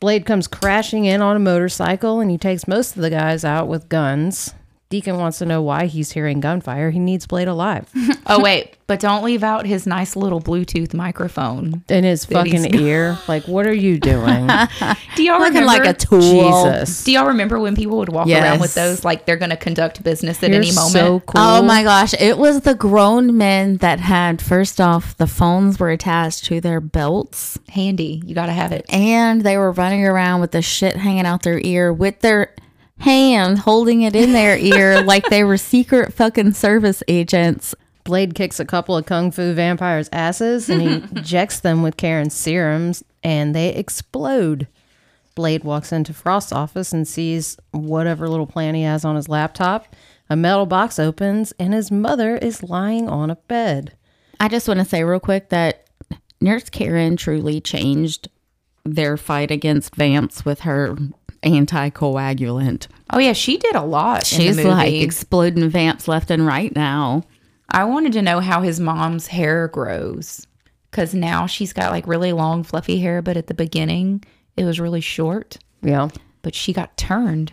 Blade comes crashing in on a motorcycle, and he takes most of the guys out with guns. Deacon wants to know why he's hearing gunfire. He needs Blade alive. Oh wait, but don't leave out his nice little Bluetooth microphone. In his he's fucking ear. Like, what are you doing? Do y'all Looking remember? like a tool. Jesus. do y'all remember when people would walk around with Yes. those? Like they're going to conduct business at You're any moment. so cool. Oh my gosh. It was the grown men that had, first off, the phones were attached to their belts Handy, you got to have it. and they were running around with the shit hanging out their ear with their hand holding it in their ear like they were secret fucking service agents. Blade kicks a couple of kung fu vampires' asses and he injects them with Karen's serums and they explode. Blade walks into Frost's office and sees whatever little plan he has on his laptop. A metal box opens and his mother is lying on a bed. I just want to say real quick that Nurse Karen truly changed their fight against Vamps with her anticoagulant. Oh yeah, she did a lot. in She's the movie. like exploding Vamps left and right now. I wanted to know how his mom's hair grows because now she's got like really long, fluffy hair, but at the beginning it was really short. Yeah. But she got turned.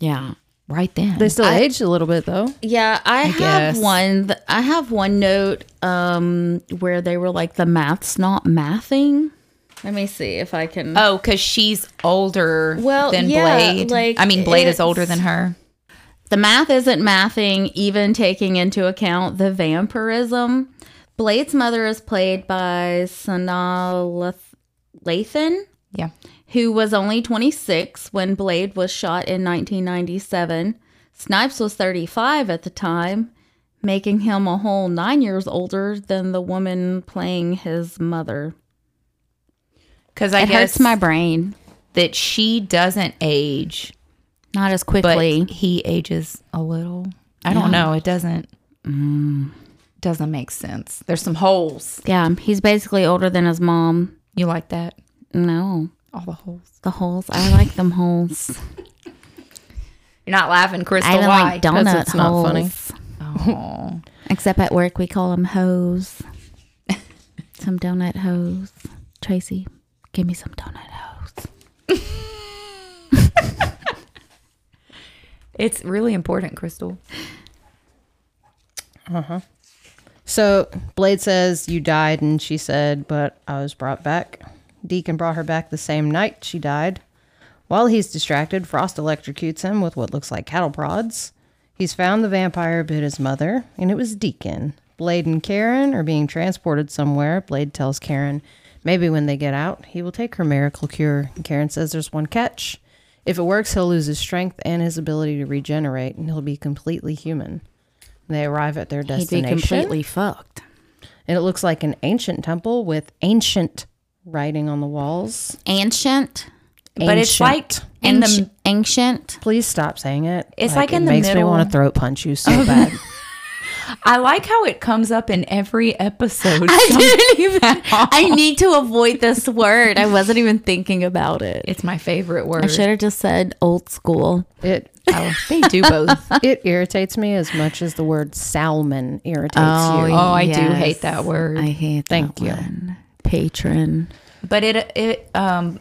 Yeah. right then. They still aged a little bit though. Yeah, I, have guess. one. th- I have one note um, where they were like the math's not mathing. Let me see if I can. oh, because she's older Well, than yeah, Blade. like, I mean, Blade is it's- older than her. The math isn't mathing, even taking into account the vampirism. Blade's mother is played by Sanaa Lathan, Yeah. who was only 26 when Blade was shot in 1997. Snipes was 35 at the time, making him a whole nine years older than the woman playing his mother. Because I it guess hurts my brain. that she doesn't age, Not as but quickly. he ages a little. I don't know. It doesn't. mm, Doesn't make sense. There's some holes. Yeah, he's basically older than his mom. You like that? No, All the holes. the holes. I like them holes. You're not laughing, Crystal. I even why? like donut it's not holes. funny. Aw. Except at work, we call them hoes. some donut hoes. Tracy, give me some donut hoes. It's really important, Crystal. So Blade says, You died. And she said, But I was brought back. Deacon brought her back the same night she died. While he's distracted, Frost electrocutes him with what looks like cattle prods. He's found the vampire bit his mother, and it was Deacon. Blade and Karen are being transported somewhere. Blade tells Karen, Maybe when they get out, he will take her miracle cure. And Karen says, There's one catch. If it works, he'll lose his strength and his ability to regenerate, and he'll be completely human. They arrive at their He'd be destination completely fucked. and it looks like an ancient temple with ancient writing on the walls. Ancient. But it's like Ancient. in the Anci- ancient. Please stop saying it. It's like it in the makes me middle. want to throat punch you so bad. I like how it comes up in every episode. I didn't even. I need to avoid this word. I wasn't even thinking about it. it's my favorite word. I should have just said old school. It Oh, they do both. it irritates me as much as the word salmon irritates you. Oh, I do Yes. hate that word. I hate Thank that you. one. Patron. But it it um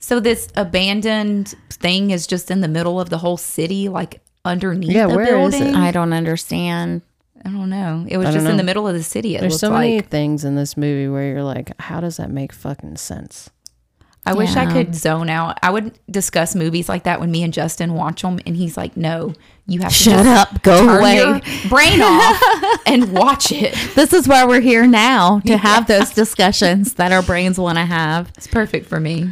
so this abandoned thing is just in the middle of the whole city, like underneath Yeah, the where is it? building. I don't understand. I don't know. It was I don't just in know. the middle of the city. It There's looks so like. many things in this movie where you're like, how does that make fucking sense? I wish I Yeah. could zone out. I would discuss movies like that when me and Justin watch them, and he's like, "No, you have to Shut just up. Go turn away. your brain off, and watch it." This is why we're here now to have those discussions that our brains want to have. It's perfect for me. It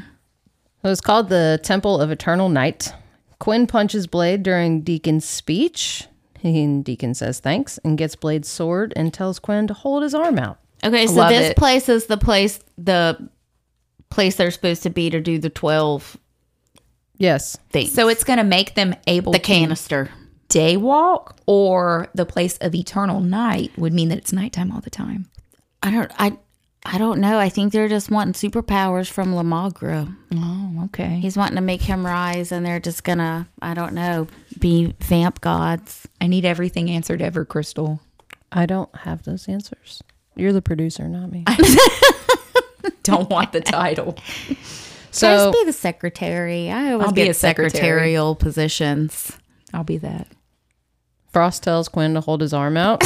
was called the Temple of Eternal Night. Quinn punches Blade during Deacon's speech. And Deacon says thanks and gets Blade's sword and tells Quinn to hold his arm out. Okay, so Love this it. place is the place the place they're supposed to be to do the 12 Yes. thing. So it's going to make them able the to canister. day walk, or the place of eternal night would mean that it's nighttime all the time. I don't I I don't know. I think they're just wanting superpowers from Lamagra. Oh, okay. He's wanting to make him rise and they're just going to I don't know, be vamp gods. I need everything answered ever, Crystal. I don't have those answers. You're the producer, not me. Don't want the title. So, So be the secretary. I always I'll be get a secretary. secretarial positions. I'll be that. Frost tells Quinn to hold his arm out.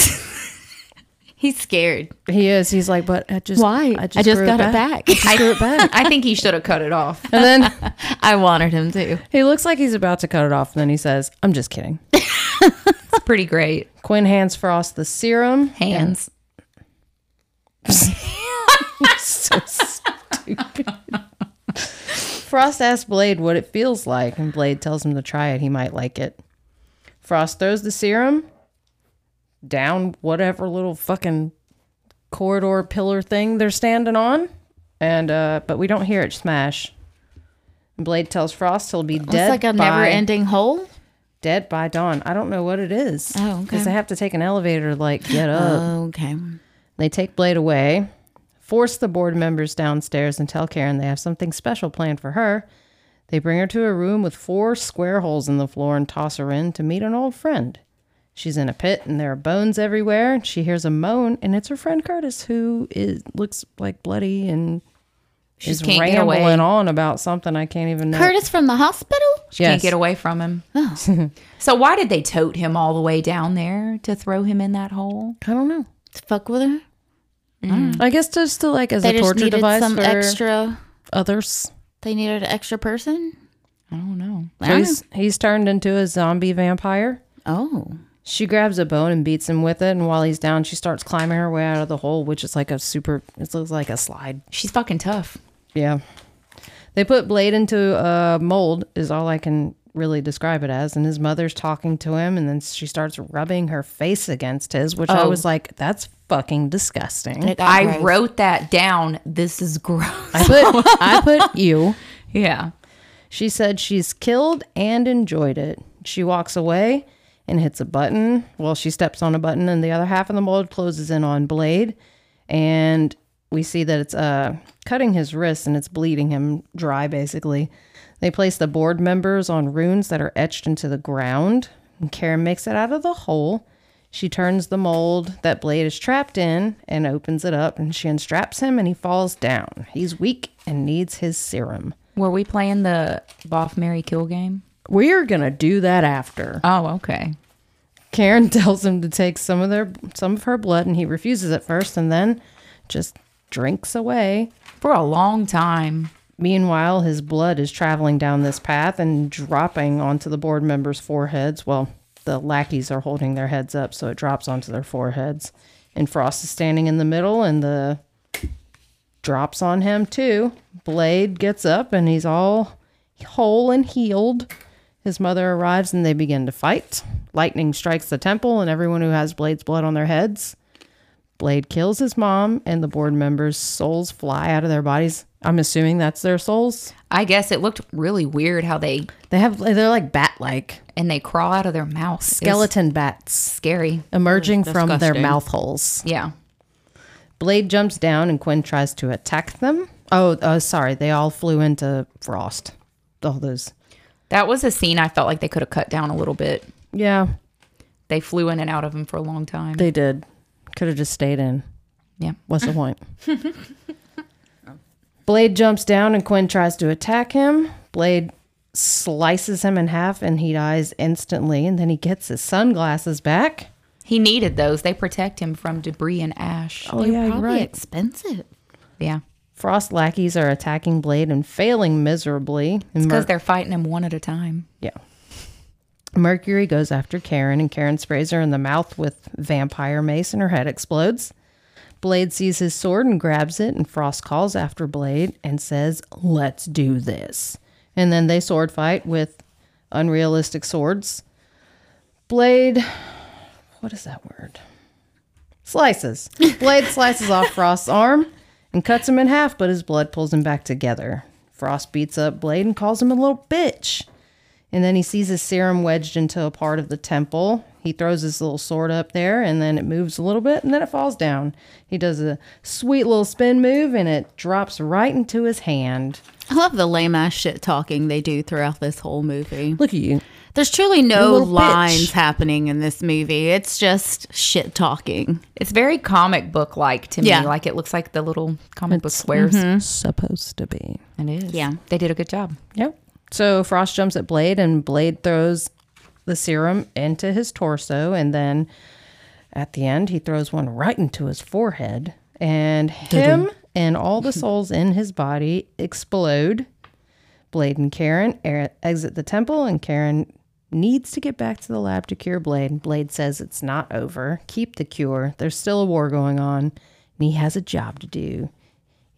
He's scared. he is. He's like, but I just I just, got it back. I threw it back. I think he should have cut it off. And then I wanted him to. he looks like he's about to cut it off. And then he says, "I'm just kidding." It's pretty great. Quinn hands Frost the serum. Hands. so stupid. Frost asks Blade what it feels like, and Blade tells him to try it. He might like it. Frost throws the serum down whatever little fucking corridor pillar thing they're standing on, and uh, but we don't hear it smash. And Blade tells Frost he'll be dead It's like a by never-ending hole. dead by dawn. I don't know what it is. Oh, okay. because they have to take an elevator to like get up. okay. They take Blade away, force the board members downstairs, and tell Karen they have something special planned for her. They bring her to a room with four square holes in the floor and toss her in to meet an old friend. She's in a pit and there are bones everywhere. She hears a moan and it's her friend Curtis who is looks like bloody and She is can't get rambling away. on about something I can't even know. Curtis from the hospital. She Yes. can't get away from him. Oh. so why did they tote him all the way down there to throw him in that hole? I don't know. To fuck with her. Hmm. I guess just to like as They a just torture needed device some for extra. others. They needed an extra person. I don't know. don't He's, he's turned into a zombie vampire. Oh, She grabs a bone and beats him with it, and while he's down, she starts climbing her way out of the hole, which is like a super. It looks like a slide. She's fucking tough. Yeah. They put Blade into a mold, is all I can really describe it as. And his mother's talking to him, and then she starts rubbing her face against his, which I was like, that's fucking disgusting. I wrote that down. This is gross. I put, I put you. yeah. She said she's killed and enjoyed it. She walks away, and hits a button. Well, she steps on a button, and the other half of the mold closes in on Blade, and we see that it's uh, cutting his wrist and it's bleeding him dry, basically. They place the board members on runes that are etched into the ground, and Karen makes it out of the hole. She turns the mold that Blade is trapped in and opens it up, and she unstraps him, and he falls down. He's weak and needs his serum. Were we playing the Boff Mary Kill game? We're gonna do that after. Oh, okay. Karen tells him to take some of their some of her blood and he refuses at first and then just drinks away. For a long time. Meanwhile, his blood is traveling down this path and dropping onto the board members' foreheads. Well, the lackeys are holding their heads up so it drops onto their foreheads. And Frost is standing in the middle and the drops on him too. Blade gets up and he's all whole and healed. His mother arrives and they begin to fight. Lightning strikes the temple and everyone who has Blade's blood on their heads. Blade kills his mom and the board members' souls fly out of their bodies. I'm assuming that's their souls. I guess it looked really weird how they They have they're like bat-like and they crawl out of their mouth. It's skeleton bats scary. emerging from their disgusting. mouth holes. Yeah. Blade jumps down and Quinn tries to attack them. Oh, uh, sorry. They all flew into Frost. All those. That was a scene I felt like they could have cut down a little bit. Yeah, They flew in and out of him for a long time. they did. Could have just stayed in. yeah. What's the point? Blade jumps down and Quinn tries to attack him. Blade slices him in half and he dies instantly. And then he gets his sunglasses back. He needed those. They protect him from debris and ash. Oh, yeah, Probably expensive. Yeah. Frost lackeys are attacking Blade and failing miserably. And Because they're fighting him one at a time. Yeah. Mercury goes after Karen, and Karen sprays her in the mouth with vampire mace, and her head explodes. Blade sees his sword and grabs it, and Frost calls after Blade and says, Let's do this. And then they sword fight with unrealistic swords. Blade, what is that word? Slices. Blade slices off Frost's arm and cuts him in half, but his blood pulls him back together. Frost beats up Blade and calls him a little bitch. And then he sees his serum wedged into a part of the temple. He throws his little sword up there and then it moves a little bit and then it falls down. He does a sweet little spin move and it drops right into his hand. I love the lame ass shit talking they do throughout this whole movie. Look at you. There's truly no little bitch. lines happening in this movie. It's just shit talking. It's very comic book like to me. Yeah. Like it looks like the little comic book squares. Supposed to be. It is. Yeah. They did a good job. Yep. So Frost jumps at Blade, and Blade throws the serum into his torso, and then at the end, he throws one right into his forehead, and him and all the souls in his body explode. Blade and Karen er- exit the temple, and Karen needs to get back to the lab to cure Blade. Blade says it's not over. Keep the cure. There's still a war going on, and he has a job to do.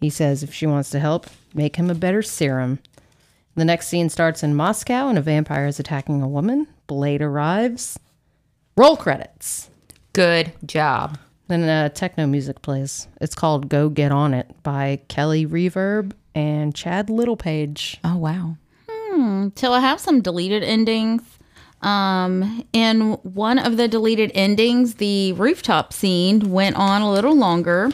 He says if she wants to help, make him a better serum. The next scene starts in Moscow and a vampire is attacking a woman. Blade arrives. Roll credits. Good job. Then uh, techno music plays. It's called Go Get On It by Kelly Reverb and Chad Littlepage. Oh, wow. So I have some deleted endings. Um, in one of the deleted endings, the rooftop scene went on a little longer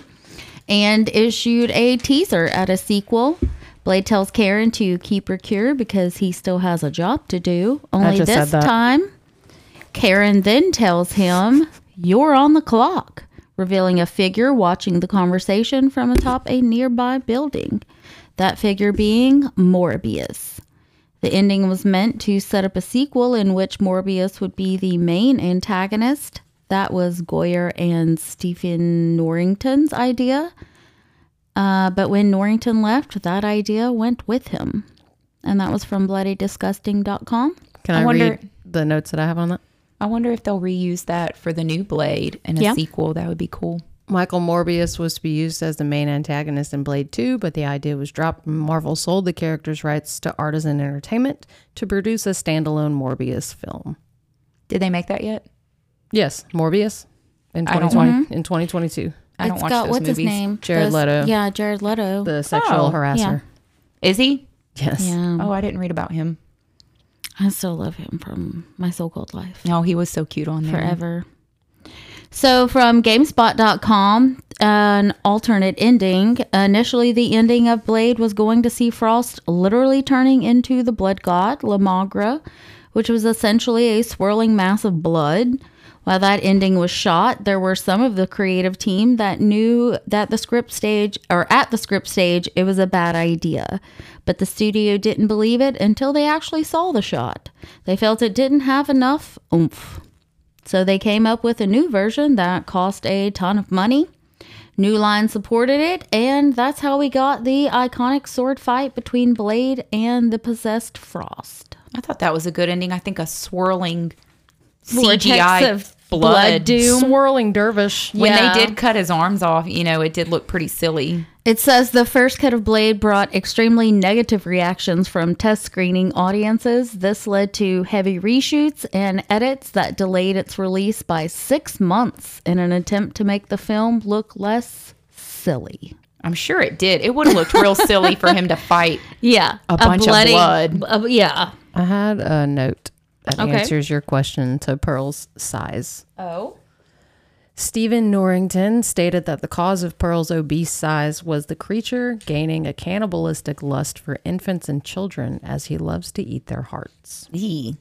and issued a teaser at a sequel. Blade tells Karen to keep her cure because he still has a job to do. Only just said this that. time, Karen then tells him, You're on the clock, revealing a figure watching the conversation from atop a nearby building. That figure being Morbius. The ending was meant to set up a sequel in which Morbius would be the main antagonist. That was Goyer and Stephen Norrington's idea. Uh, but when Norrington left, that idea went with him. And that was from bloodydisgusting.com. Can I I, wonder- read the notes that I have on that? I wonder if they'll reuse that for the new Blade in a Yeah. sequel. That would be cool. Michael Morbius was to be used as the main antagonist in Blade 2, but the idea was dropped. when Marvel sold the character's rights to Artisan Entertainment to produce a standalone Morbius film. Did they make that yet? Yes, Morbius in I don't 2020 in 2022. I don't It's watch got- those what's movies. his name? Jared Those- Leto. Yeah, Jared Leto. the sexual Oh, harasser. Is he? Yes. yeah. Oh, I didn't read about him. I still love him from my so called life Oh, he was so cute on there. forever. So, from GameSpot.com, an alternate ending. Initially, the ending of Blade was going to see Frost literally turning into the blood god, Lamagra, which was essentially a swirling mass of blood. While that ending was shot, there were some of the creative team that knew that the script stage, or at the script stage, it was a bad idea. But the studio didn't believe it until they actually saw the shot. They felt it didn't have enough oomph. So they came up with a new version that cost a ton of money. New Line supported it, and that's how we got the iconic sword fight between Blade and the possessed Frost. I thought that was a good ending. I think a swirling Vortex CGI of blood. blood doom. Swirling dervish. when Yeah. they did cut his arms off, you know, it did look pretty silly. It says the first cut of Blade brought extremely negative reactions from test screening audiences. This led to heavy reshoots and edits that delayed its release by six months in an attempt to make the film look less silly. I'm sure it did. It would have looked real silly for him to fight. Yeah. A bunch of blood. uh, yeah. I had a note that Okay. answers your question to Pearl's size. Oh. Stephen Norrington stated that the cause of Pearl's obese size was the creature gaining a cannibalistic lust for infants and children as he loves to eat their hearts. Eee.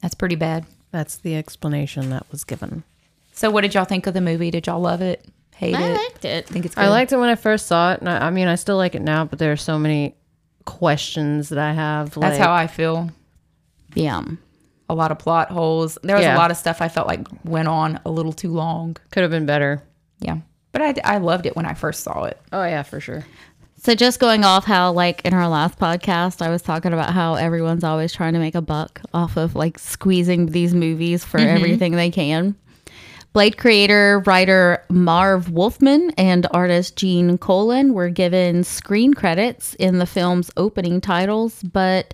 That's pretty bad. That's the explanation that was given. So, what did y'all think of the movie? Did y'all love it? Hate it? liked it. think it's good. I liked it when I first saw it, and I, I mean, I still like it now. But there are so many questions that I have. Like, That's how I feel. Yeah. A lot of plot holes. There was Yeah. a lot of stuff I felt like went on a little too long. could have been better. Yeah. But I, I loved it when I first saw it. Oh yeah, for sure. So just going off how like in our last podcast I was talking about how everyone's always trying to make a buck off of like squeezing these movies for everything they can. Blade creator, writer Marv Wolfman, and artist Gene Colan were given screen credits in the film's opening titles, but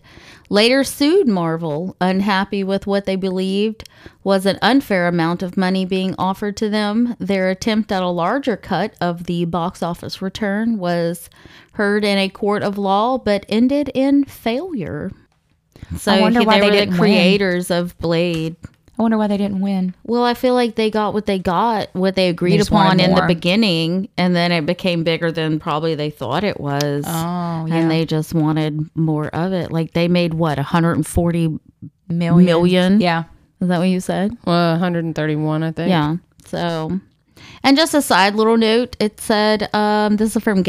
later sued Marvel, unhappy with what they believed was an unfair amount of money being offered to them. Their attempt at a larger cut of the box office return was heard in a court of law, but ended in failure. So I wonder he- why they were didn't the win. creators of Blade. I wonder why they didn't win. Well, I feel like they got what they got, what they agreed just wanted upon in the more. beginning, and then it became bigger than probably they thought it was. Oh, And they just wanted more of it. Like they made what 140 million. Million. Yeah, Yeah. is that what you said? Well, 131, I think. Yeah. So, and just a side little note, it said um, this is from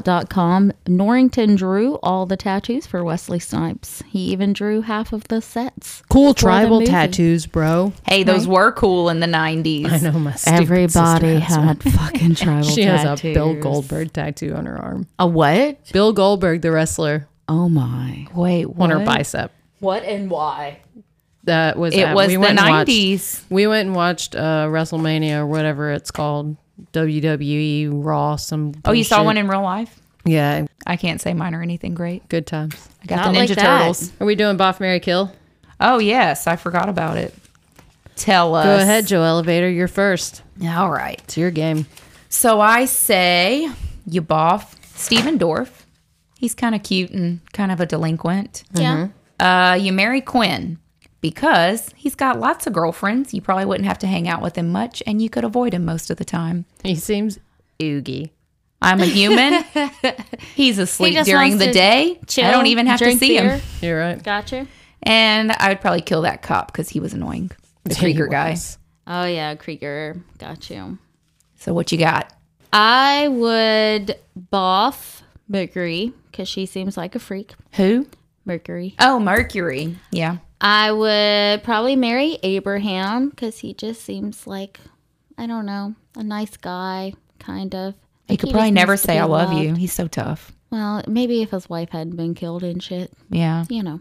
GameSpot.com. Norrington drew all the tattoos for Wesley Snipes. He even drew half of the sets. Cool the tribal movie. tattoos, bro. Hey, those were cool in the 90s. I know my stupid Everybody sister had fucking tribal She has tattoos. a Bill Goldberg tattoo on her arm. A what? Bill Goldberg, the wrestler, Oh my. Wait, on her what? bicep. What and why? That was It uh, was we the went and watched- 90s. We went and watched uh, WrestleMania or whatever it's called, WWE Raw. Some Oh, you saw bullshit. one in real life? yeah, I can't say mine or anything great. good times. I got Not the Ninja like that. Turtles. Are we doing Boff Mary Kill? Oh, yes. I forgot about it. Tell us. Go ahead, Joe Elevator. You're first. All right. It's your game. So I say you boff Steven Dorff. He's kind of cute and kind of a delinquent. Yeah. Uh, you marry Quinn because he's got lots of girlfriends. You probably wouldn't have to hang out with him much and you could avoid him most of the time. He seems oogie. I'm a human. he's asleep just during wants the to day. I don't even have to drink see beer. him. You're right. Gotcha. And I would probably kill that cop because he was annoying. The Krieger guy. Oh yeah, Krieger. Got you. So what you got? I would boff Mercury because she seems like a freak. Who? Mercury. Oh, Mercury. Yeah. I would probably marry Abraham because he just seems like, I don't know, a nice guy, kind of. He Like, could just probably never needs to say be I love loved. you. He's so tough. Well, maybe if his wife hadn't been killed and shit, Yeah. you know.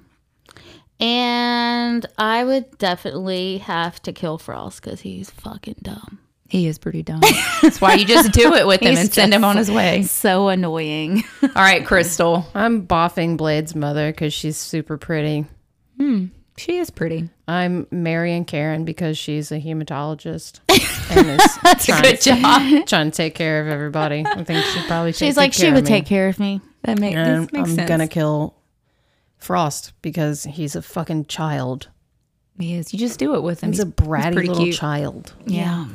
And I would definitely have to kill Frost because he's fucking dumb. He is pretty dumb. That's why you just do it with him He's and send him on his way. So annoying. All right, Crystal. I'm boffing Blade's mother because she's super pretty. She is pretty. I'm marrying Karen because she's a hematologist and is trying, Good job. trying to take care of everybody. I think she probably She's like, she would take care of me. That make, And this makes I'm sense. gonna kill Frost because he's a fucking child. He is. You just do it with him. He's a bratty pretty little cute. child. Yeah.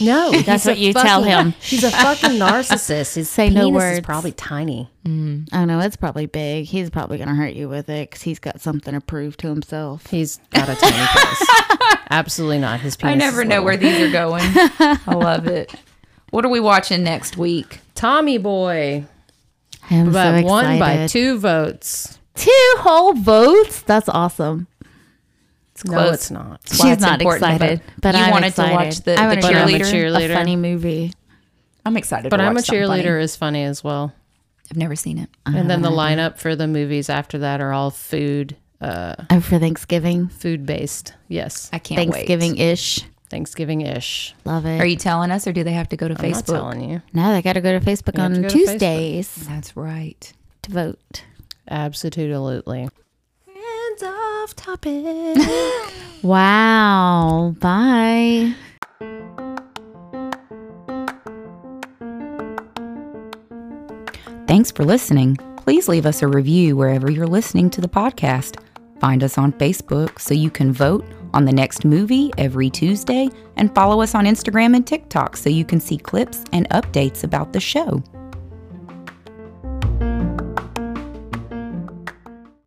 No, That's what you tell him. He's a fucking narcissist. His Say no penis is words. probably tiny. I know it's probably big. He's probably going to hurt you with it because he's got something to prove to himself. He's got a tiny penis. Absolutely not. His penis. I never is know little. where these are going. I love it. What are we watching next week? Tommy Boy, I am so but excited. won by two votes. Two whole votes. That's awesome. It's No, close. it's not. Why She's it's not important, excited, but you I'm wanted excited. to watch the, I the wanna But I'm a cheerleader. A funny cheerleader. movie. I'm excited, But to I'm a watch something. cheerleader is funny as well. I've never seen it. And then the Uh-huh. lineup for the movies after that are all food, uh, Oh, for Thanksgiving, food based. Yes, I can't Thanksgiving ish. Thanksgiving ish. Love it. wait. Are you telling us, or do they have to go to I'm not Facebook? telling you. no, they got to go to Facebook have to on go to Facebook. Tuesdays That's right. to vote. Absolutely. Friends off topic. Wow. Bye. Thanks for listening. Please leave us a review wherever you're listening to the podcast. Find us on Facebook so you can vote on the next movie every Tuesday and follow us on Instagram and TikTok so you can see clips and updates about the show.